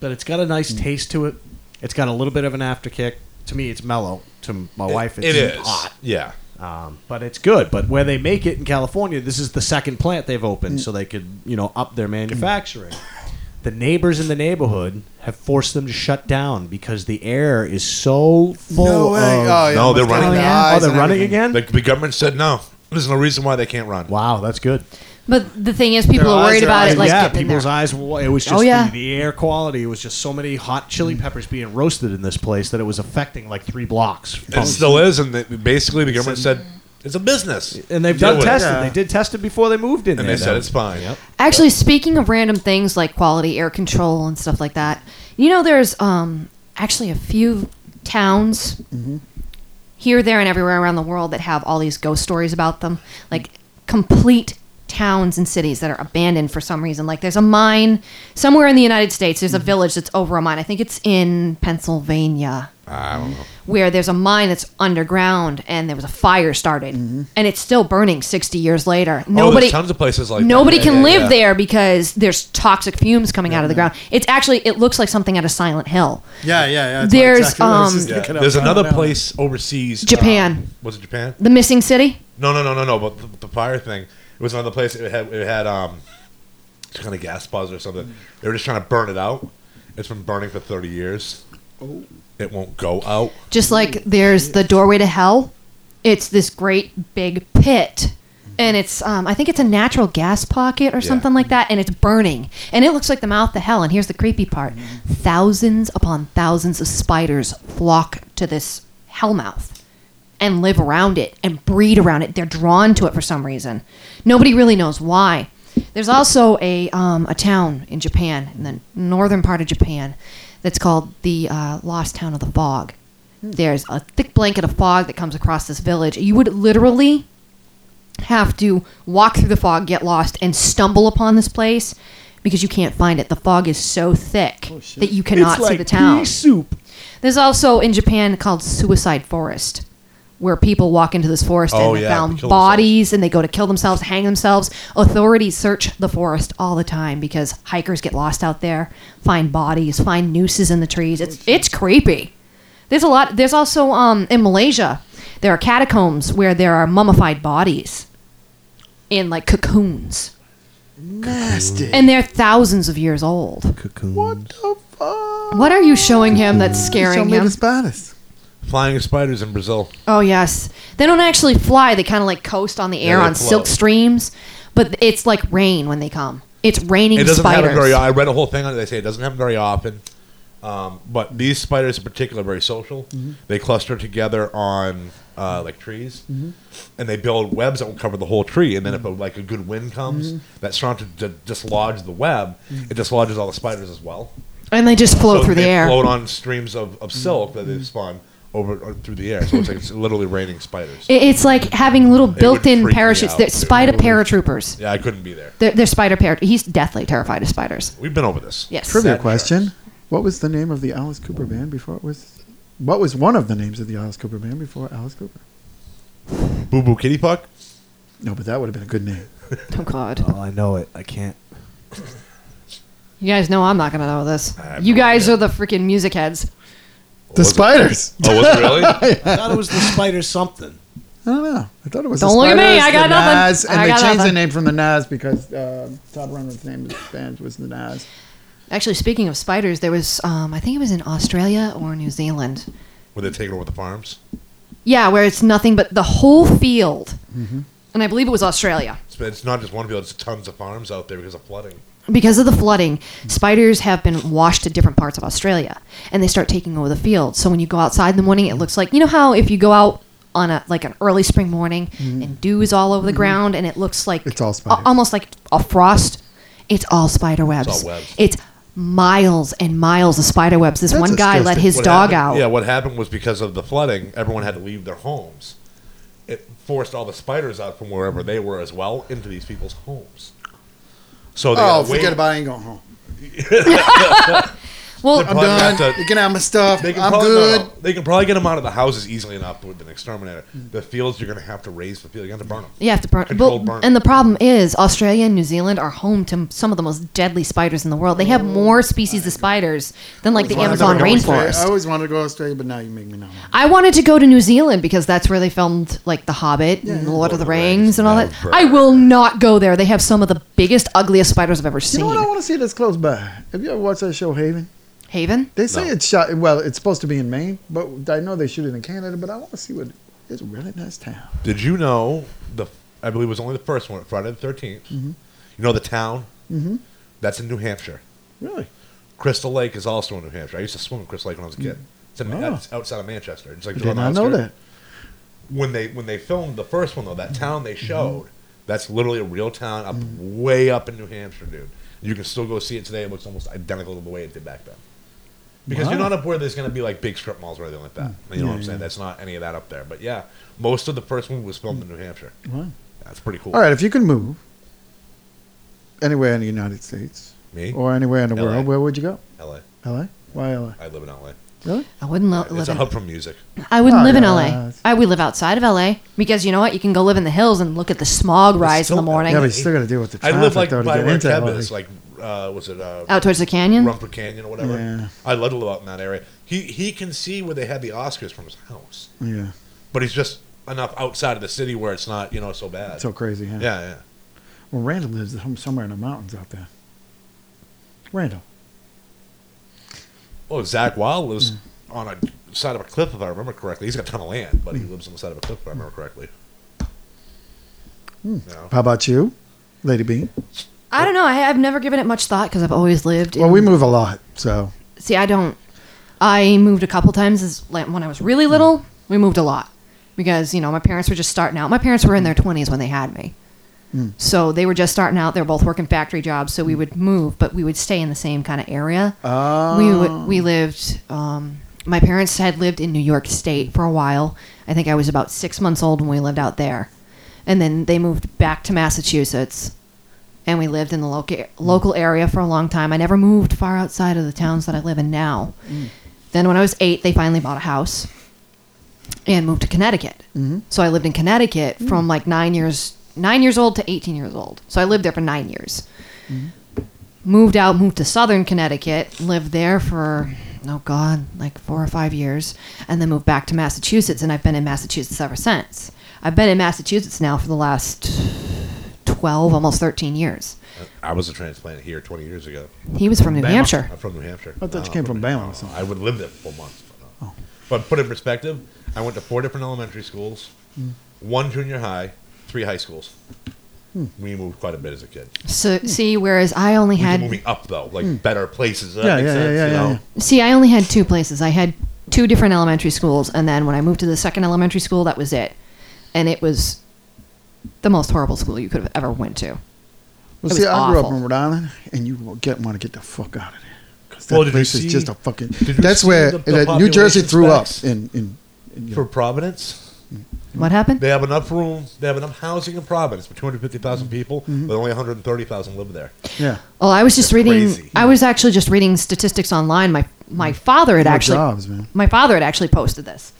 Speaker 5: but it's got a nice
Speaker 1: Mm.
Speaker 5: taste to it. It's got a little bit of an afterkick. To me, it's mellow. To my wife, it's
Speaker 1: it is.
Speaker 5: hot.
Speaker 1: Yeah.
Speaker 5: Um, but it's good. But where they make it in California, this is the second plant they've opened, so they could you know up their manufacturing. The neighbors in the neighborhood have forced them to shut down because the air is so full. of-
Speaker 1: No, they're running.
Speaker 5: Oh,
Speaker 3: eyes
Speaker 5: they're
Speaker 3: and
Speaker 5: running
Speaker 3: everything.
Speaker 5: again.
Speaker 1: The, the government said no. There's no reason why they can't run.
Speaker 5: wow, that's good.
Speaker 2: But the thing is, people
Speaker 3: Their
Speaker 2: are
Speaker 3: eyes
Speaker 2: worried
Speaker 3: are
Speaker 2: about
Speaker 3: eyes.
Speaker 2: it. Like
Speaker 5: yeah,
Speaker 2: getting
Speaker 5: people's
Speaker 2: there.
Speaker 5: eyes. wa- It was just
Speaker 2: Oh, yeah.
Speaker 5: the, the air quality. It was just so many hot chili
Speaker 1: Mm.
Speaker 5: peppers being roasted in this place that it was affecting like three blocks.
Speaker 1: It still is, and they, basically the government said it's a business,
Speaker 5: and they've
Speaker 1: Deal
Speaker 5: done
Speaker 1: with it.
Speaker 5: tested. They did test it before they moved in.
Speaker 1: and
Speaker 5: there,
Speaker 1: they said
Speaker 5: though.
Speaker 1: it's fine.
Speaker 5: Yep.
Speaker 2: Actually, speaking of random things like quality air control and stuff like that, you know, there's um actually a few towns here, there, and everywhere around the world that have all these ghost stories about them, like complete towns and cities that are abandoned for some reason. Like there's a mine somewhere in the United States.
Speaker 1: Mm-hmm.
Speaker 2: There's a village that's over a mine. I think it's in Pennsylvania.
Speaker 1: I don't know.
Speaker 2: where there's a mine that's underground and there was a fire started and it's still burning 60 years later.
Speaker 1: Mm-hmm. oh,
Speaker 2: Nobody
Speaker 1: there's tons of places like
Speaker 2: nobody
Speaker 1: that.
Speaker 2: can
Speaker 1: Yeah, yeah,
Speaker 2: live
Speaker 1: yeah. Mm-hmm.
Speaker 2: there because there's toxic fumes coming out of the ground. It's actually it looks like something out of Silent Hill.
Speaker 3: Yeah, yeah, yeah. that's
Speaker 2: There's,
Speaker 3: exactly what I was
Speaker 2: um,
Speaker 3: just
Speaker 1: Yeah.
Speaker 3: thinking of.
Speaker 1: There's
Speaker 3: I don't
Speaker 1: another
Speaker 3: know.
Speaker 1: place overseas.
Speaker 2: Japan.
Speaker 1: uh, was it Japan?
Speaker 2: The missing city?
Speaker 1: No, no, no, no, no. But the, the fire thing. It was another place. It had. It had um, some kind of gas buzz or something. They were just trying to burn it out. It's been burning for 30 years.
Speaker 3: Oh.
Speaker 1: It won't go out.
Speaker 2: Just like there's the doorway to hell. It's this great big pit. And it's, um, I think it's a natural gas pocket or
Speaker 1: Yeah.
Speaker 2: something like that, and it's burning. And it looks like the mouth to hell. And here's the creepy part thousands upon thousands of spiders flock to this hell mouth and live around it and breed around it. They're drawn to it for some reason. Nobody really knows why. There's also a, um, a town in Japan, in the northern part of Japan, that's called the uh, Lost Town of the Fog. There's a thick blanket of fog that comes across this village. You would literally have to walk through the fog, get lost, and stumble upon this place because you can't find it. The fog is so thick that you cannot see the town.
Speaker 5: soup.
Speaker 2: There's also in Japan called Suicide Forest, where people walk into this forest
Speaker 1: Oh, yeah,
Speaker 2: and they
Speaker 1: they
Speaker 2: found
Speaker 1: kill
Speaker 2: bodies and they go to kill themselves, hang themselves. Authorities search the forest all the time because hikers get lost out there, find bodies, find nooses in the trees. It's
Speaker 1: Oh,
Speaker 2: it's creepy. There's a lot. There's also um, in Malaysia, there are catacombs where there are mummified bodies in like cocoons,
Speaker 3: Nasty.
Speaker 2: and they're thousands of years old.
Speaker 3: What the fuck?
Speaker 2: What are you showing him that's scaring
Speaker 3: Show me
Speaker 2: him?
Speaker 3: the spiders.
Speaker 1: Flying spiders in Brazil.
Speaker 2: Oh yes, they don't actually fly. They kind of like coast on the air
Speaker 1: they
Speaker 2: on silk
Speaker 1: float.
Speaker 2: streams, but it's like rain when they come. It's raining
Speaker 1: It doesn't
Speaker 2: spiders.
Speaker 1: happen very. I read a whole thing on it. They say it doesn't happen very often. Um, but these spiders in particular are very social.
Speaker 2: Mm-hmm.
Speaker 1: They cluster together on uh, like trees,
Speaker 2: Mm-hmm.
Speaker 1: and they build webs that will cover the whole tree. And then if a, like a good wind comes,
Speaker 2: Mm-hmm.
Speaker 1: that's trying to d- dislodge the web. It dislodges all the spiders as well.
Speaker 2: and they just float
Speaker 1: So
Speaker 2: Mm-hmm. through the
Speaker 1: they
Speaker 2: air. Mm-hmm.
Speaker 1: Float on streams of, of silk that they spawn over or through the air. So it's like it's literally raining spiders.
Speaker 2: It- It's like having little
Speaker 1: would
Speaker 2: built-in
Speaker 1: freak me
Speaker 2: parachutes.
Speaker 1: out.
Speaker 2: They're
Speaker 1: It
Speaker 2: spider
Speaker 1: really-
Speaker 2: paratroopers.
Speaker 1: yeah, I couldn't be there.
Speaker 2: They're, they're spider paratroopers. He's deathly terrified of spiders.
Speaker 1: We've been over this.
Speaker 2: Yes.
Speaker 3: Trivia
Speaker 1: Sad
Speaker 3: question.
Speaker 1: sharks.
Speaker 3: What was the name of the Alice Cooper band before it was? What was one of the names of the Alice Cooper band before Alice Cooper?
Speaker 1: Boo Boo Kitty Puck.
Speaker 3: No, but that would have been a good name.
Speaker 2: Oh God.
Speaker 5: Oh, I know it. I can't.
Speaker 2: You guys know I'm not gonna know this.
Speaker 1: have
Speaker 2: You
Speaker 1: no
Speaker 2: guys
Speaker 1: idea.
Speaker 2: are the freaking music heads.
Speaker 3: The spiders.
Speaker 1: Oh, was it really?
Speaker 5: I thought it was the spider something.
Speaker 3: I don't know. I thought it was.
Speaker 2: Don't
Speaker 3: the
Speaker 2: look at me.
Speaker 3: Spiders,
Speaker 2: I got
Speaker 3: the
Speaker 2: nothing.
Speaker 3: Nas, and
Speaker 2: I
Speaker 3: they
Speaker 2: got
Speaker 3: changed the
Speaker 2: nothing.
Speaker 3: name from the Nas because uh, Todd Rundgren's name of the band was the Nas.
Speaker 2: Actually, speaking of spiders, there was um, I think it was in Australia or New Zealand.
Speaker 1: Were they taking over the farms?
Speaker 2: Yeah, where it's nothing but the whole field,
Speaker 1: Mm-hmm.
Speaker 2: and I believe it was Australia.
Speaker 1: It's, it's not just one field; it's tons of farms out there because of flooding.
Speaker 2: because of the flooding, spiders have been washed to different parts of Australia, and they start taking over the field. So when you go outside in the morning, it looks like you know how if you go out on a like an early spring morning and dew is all over the ground, and it looks like
Speaker 3: Mm-hmm. It's all
Speaker 2: a-
Speaker 3: spiders.
Speaker 2: almost like a frost. It's all spider webs.
Speaker 1: all webs.
Speaker 2: It's miles and miles of spider webs. This
Speaker 3: That's
Speaker 2: one guy let
Speaker 3: disgusting.
Speaker 2: his
Speaker 1: What
Speaker 2: dog out.
Speaker 1: happened- Yeah, what happened was because of the flooding, everyone had to leave their homes. It forced all the spiders out from wherever they were as well into these people's homes. So they
Speaker 3: Oh,
Speaker 1: gotta wait-
Speaker 3: forget about it. I ain't going home.
Speaker 2: Well,
Speaker 1: They're
Speaker 3: I'm
Speaker 1: probably gonna
Speaker 3: done.
Speaker 1: have
Speaker 3: You
Speaker 1: to-
Speaker 3: can have my stuff.
Speaker 1: They can
Speaker 3: I'm
Speaker 1: probably,
Speaker 3: good.
Speaker 1: no, they can probably get them out of the houses easily enough with an exterminator. The fields, you're going to have to raise the field. You have to burn them.
Speaker 2: You have to burn. Well,
Speaker 1: Controlled burn.
Speaker 2: and the problem is, Australia and New Zealand are home to m- some of the most deadly spiders in the world. They
Speaker 3: Oh,
Speaker 2: have more species of spiders than like the
Speaker 3: Well, I
Speaker 2: Amazon
Speaker 3: never go to Australia. I
Speaker 2: rainforest.
Speaker 3: always wanted to go to Australia, but now you make me know.
Speaker 2: I wanted to go to New Zealand because that's where they filmed like The Hobbit and The Lord of the Rings and all that.
Speaker 1: Never.
Speaker 2: I will not go there. They have some of the biggest, ugliest spiders I've ever
Speaker 3: You
Speaker 2: seen.
Speaker 3: know what I want to see that's close by? Have you ever watched that show Haven?
Speaker 2: Haven.
Speaker 3: They say it's shot. Well, it's supposed to be in Maine, but I know they shoot it in Canada. But I want to see what. It's a really nice town.
Speaker 1: Did you know the? I believe it was only the first one, Friday the 13th You know the town. Mm-hmm. That's in New Hampshire.
Speaker 3: Really?
Speaker 1: Crystal Lake is also in New Hampshire. I used to swim in Crystal Lake when I was a kid. It's, in,
Speaker 3: Oh.
Speaker 1: it's outside of Manchester. It's like
Speaker 3: I
Speaker 1: on
Speaker 3: did
Speaker 1: the
Speaker 3: not know
Speaker 1: outskirts.
Speaker 3: that.
Speaker 1: When they when they filmed the first one though, that town
Speaker 3: Mm-hmm.
Speaker 1: they showed, that's literally a real town up
Speaker 3: Mm.
Speaker 1: way up in New Hampshire, dude. You can still go see it today. It looks almost identical to the way it did back then. Because you're not up where there's going to be like big strip malls or anything like that.
Speaker 3: Mm.
Speaker 1: You know what I'm saying? That's not any of that up there. But yeah, most of the first one was filmed in New Hampshire.
Speaker 3: Wow.
Speaker 1: That's pretty cool.
Speaker 3: All right, if you could move anywhere in the United States
Speaker 1: Me?
Speaker 3: or anywhere in the
Speaker 1: LA.
Speaker 3: world, where would you go?
Speaker 1: LA.
Speaker 3: LA? Why LA?
Speaker 1: I live in LA.
Speaker 3: Really?
Speaker 2: I wouldn't lo-
Speaker 1: it's
Speaker 2: live
Speaker 1: a
Speaker 2: in.
Speaker 1: hub for music.
Speaker 2: I wouldn't
Speaker 3: Oh,
Speaker 2: live in
Speaker 3: yeah,
Speaker 2: LA.
Speaker 3: that's-
Speaker 2: I would live outside of LA because you know what? You can go live in the hills and look at the smog rise in
Speaker 1: still-
Speaker 2: the morning.
Speaker 3: Yeah, but you still got to deal with the
Speaker 1: I
Speaker 3: traffic.
Speaker 1: live like
Speaker 3: though, to
Speaker 1: by
Speaker 3: get
Speaker 1: where
Speaker 3: into
Speaker 1: Keb
Speaker 3: LA.
Speaker 1: is, like uh, was it uh,
Speaker 2: out towards the canyon.
Speaker 1: Rumford Canyon or whatever.
Speaker 3: Yeah.
Speaker 1: I love to live out in that area. He he can see where they had the Oscars from his house,
Speaker 3: yeah,
Speaker 1: but he's just enough outside of the city where it's not you know so bad.
Speaker 3: it's so crazy. Huh?
Speaker 1: yeah, yeah.
Speaker 3: Well, Randall lives home somewhere in the mountains out there. Randall.
Speaker 1: Well, Zach Wild lives
Speaker 3: Mm.
Speaker 1: on a side of a cliff, if I remember correctly. He's got a ton of land, but he lives on the side of a cliff, if I remember correctly.
Speaker 3: Mm.
Speaker 1: You know?
Speaker 3: How about you, Lady Bean?
Speaker 2: I don't know. I, I've never given it much thought because I've always lived.
Speaker 3: Well,
Speaker 2: in-
Speaker 3: we move a lot, so
Speaker 2: See, I don't. I moved a couple times as like, when I was really little. We moved a lot because you know my parents were just starting out. My parents were in their twenties when they had me, so they were just starting out. They were both working factory jobs, so we would move, but we would stay in the same kind of area. We would, we lived. Um, my parents had lived in New York State for a while. I think I was about six months old when we lived out there, and then they moved back to Massachusetts and we lived in the local local area for a long time. I never moved far outside of the towns that I live in now. Then when I was eight, they finally bought a house and moved to Connecticut. So I lived in Connecticut from like nine years nine years old to eighteen years old. So I lived there for nine years. Moved out, moved to Southern Connecticut, lived there for oh god, like four or five years, and then moved back to Massachusetts. And I've been in Massachusetts ever since. I've been in Massachusetts now for the last twelve, almost thirteen years.
Speaker 1: I was a transplant here 20 years ago.
Speaker 2: He was from New
Speaker 3: Bama.
Speaker 2: Hampshire.
Speaker 1: I'm from New Hampshire. Oh,
Speaker 3: I thought you came from Bama or something. Oh.
Speaker 1: I would live there for months. But, no. but put in perspective, I went to four different elementary schools,
Speaker 3: Hmm.
Speaker 1: one junior high, three high schools.
Speaker 3: Hmm.
Speaker 1: We moved quite a bit as a kid.
Speaker 2: So see, whereas I only
Speaker 1: We keep
Speaker 2: had
Speaker 1: moving up though, like better places. Does
Speaker 3: Hmm. Yeah,
Speaker 1: That make
Speaker 3: yeah,
Speaker 1: sense,
Speaker 3: yeah,
Speaker 1: you
Speaker 3: yeah,
Speaker 1: know?
Speaker 3: yeah.
Speaker 2: see, I only had two places. I had two different elementary schools, and then when I moved to the second elementary school, that was it, and it was the most horrible school you could have ever went to.
Speaker 3: Well,
Speaker 2: It
Speaker 3: see,
Speaker 2: was
Speaker 3: I grew up
Speaker 2: awful.
Speaker 3: in Rhode Island, and you will get want to get the fuck out of there because that
Speaker 1: Well, did you
Speaker 3: place
Speaker 1: see-
Speaker 3: is just a fucking.
Speaker 1: did you
Speaker 3: That's
Speaker 1: see
Speaker 3: where
Speaker 1: the- the
Speaker 3: that New
Speaker 1: population
Speaker 3: Jersey threw
Speaker 1: specs?
Speaker 3: up in in. in
Speaker 1: For Providence,
Speaker 3: Hmm.
Speaker 2: What happened?
Speaker 1: they have enough room. They have enough housing in Providence for
Speaker 3: Hmm.
Speaker 1: 250,000 people, but only 130,000 live there.
Speaker 3: yeah,
Speaker 2: Well, Oh, I was just reading.
Speaker 1: crazy.
Speaker 2: I was actually just reading statistics online. My my father had
Speaker 3: Hmm. More
Speaker 2: actually
Speaker 3: jobs, man.
Speaker 2: my father had actually posted this.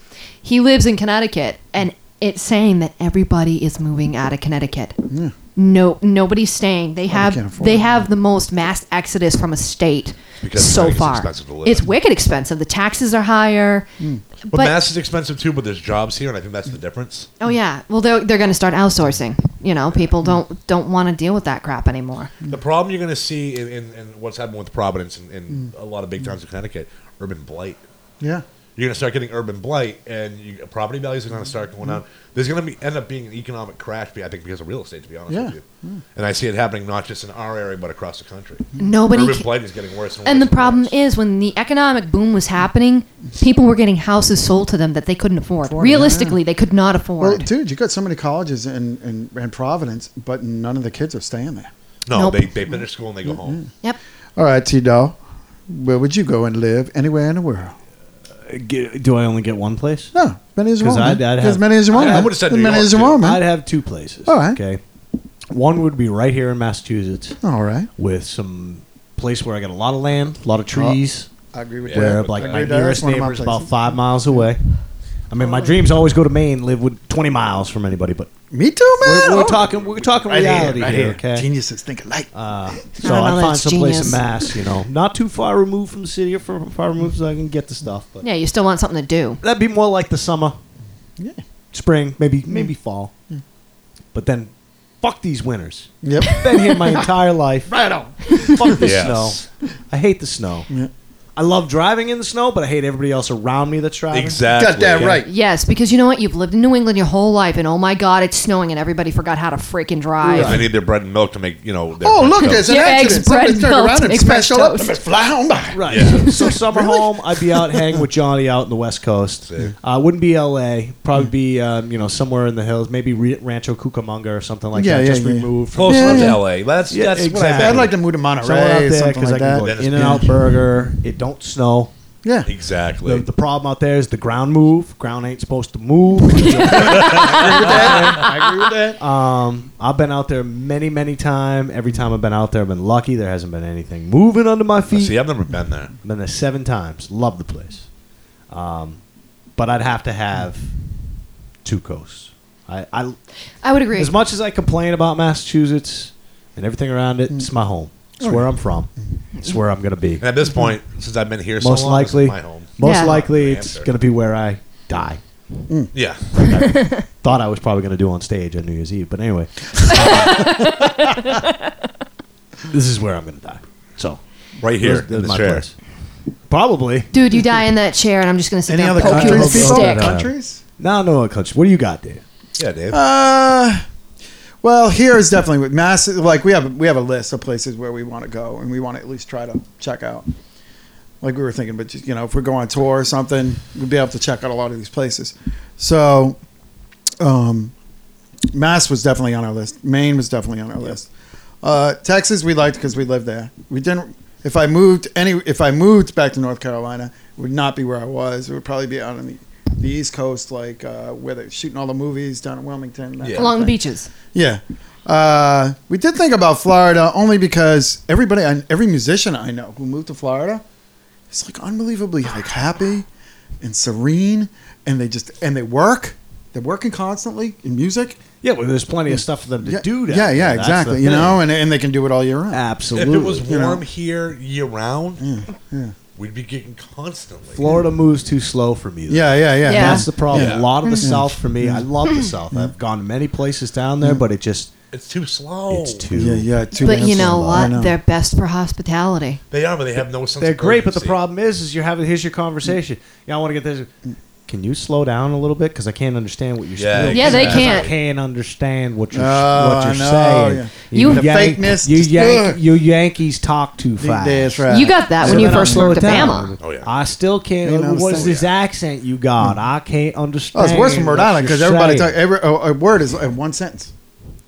Speaker 2: He lives in Connecticut, and it's saying that everybody is moving out of Connecticut.
Speaker 3: yeah.
Speaker 2: No, nobody's staying. They
Speaker 3: can't
Speaker 2: have
Speaker 3: afford
Speaker 2: they
Speaker 3: it.
Speaker 2: have the most mass exodus from a state
Speaker 1: Because
Speaker 2: so
Speaker 1: it's
Speaker 2: far.
Speaker 1: expensive to live
Speaker 2: It's
Speaker 1: in.
Speaker 2: wicked expensive. The taxes are higher.
Speaker 3: Hmm.
Speaker 1: But, mass is expensive too. But there's jobs here, and I think that's the difference.
Speaker 2: Oh yeah. Well, they're they're going to start outsourcing. You know, people don't don't want to deal with that crap anymore.
Speaker 3: Hmm.
Speaker 1: The problem you're going to see in, in, in what's happened with Providence and, and a lot of big towns in Connecticut, urban blight.
Speaker 3: Yeah.
Speaker 1: You're going to start getting urban blight, and you, property values
Speaker 3: Mm-hmm.
Speaker 1: are going to start going down. There's going to be end up being an economic crash, I think, because of real estate. To be honest
Speaker 3: Yeah.
Speaker 1: with you, and I see it happening not just in our area but across the country.
Speaker 2: Nobody.
Speaker 1: urban
Speaker 2: ca-
Speaker 1: blight is getting worse, and,
Speaker 2: and the
Speaker 1: worse
Speaker 2: problem
Speaker 1: worse.
Speaker 2: is when the economic boom was happening, people were getting houses sold to them that they couldn't afford. Realistically, they could not afford.
Speaker 3: Well, dude, you got so many colleges in, in, in Providence, but none of the kids are staying there.
Speaker 1: no,
Speaker 2: Nope.
Speaker 1: they they finish school and they go
Speaker 3: Mm-hmm.
Speaker 1: home.
Speaker 2: yep.
Speaker 3: All right, T Dog, where would you go and live anywhere in the world?
Speaker 5: G- Do I only Uh, get one place?
Speaker 3: No, many as you
Speaker 5: 'Cause
Speaker 3: want.
Speaker 5: I'd-
Speaker 3: man.
Speaker 5: I'd
Speaker 3: as
Speaker 5: have-
Speaker 3: many as you want.
Speaker 1: I
Speaker 3: man.
Speaker 1: would've said
Speaker 3: as
Speaker 1: New
Speaker 3: many
Speaker 1: York,
Speaker 3: as you
Speaker 1: too.
Speaker 3: want. man.
Speaker 5: I'd have two places.
Speaker 3: All right.
Speaker 5: Okay. One would be right here in Massachusetts
Speaker 3: All right.
Speaker 5: with some place where I got a lot of land, a lot of trees.
Speaker 3: I agree with
Speaker 5: where
Speaker 3: that.
Speaker 5: like
Speaker 3: I
Speaker 5: my
Speaker 3: agree with that.
Speaker 5: nearest
Speaker 3: That's one of my
Speaker 5: neighbor is about
Speaker 3: places. Oh.
Speaker 5: five miles away. I mean, my dreams always go to Maine, live with twenty miles from anybody. But
Speaker 3: Me too, man.
Speaker 5: we're,
Speaker 3: Oh.
Speaker 5: we're talking, we're talking
Speaker 7: Right here,
Speaker 5: reality
Speaker 7: right
Speaker 5: here,
Speaker 7: here.
Speaker 5: okay?
Speaker 3: Geniuses think alike.
Speaker 5: Uh,
Speaker 2: I
Speaker 5: so
Speaker 2: don't
Speaker 5: I
Speaker 2: know,
Speaker 5: would find
Speaker 2: that's
Speaker 5: someplace in
Speaker 2: genius.
Speaker 5: Mass, you know, not too far removed from the city or from far removed, so I can get the stuff. But
Speaker 2: Yeah, you still want something to do.
Speaker 5: that'd be more like the summer,
Speaker 3: Yeah. Mm.
Speaker 5: spring, maybe maybe fall. But then, fuck these winters.
Speaker 3: Yep.
Speaker 5: Been here my entire life.
Speaker 7: Right on.
Speaker 5: Fuck the
Speaker 1: Yes.
Speaker 5: snow. I hate the snow. I love driving in the snow, but I hate everybody else around me that's driving.
Speaker 1: Exactly.
Speaker 3: Got that right.
Speaker 2: Yes, because you know what? You've lived in New England your whole life, and oh my God, it's snowing, and everybody forgot how to freaking drive.
Speaker 1: They need their bread and milk to make you know. Their
Speaker 3: Oh, look,
Speaker 1: at
Speaker 3: there's an
Speaker 2: Your
Speaker 3: accident.
Speaker 2: eggs,
Speaker 3: Somebody
Speaker 2: bread,
Speaker 3: turned
Speaker 2: milk,
Speaker 3: around and
Speaker 2: eggs, bread,
Speaker 3: smashed all up.
Speaker 2: toast.
Speaker 3: Let me fly on by.
Speaker 5: Right.
Speaker 1: Yeah.
Speaker 5: So summer home, I'd be out hanging with Johnny out in the West Coast.
Speaker 1: Sick.
Speaker 5: Uh, wouldn't be L.A.
Speaker 3: Mm.
Speaker 5: Probably be um, you know somewhere in the hills, maybe Re- Rancho Cucamonga or something like
Speaker 3: Yeah,
Speaker 5: that.
Speaker 3: yeah,
Speaker 5: just
Speaker 3: yeah.
Speaker 5: removed
Speaker 1: Close
Speaker 5: from
Speaker 3: Yeah,
Speaker 1: enough
Speaker 3: yeah.
Speaker 1: to LA. That's
Speaker 5: Yeah,
Speaker 1: that's what I
Speaker 5: exactly.
Speaker 1: meant.
Speaker 3: I'd like to move to
Speaker 5: somewhere out
Speaker 3: Monterey,
Speaker 5: there,
Speaker 3: something
Speaker 5: 'cause
Speaker 3: like
Speaker 5: I
Speaker 3: that.
Speaker 5: can
Speaker 1: that.
Speaker 5: go In and Out Burger. It don't snow.
Speaker 3: yeah.
Speaker 1: exactly.
Speaker 5: The, the problem out there is the ground move. Ground ain't supposed to move. I agree with that.
Speaker 7: I agree with that.
Speaker 1: Ah,
Speaker 5: Um, I've been out there many, many time. Every time I've been out there, I've been lucky. There hasn't been anything moving under my feet.
Speaker 1: See, I've never been there.
Speaker 5: Been there seven times. Love the place. Um, but I'd have to have two coasts. I, I
Speaker 2: I would agree.
Speaker 5: as much as I complain about Massachusetts and everything around it, it's my home. It's where I'm from. It's where I'm gonna be.
Speaker 1: And at this point, since I've been here, so
Speaker 5: Most
Speaker 1: long, this is
Speaker 5: likely,
Speaker 1: my home.
Speaker 5: most
Speaker 2: Yeah.
Speaker 5: likely, it's
Speaker 1: Hampshire.
Speaker 5: gonna be where I die.
Speaker 1: Yeah,
Speaker 5: Thought I was probably gonna do on stage on New Year's Eve, but anyway, this is where I'm gonna die. So
Speaker 1: right here
Speaker 5: Those- those
Speaker 1: in this
Speaker 5: my
Speaker 1: chair.
Speaker 5: place. Probably.
Speaker 2: Dude, you die in that chair, and I'm just going to sit
Speaker 3: Any
Speaker 2: there
Speaker 3: other
Speaker 2: and poke you with a
Speaker 3: countries?
Speaker 5: people?
Speaker 2: stick.
Speaker 5: No.
Speaker 3: Countries?
Speaker 5: No, no, no, Coach. What do you got, Dave?
Speaker 1: Yeah, Dave.
Speaker 3: Uh, well, here is definitely with massive. Like we have we have a list of places where we want to go, and we want to at least try to check out. Like we were thinking, but just, you know, if we go on tour or something, we'd be able to check out a lot of these places. So, um, Mass was definitely on our list. Maine was definitely on our list. Uh, Texas, we liked because we lived there. We didn't. If I moved any, if I moved back to North Carolina, it would not be where I was. It would probably be out on the, the East Coast, like uh, where they're shooting all the movies down in Wilmington. that kind of
Speaker 2: Along the
Speaker 3: thing.
Speaker 2: beaches.
Speaker 3: Yeah. Uh, we did think about Florida only because everybody, and every musician I know who moved to Florida, is like unbelievably like happy and serene, and they just and they work. They're working constantly in music.
Speaker 5: Yeah, well, there's plenty of stuff for them to
Speaker 3: yeah,
Speaker 5: do. down
Speaker 3: yeah,
Speaker 5: there.
Speaker 3: yeah,
Speaker 5: That's the
Speaker 3: exactly. You
Speaker 5: thing.
Speaker 3: know, and, and they can do it all year round.
Speaker 1: if
Speaker 5: absolutely.
Speaker 1: it was warm
Speaker 3: you know.
Speaker 1: here year round, we'd be getting constantly.
Speaker 5: Florida moves too slow for music.
Speaker 3: yeah, Mm-hmm. yeah, yeah.
Speaker 2: Yeah.
Speaker 5: That's the problem.
Speaker 1: Yeah.
Speaker 5: A lot of the South for me, I love the South. I've gone to many places down there, but it just
Speaker 1: It's too slow.
Speaker 5: it's too.
Speaker 3: Mm-hmm. yeah, yeah. too
Speaker 2: But you
Speaker 3: handsome.
Speaker 2: know
Speaker 3: I
Speaker 2: what? They're best for hospitality.
Speaker 1: They are, but they have no sense.
Speaker 5: They're
Speaker 1: of
Speaker 5: great, but the
Speaker 1: urgency.
Speaker 5: problem is, is you're having here's your conversation. Yeah, I want to get this. Can you slow down a little bit? Because I can't understand what you're
Speaker 1: Yeah,
Speaker 5: saying.
Speaker 1: Yeah, they
Speaker 5: Because
Speaker 2: can't.
Speaker 5: I can't understand what you're
Speaker 3: Oh,
Speaker 5: what
Speaker 3: I
Speaker 5: you're
Speaker 3: know,
Speaker 5: saying.
Speaker 3: yeah.
Speaker 2: You-
Speaker 3: The
Speaker 5: Yank-
Speaker 3: fakeness,
Speaker 5: You
Speaker 3: just,
Speaker 5: Yank-
Speaker 3: ugh.
Speaker 5: you Yankees talk too fast.
Speaker 3: That's right.
Speaker 2: You got that
Speaker 5: So
Speaker 2: when you
Speaker 5: then I'll
Speaker 2: first
Speaker 5: slow
Speaker 2: moved
Speaker 5: it
Speaker 2: to
Speaker 5: down.
Speaker 2: Bama.
Speaker 1: Oh, yeah.
Speaker 5: I still can't.
Speaker 3: You know,
Speaker 5: what is
Speaker 3: so-
Speaker 5: this accent you got? I can't
Speaker 3: Oh,
Speaker 5: understand.
Speaker 3: it's worse from Rhode
Speaker 5: what
Speaker 3: Island
Speaker 5: you're
Speaker 3: because everybody
Speaker 5: saying.
Speaker 3: talk, every a, a word is uh, one sentence.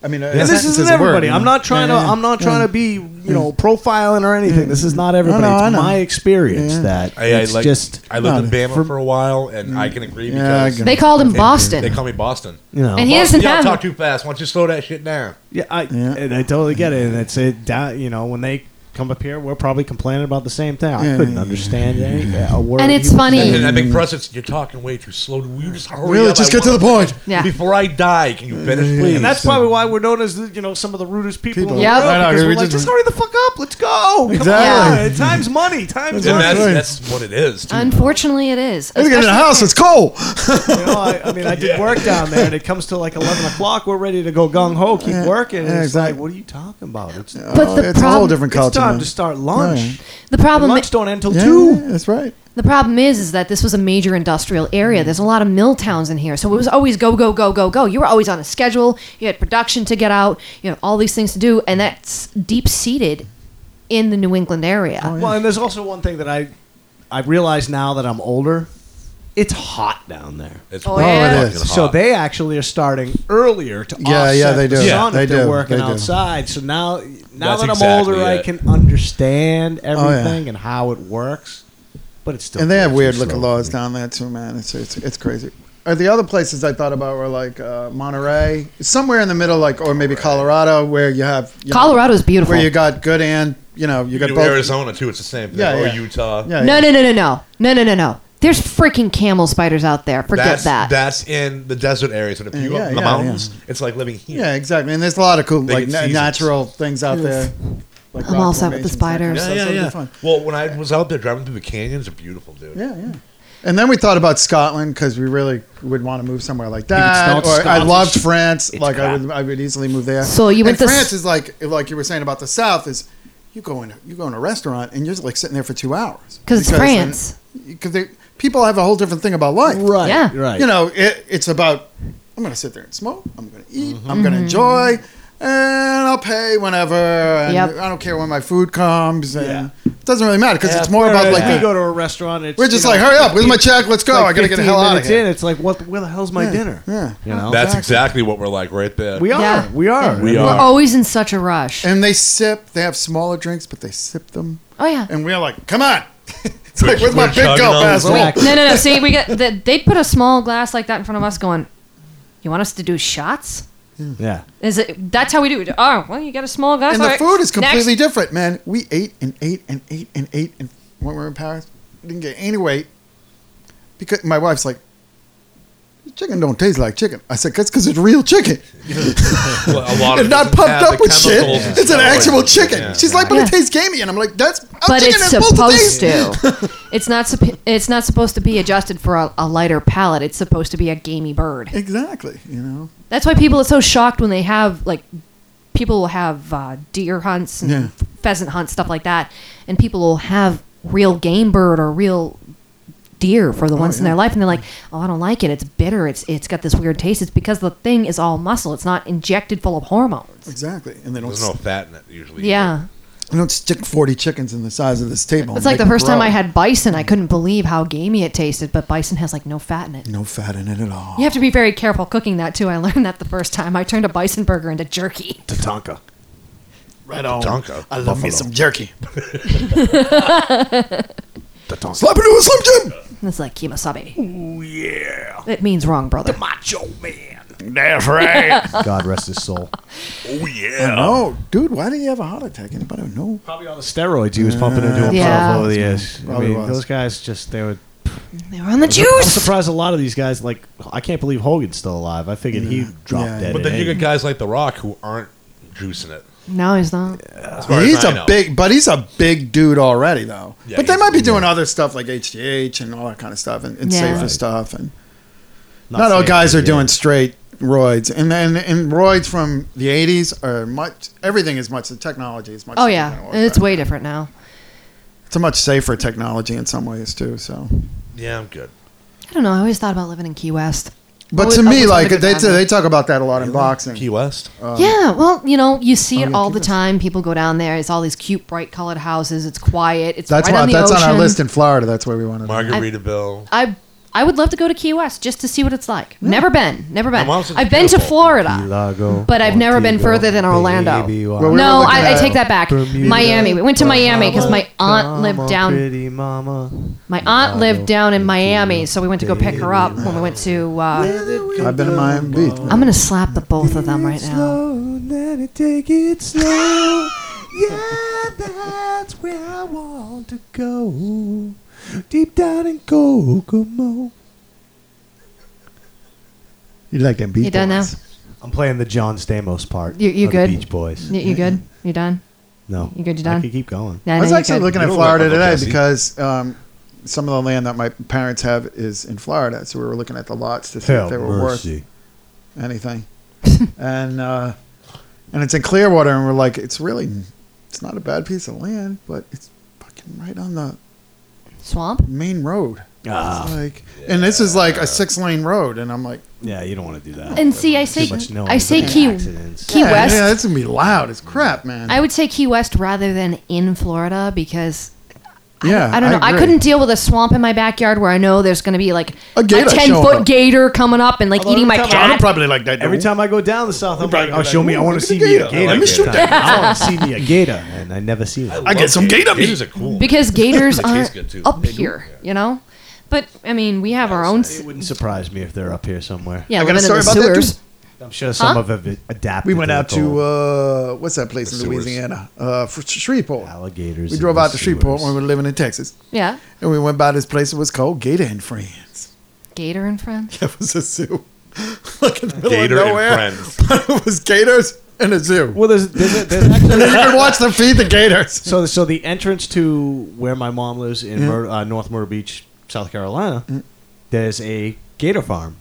Speaker 3: I mean, a, a
Speaker 5: And this
Speaker 3: sentence
Speaker 5: isn't
Speaker 3: is a word,
Speaker 5: everybody.
Speaker 3: you know?
Speaker 5: I'm not trying
Speaker 3: Yeah, yeah,
Speaker 5: to. I'm not
Speaker 3: yeah.
Speaker 5: trying to be you know profiling or anything. This is not everybody.
Speaker 3: I know, I
Speaker 5: it's
Speaker 3: know.
Speaker 5: my experience
Speaker 3: Yeah.
Speaker 5: that
Speaker 1: I, I
Speaker 5: it's
Speaker 1: like,
Speaker 5: just
Speaker 1: I lived
Speaker 3: no,
Speaker 1: in Bama for, a while, and I can agree
Speaker 3: Yeah, I
Speaker 1: because
Speaker 3: can-
Speaker 2: They called him
Speaker 1: they-
Speaker 2: Boston.
Speaker 1: They call me Boston.
Speaker 5: you know.
Speaker 2: And he
Speaker 1: Boston,
Speaker 2: doesn't
Speaker 1: y'all talk too
Speaker 2: have.
Speaker 1: fast. Why don't you slow that shit down?
Speaker 5: yeah, I
Speaker 3: Yeah.
Speaker 5: and I totally get it, and it's it. Down, you know when they come up here, we're probably complaining about the same thing. I
Speaker 3: Yeah.
Speaker 5: couldn't understand any, uh, a word.
Speaker 6: And it's
Speaker 5: he was
Speaker 6: funny.
Speaker 5: saying.
Speaker 1: And I think for us, it's you're talking way too slow. Will you just hurry
Speaker 3: Really,
Speaker 1: up?
Speaker 3: just
Speaker 1: I
Speaker 3: get to the
Speaker 1: want-
Speaker 3: point.
Speaker 2: Yeah.
Speaker 1: Before I die, can you finish, please?
Speaker 5: And that's probably why we're known as the, you know some of the rudest people. in the
Speaker 2: People.
Speaker 5: world,
Speaker 2: Yeah.
Speaker 3: I know,
Speaker 5: because
Speaker 3: we
Speaker 5: we're like,
Speaker 3: just-
Speaker 5: just hurry the fuck up. Let's go. Come
Speaker 3: Exactly.
Speaker 5: on. Time's money. Time's
Speaker 1: And
Speaker 5: money.
Speaker 1: that's,
Speaker 3: Right.
Speaker 1: that's what it is. Too.
Speaker 2: Unfortunately, it is.
Speaker 3: Let's get in the
Speaker 2: Especially-
Speaker 3: house. It's cold.
Speaker 5: You know, I, I mean, I did work down there, and it comes to like eleven o'clock. We're ready to go gung ho, keep working. And
Speaker 3: yeah,
Speaker 5: it's
Speaker 3: exactly.
Speaker 5: like, what are you talking about? It's,
Speaker 3: Oh,
Speaker 6: But the
Speaker 3: it's a whole
Speaker 6: problem-
Speaker 3: different
Speaker 5: it's
Speaker 3: culture.
Speaker 5: time
Speaker 3: man.
Speaker 5: to start lunch.
Speaker 2: The
Speaker 5: And
Speaker 2: problem,
Speaker 5: lunch don't end till
Speaker 3: Yeah,
Speaker 5: two.
Speaker 3: yeah, that's right.
Speaker 2: the problem is, is that this was a major industrial area. There's a lot of mill towns in here, so it was always go, go, go, go, go. You were always on a schedule. You had production to get out. You had all these things to do, and that's deep seated in the New England area.
Speaker 5: Well, and there's also one thing that I I realize now that I'm older. It's hot down there.
Speaker 1: It's
Speaker 2: Oh,
Speaker 1: fucking
Speaker 2: yeah.
Speaker 3: it is.
Speaker 1: hot.
Speaker 5: So they actually are starting earlier to
Speaker 3: Yeah,
Speaker 5: offset
Speaker 3: yeah, they
Speaker 5: the
Speaker 3: do.
Speaker 5: sun if
Speaker 3: They
Speaker 5: they're
Speaker 3: do.
Speaker 5: working
Speaker 3: They do.
Speaker 5: outside. So now, now
Speaker 1: That's
Speaker 5: that I'm
Speaker 1: exactly
Speaker 5: older, I
Speaker 1: it.
Speaker 5: can understand
Speaker 3: Oh, yeah.
Speaker 5: everything and how it works. But it's still
Speaker 3: And they have
Speaker 5: too
Speaker 3: weird looking
Speaker 5: slow.
Speaker 3: laws down there too, man. It's it's, it's crazy. Uh, the other places I thought about were like uh, Monterey, somewhere in the middle, like or maybe Colorado, where you have you know,
Speaker 2: Colorado's beautiful.
Speaker 3: where you got good and you know you
Speaker 1: You
Speaker 3: got
Speaker 1: can do
Speaker 3: both.
Speaker 1: Arizona too. It's the same thing.
Speaker 3: Yeah,
Speaker 1: or
Speaker 3: yeah.
Speaker 1: Utah.
Speaker 3: Yeah,
Speaker 2: no,
Speaker 3: yeah.
Speaker 2: no, no, no, no, no, no, no, no. There's freaking camel spiders out there. Forget
Speaker 1: That's,
Speaker 2: that.
Speaker 1: That's in the desert areas. But if you go
Speaker 3: Yeah,
Speaker 1: up in the
Speaker 3: yeah, yeah.
Speaker 1: mountains, it's like living here.
Speaker 3: yeah, exactly. And there's a lot of cool
Speaker 1: They
Speaker 3: like
Speaker 1: get
Speaker 3: na-
Speaker 1: seasons.
Speaker 3: natural things out there. Like
Speaker 2: I'm
Speaker 3: rock
Speaker 2: all set with the spiders.
Speaker 3: formations,
Speaker 1: Yeah,
Speaker 3: that kind
Speaker 1: yeah,
Speaker 3: of stuff, so it'll
Speaker 1: yeah.
Speaker 3: be fun.
Speaker 1: Well, when I was out there driving through the canyons, are beautiful, dude.
Speaker 3: Yeah, yeah. And then we thought about Scotland because we really would want to move somewhere like
Speaker 5: it's
Speaker 3: that.
Speaker 5: not
Speaker 3: Or I
Speaker 5: Scottish,
Speaker 3: loved France.
Speaker 5: it's
Speaker 3: Like I
Speaker 5: crap.
Speaker 3: would, I would easily move there.
Speaker 2: So you went
Speaker 3: and
Speaker 2: to
Speaker 3: France
Speaker 2: s-
Speaker 3: is like, like you were saying about the South is, you go in, you go in a restaurant and you're like sitting there for two hours
Speaker 2: 'Cause it's France.
Speaker 3: Because people have a whole different thing about life.
Speaker 5: Right.
Speaker 2: Yeah.
Speaker 5: Right.
Speaker 3: You know, it, it's about I'm going to sit there and smoke. I'm going to eat.
Speaker 5: Mm-hmm.
Speaker 3: I'm
Speaker 2: Mm-hmm.
Speaker 3: going to enjoy, and I'll pay whenever. And
Speaker 2: Yep.
Speaker 3: I don't care when my food comes. And It doesn't really matter because it's more
Speaker 5: Whereas
Speaker 3: about like
Speaker 5: we
Speaker 3: the-
Speaker 5: go to a restaurant. It's,
Speaker 3: we're just
Speaker 5: you know,
Speaker 3: like, hurry up, where's my check? Let's go.
Speaker 5: like
Speaker 3: I gotta get the
Speaker 5: 15
Speaker 3: hell out of
Speaker 5: minutes
Speaker 3: here.
Speaker 5: In, it's like, what? Where the hell's my dinner?
Speaker 3: Yeah.
Speaker 5: You know.
Speaker 1: That's
Speaker 3: Exactly.
Speaker 1: exactly what we're like right there.
Speaker 5: we are.
Speaker 2: Yeah.
Speaker 5: We are.
Speaker 1: We
Speaker 2: We're
Speaker 1: are.
Speaker 2: always in such a rush.
Speaker 3: And they sip. They have smaller drinks, but they sip them.
Speaker 2: oh yeah.
Speaker 3: And we're like, come on. it's
Speaker 1: We're-
Speaker 3: like, where's my
Speaker 1: we're
Speaker 3: big
Speaker 1: chugging
Speaker 3: gulp
Speaker 1: on
Speaker 3: asshole?
Speaker 5: black.
Speaker 2: No, no, no. See, we got the, they'd put a small glass like that in front of us, going, "You want us to do shots?"
Speaker 5: Yeah.
Speaker 2: Is it? That's how we do it. Oh, well, you got a small glass.
Speaker 3: And
Speaker 2: all
Speaker 3: the
Speaker 2: right.
Speaker 3: food is completely
Speaker 2: Next.
Speaker 3: different, man. We ate and ate and ate and ate and when we were in Paris, didn't get any weight because my wife's like, chicken don't taste like chicken. I said, that's because it's real chicken.
Speaker 1: Well, Oh, a lot of
Speaker 3: It's
Speaker 1: it
Speaker 3: not
Speaker 1: doesn't
Speaker 3: pumped
Speaker 1: have
Speaker 3: up
Speaker 1: the
Speaker 3: with shit.
Speaker 1: chemicals and
Speaker 3: It's an
Speaker 1: stuff like
Speaker 3: actual
Speaker 1: that.
Speaker 3: chicken.
Speaker 1: Yeah.
Speaker 3: She's like, but
Speaker 2: Yeah.
Speaker 3: it tastes gamey, and I'm like, that's how
Speaker 2: But
Speaker 3: chicken
Speaker 2: it's
Speaker 3: is supposed to
Speaker 2: supposed
Speaker 3: taste.
Speaker 2: to. It's not. supp- It's not supposed to be adjusted for a, a lighter palate. It's supposed to be a gamey bird.
Speaker 3: Exactly. You know.
Speaker 2: That's why people are so shocked when they have like people will have uh, deer hunts and
Speaker 3: Yeah.
Speaker 2: pheasant hunts, stuff like that, and people will have real game bird or real deer for the once in
Speaker 3: Oh, yeah.
Speaker 2: their life, and they're like, "Oh, I don't like it. It's bitter. It's it's got this weird taste. It's because the thing is all muscle. It's not injected full of hormones."
Speaker 3: Exactly. And they don't.
Speaker 1: There's no fat in it usually.
Speaker 2: Yeah,
Speaker 3: I don't stick 40 chickens in the size of this table.
Speaker 2: it's
Speaker 3: and
Speaker 2: like the
Speaker 3: make it
Speaker 2: first time
Speaker 3: grow.
Speaker 2: I had bison, I couldn't believe how gamey it tasted, but bison has like no fat in it.
Speaker 3: No fat in it at all.
Speaker 2: You have to be very careful cooking that too. I learned that the first time I turned a bison burger into jerky.
Speaker 5: Tatanka.
Speaker 3: Right on.
Speaker 1: Tonka.
Speaker 3: I love
Speaker 1: Buffalo.
Speaker 3: me some jerky.
Speaker 5: Tatanka.
Speaker 3: Slap it into a Slim Jim!
Speaker 2: And it's like kimasabi.
Speaker 5: Ooh, yeah.
Speaker 2: It means wrong, brother.
Speaker 5: Macho man.
Speaker 7: That's right.
Speaker 5: God rest his soul.
Speaker 1: Oh yeah.
Speaker 3: No, dude, why did he have a heart attack? Anybody know?
Speaker 5: Probably all the steroids he was pumping into himself
Speaker 2: Yeah.
Speaker 5: over the years. I
Speaker 3: Probably
Speaker 5: mean,
Speaker 3: was.
Speaker 5: those guys just they were.
Speaker 2: They were on the
Speaker 5: I'm
Speaker 2: juice.
Speaker 5: surprised a lot of these guys. Like, I can't believe Hogan's still alive. I figured he dropped
Speaker 3: Yeah.
Speaker 5: dead.
Speaker 1: But then
Speaker 5: at
Speaker 1: you get
Speaker 3: eh?
Speaker 5: 80.
Speaker 1: guys like The Rock who aren't juicing it.
Speaker 2: No, he's not.
Speaker 1: As far
Speaker 3: he's
Speaker 1: as I
Speaker 3: a
Speaker 1: know.
Speaker 3: big, but he's a big dude already, though.
Speaker 1: Yeah,
Speaker 3: but they
Speaker 1: he's-
Speaker 3: might be doing other stuff like HGH and all that kind of stuff and, and
Speaker 2: Yeah.
Speaker 3: safer
Speaker 2: Right.
Speaker 3: stuff. And not all
Speaker 5: saying
Speaker 3: guys
Speaker 5: that
Speaker 3: are
Speaker 5: he
Speaker 3: doing
Speaker 5: is.
Speaker 3: straight roids, and and, and roids from the '80s are much. Everything is much. The technology is much.
Speaker 2: Oh
Speaker 3: different than it
Speaker 2: yeah,
Speaker 3: was
Speaker 2: it's
Speaker 3: back
Speaker 2: way different now.
Speaker 3: It's a much safer technology in some ways too. So,
Speaker 1: Yeah, I'm good.
Speaker 2: I don't know. I always thought about living in Key West.
Speaker 3: but
Speaker 2: Always-
Speaker 3: to
Speaker 2: always
Speaker 3: me,
Speaker 2: wanted
Speaker 3: like
Speaker 2: to
Speaker 3: they, um,
Speaker 2: go down there.
Speaker 3: they talk about that a lot in boxing.
Speaker 1: Key West.
Speaker 3: Uh,
Speaker 2: yeah, well, you know, you see
Speaker 3: Oh,
Speaker 2: it
Speaker 3: yeah,
Speaker 2: all
Speaker 3: Key
Speaker 2: the
Speaker 3: West.
Speaker 2: time. People go down there. It's all these cute, bright colored houses. It's quiet. It's
Speaker 3: That's
Speaker 2: right
Speaker 3: why
Speaker 2: on the
Speaker 3: that's
Speaker 2: ocean.
Speaker 3: on our list in Florida. That's where we wanted. to
Speaker 1: Margaritaville.
Speaker 2: I I would love to go to Key West just to see what it's like. Never been. Never been.
Speaker 1: My mom's is
Speaker 2: I've been to
Speaker 1: beautiful.
Speaker 2: Florida.
Speaker 5: Lago,
Speaker 2: But I've never been
Speaker 5: Montego,
Speaker 2: further than Orlando.
Speaker 5: baby, why-
Speaker 3: Well, we were
Speaker 2: no,
Speaker 3: looking
Speaker 2: I, I
Speaker 3: at
Speaker 2: take that back.
Speaker 5: Bermuda,
Speaker 2: Miami. We went to Miami because my
Speaker 5: Bahama,
Speaker 2: aunt lived
Speaker 5: Bahama,
Speaker 2: down.
Speaker 5: Pretty mama.
Speaker 2: My aunt lived down in
Speaker 5: Miami,
Speaker 2: Miami, so we went to go pick her up when we went to. Uh,
Speaker 3: I've been to Miami Beach.
Speaker 2: I'm gonna slap the both of them right now.
Speaker 5: Slow, let it take it slow. Yeah, that's where I want to go. Deep down in Kokomo. You like them Beach
Speaker 2: You done now?
Speaker 5: Boys? I'm playing the John Stamos part.
Speaker 2: You- you
Speaker 5: of the
Speaker 2: good?
Speaker 5: Beach Boys.
Speaker 2: You, you good? You done?
Speaker 5: No.
Speaker 2: You good, you
Speaker 5: I
Speaker 2: done?
Speaker 5: could keep going.
Speaker 2: Yeah,
Speaker 3: I was
Speaker 2: know you
Speaker 3: actually
Speaker 2: could.
Speaker 3: looking at
Speaker 1: You don't
Speaker 3: Florida
Speaker 1: like Uncle
Speaker 3: today
Speaker 1: Jesse.
Speaker 3: because um, some of the land that my parents have is in Florida, so we were looking at the lots to see if they were worth anything. and uh, and it's in Clearwater, and we're like, it's really, it's not a bad piece of land, but it's fucking right on the
Speaker 2: swamp.
Speaker 3: main road.
Speaker 5: Ah.
Speaker 3: It's like, and this is like a six lane road, and I'm like,
Speaker 5: Yeah, you don't want to do that.
Speaker 2: And see, I say,
Speaker 5: Too much noise.
Speaker 2: I say
Speaker 5: and
Speaker 2: Key,
Speaker 5: accidents.
Speaker 2: Key
Speaker 3: yeah,
Speaker 2: West.
Speaker 3: yeah, it's gonna be loud as crap, man.
Speaker 2: I would say Key West rather than in Florida because
Speaker 3: yeah,
Speaker 2: I don't know. I,
Speaker 3: agree.
Speaker 2: couldn't deal with a swamp in my backyard where I know there's going to be like
Speaker 3: A
Speaker 2: a,
Speaker 3: gator
Speaker 2: ten
Speaker 3: showing
Speaker 2: foot
Speaker 3: up.
Speaker 2: gator coming up and like
Speaker 5: Although
Speaker 2: eating my
Speaker 5: every time-
Speaker 2: cat.
Speaker 3: probably like that.
Speaker 5: Every
Speaker 3: dude.
Speaker 5: time I go down the south, I'm like,
Speaker 1: probably
Speaker 5: oh, show me. I want to see
Speaker 3: the
Speaker 5: me a
Speaker 3: gator.
Speaker 5: gator.
Speaker 1: Let me shoot
Speaker 5: that. I want to see me a gator. And I never see one.
Speaker 1: I
Speaker 7: get some gator meat.
Speaker 1: Gators are cool.
Speaker 2: because gators
Speaker 1: They taste
Speaker 2: aren't
Speaker 1: good, too.
Speaker 2: up
Speaker 1: They do,
Speaker 2: here,
Speaker 1: yeah.
Speaker 2: you know. But I mean, we have our own. s-
Speaker 5: It wouldn't surprise me if they're up here somewhere.
Speaker 2: Yeah,
Speaker 3: I got a
Speaker 2: living in
Speaker 3: story
Speaker 2: the
Speaker 3: about that, too.
Speaker 2: sewers.
Speaker 5: I'm sure some
Speaker 2: Huh?
Speaker 5: of them adapted.
Speaker 3: we went
Speaker 5: the
Speaker 3: out to
Speaker 5: cold.
Speaker 3: uh, what's that place
Speaker 1: The
Speaker 3: in
Speaker 1: sewers.
Speaker 3: Louisiana? Uh, Sh- Shreveport.
Speaker 5: alligators.
Speaker 3: We
Speaker 5: in
Speaker 3: drove
Speaker 5: the
Speaker 3: out to Shreveport
Speaker 5: sewers.
Speaker 3: when we were living in Texas,
Speaker 2: Yeah,
Speaker 3: and we went by this place that was called Gator and Friends.
Speaker 2: gator and friends.
Speaker 3: It was a zoo, like in the middle
Speaker 1: Gator
Speaker 3: of
Speaker 1: and
Speaker 3: nowhere.
Speaker 1: friends.
Speaker 3: it was gators and a zoo.
Speaker 5: Well, there's, there's, a- there's actually
Speaker 3: And you could watch them feed the gators.
Speaker 5: so so the entrance to where my mom lives in Myrtle- uh, North Myrtle Beach, South Carolina,
Speaker 3: Mm.
Speaker 5: there's a gator farm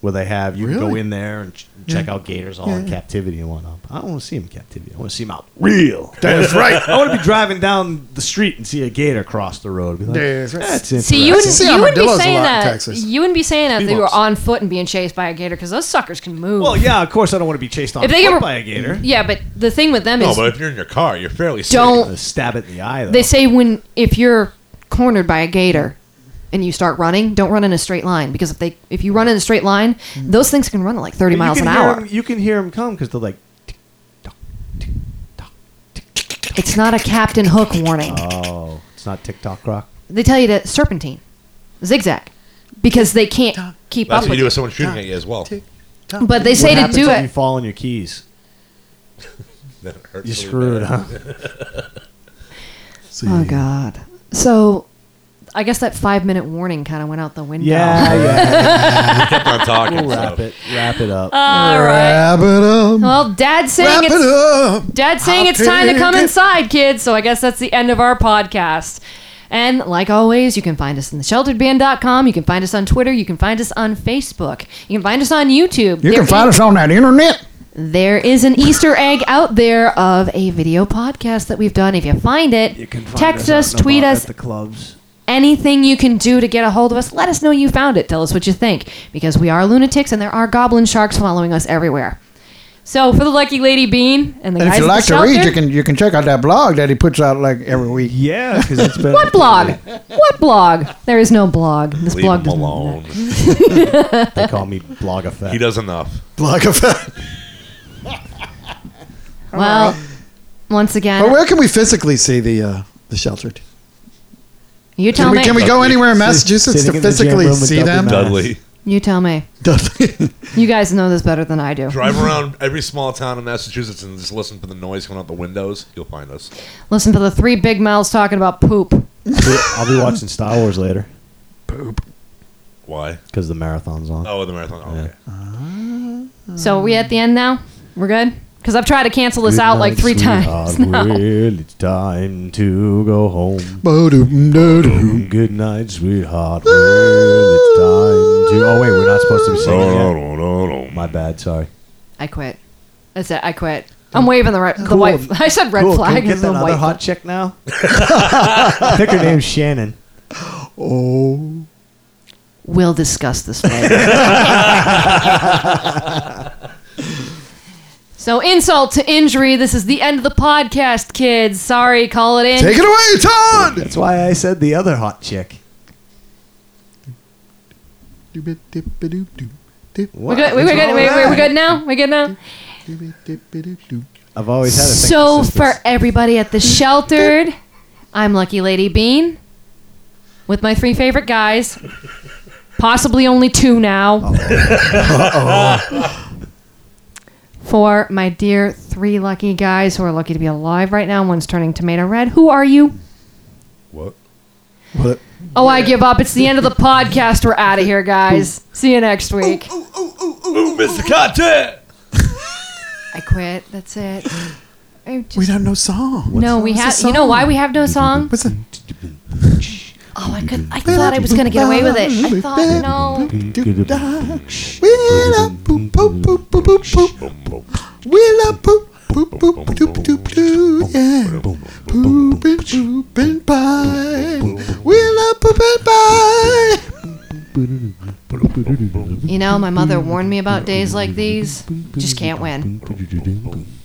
Speaker 5: where they have you can go
Speaker 3: Really?
Speaker 5: in there and ch- check out gators all in captivity and whatnot. I don't want to see them in captivity. I want to see them out real.
Speaker 3: That's right.
Speaker 5: I want to be driving down the street and see a gator cross the road. Be like,
Speaker 3: That's right.
Speaker 5: That's
Speaker 2: See,
Speaker 5: interesting.
Speaker 2: you
Speaker 3: Correct.
Speaker 2: wouldn't,
Speaker 3: See
Speaker 2: you wouldn't be
Speaker 3: armadillos a
Speaker 2: saying
Speaker 3: lot in
Speaker 2: that.
Speaker 3: Texas.
Speaker 2: You wouldn't be saying that if they were
Speaker 5: Ewoks.
Speaker 2: on foot and being chased by a gator because those suckers can move.
Speaker 5: well, yeah, of course I don't want to be chased on
Speaker 2: If they
Speaker 5: foot
Speaker 2: ever-
Speaker 5: by a gator.
Speaker 2: Yeah, but the thing with them
Speaker 1: No,
Speaker 2: is
Speaker 1: but if you're in your car, you're fairly safe.
Speaker 2: Don't-
Speaker 5: A stab it in the eye. Though.
Speaker 2: they say when if you're cornered by a gator and you start running, don't run in a straight line because if they if you run in a straight line, those things can run at like 30
Speaker 5: But Mm. you
Speaker 2: miles
Speaker 5: can
Speaker 2: an
Speaker 5: hear
Speaker 2: hour.
Speaker 5: 'em- you can hear them come because they're like, "Tick, tock, tick, tock."
Speaker 2: It's not a Captain Hook warning.
Speaker 5: oh, it's not TikTok rock.
Speaker 2: They tell you to serpentine, zigzag, because they can't keep
Speaker 1: That's what
Speaker 2: up
Speaker 1: you
Speaker 2: with
Speaker 1: do
Speaker 2: you.
Speaker 1: with someone shooting at you as well.
Speaker 2: But they
Speaker 5: What
Speaker 2: say to
Speaker 5: happens
Speaker 2: do
Speaker 5: if You
Speaker 2: it.
Speaker 5: fall on your keys.
Speaker 1: That hurts
Speaker 5: You're
Speaker 1: really
Speaker 5: screwed,
Speaker 1: bad.
Speaker 5: huh?
Speaker 2: Oh God. So, I guess that five minute warning kind of went out the window.
Speaker 5: Yeah, yeah.
Speaker 1: Kept on talking.
Speaker 5: wrap
Speaker 1: so.
Speaker 5: it, wrap it up.
Speaker 2: All right.
Speaker 3: Wrap it up.
Speaker 2: Well, Dad's saying
Speaker 3: Wrap it
Speaker 2: it's
Speaker 3: up.
Speaker 2: Dad's saying it's time to come inside, kids. So I guess that's the end of our podcast. And like always, you can find us in theshelteredband.com. You can find us on Twitter. You can find us on Facebook. You can find us on YouTube.
Speaker 3: You can find us on that internet.
Speaker 2: There is an Easter egg out there of a video podcast that we've done. If you find it, text us, tweet us,
Speaker 5: clubs.
Speaker 2: anything you can do to get a hold of us, let us know you found it. Tell us what you think because we are lunatics and there are goblin sharks following us everywhere. So for the lucky lady bean and the
Speaker 3: And
Speaker 2: guys
Speaker 3: if you
Speaker 2: at the
Speaker 3: like to read,
Speaker 2: shelter-
Speaker 3: you can you can check out that blog that he puts out like every week.
Speaker 5: Yeah, because it's been
Speaker 2: what blog? What blog? There is no blog. This
Speaker 1: Leave
Speaker 2: blog
Speaker 1: him
Speaker 2: doesn't.
Speaker 1: alone.
Speaker 5: They call me blog
Speaker 1: He
Speaker 5: effect.
Speaker 1: does enough.
Speaker 3: Blog of
Speaker 2: Well, once
Speaker 3: But
Speaker 2: again,
Speaker 3: where can we physically see the uh, the sheltered?
Speaker 2: you tell
Speaker 3: Can we,
Speaker 2: me.
Speaker 3: can we go anywhere in Massachusetts
Speaker 5: Sitting
Speaker 3: to
Speaker 5: in the jam
Speaker 3: physically
Speaker 5: room with
Speaker 3: see
Speaker 5: Dudley
Speaker 3: them?
Speaker 5: Mack.
Speaker 1: Dudley.
Speaker 2: You tell me.
Speaker 3: Dudley.
Speaker 2: You guys know this better than I do.
Speaker 1: Drive around every small town in Massachusetts and just listen for the noise coming out the windows. You'll find us.
Speaker 2: Listen to the three big mouths talking about poop.
Speaker 5: I'll be watching Star Wars later
Speaker 1: Why?
Speaker 5: because the marathon's on.
Speaker 1: Oh, the marathon. Oh, okay.
Speaker 2: So are we at the end now? We're good? Because I've tried to cancel this out like three times now.
Speaker 5: Well, it's time to go home.
Speaker 3: Ba-dum-da-dum.
Speaker 5: Good night, sweetheart. Well, it's time to. Oh wait, we're not supposed to be singing yet. My bad. Sorry.
Speaker 2: I quit. That's it. I quit. I'm waving the red, the white. I said red
Speaker 5: Cool,
Speaker 2: flag
Speaker 5: Can we get
Speaker 2: and
Speaker 5: that
Speaker 2: then
Speaker 5: other
Speaker 2: white.
Speaker 5: hot chick now. I think her name's Shannon.
Speaker 3: Oh.
Speaker 2: We'll discuss this later. so insult to injury. This is the end of the podcast, kids. Sorry, call it in.
Speaker 3: Take it away, Todd!
Speaker 5: That's why I said the other hot chick.
Speaker 3: What?
Speaker 2: we're good. We're,
Speaker 5: What's
Speaker 2: good. We're,
Speaker 5: wrong with
Speaker 2: we're
Speaker 5: that?
Speaker 2: good now. We're good now.
Speaker 5: I've always had a thing
Speaker 2: So
Speaker 5: for
Speaker 2: for
Speaker 5: sisters.
Speaker 2: everybody at the sheltered, I'm Lucky Lady Bean with my three favorite guys. Possibly only two now. For my dear three lucky guys who are lucky to be alive right now. One's turning tomato red. Who are you?
Speaker 1: What?
Speaker 3: What?
Speaker 2: Oh, I give up. It's the end of the podcast. We're out of here, guys. See you next week.
Speaker 1: Ooh, Mr. Content!
Speaker 2: I quit. That's it. I just-
Speaker 3: We have no song.
Speaker 2: no, we have. You know why we have no song?
Speaker 3: What's the
Speaker 2: Oh, I could. I thought I was gonna get away with it. I thought no.
Speaker 3: Willa poop poop poop poop poop poop. Willa poop poop poop doop doop doo. Yeah. Poop and poop and pie. Willa poop and pie.
Speaker 2: You know, my mother warned me about days like these. Just can't win.
Speaker 8: Boom, boom, boom, boom.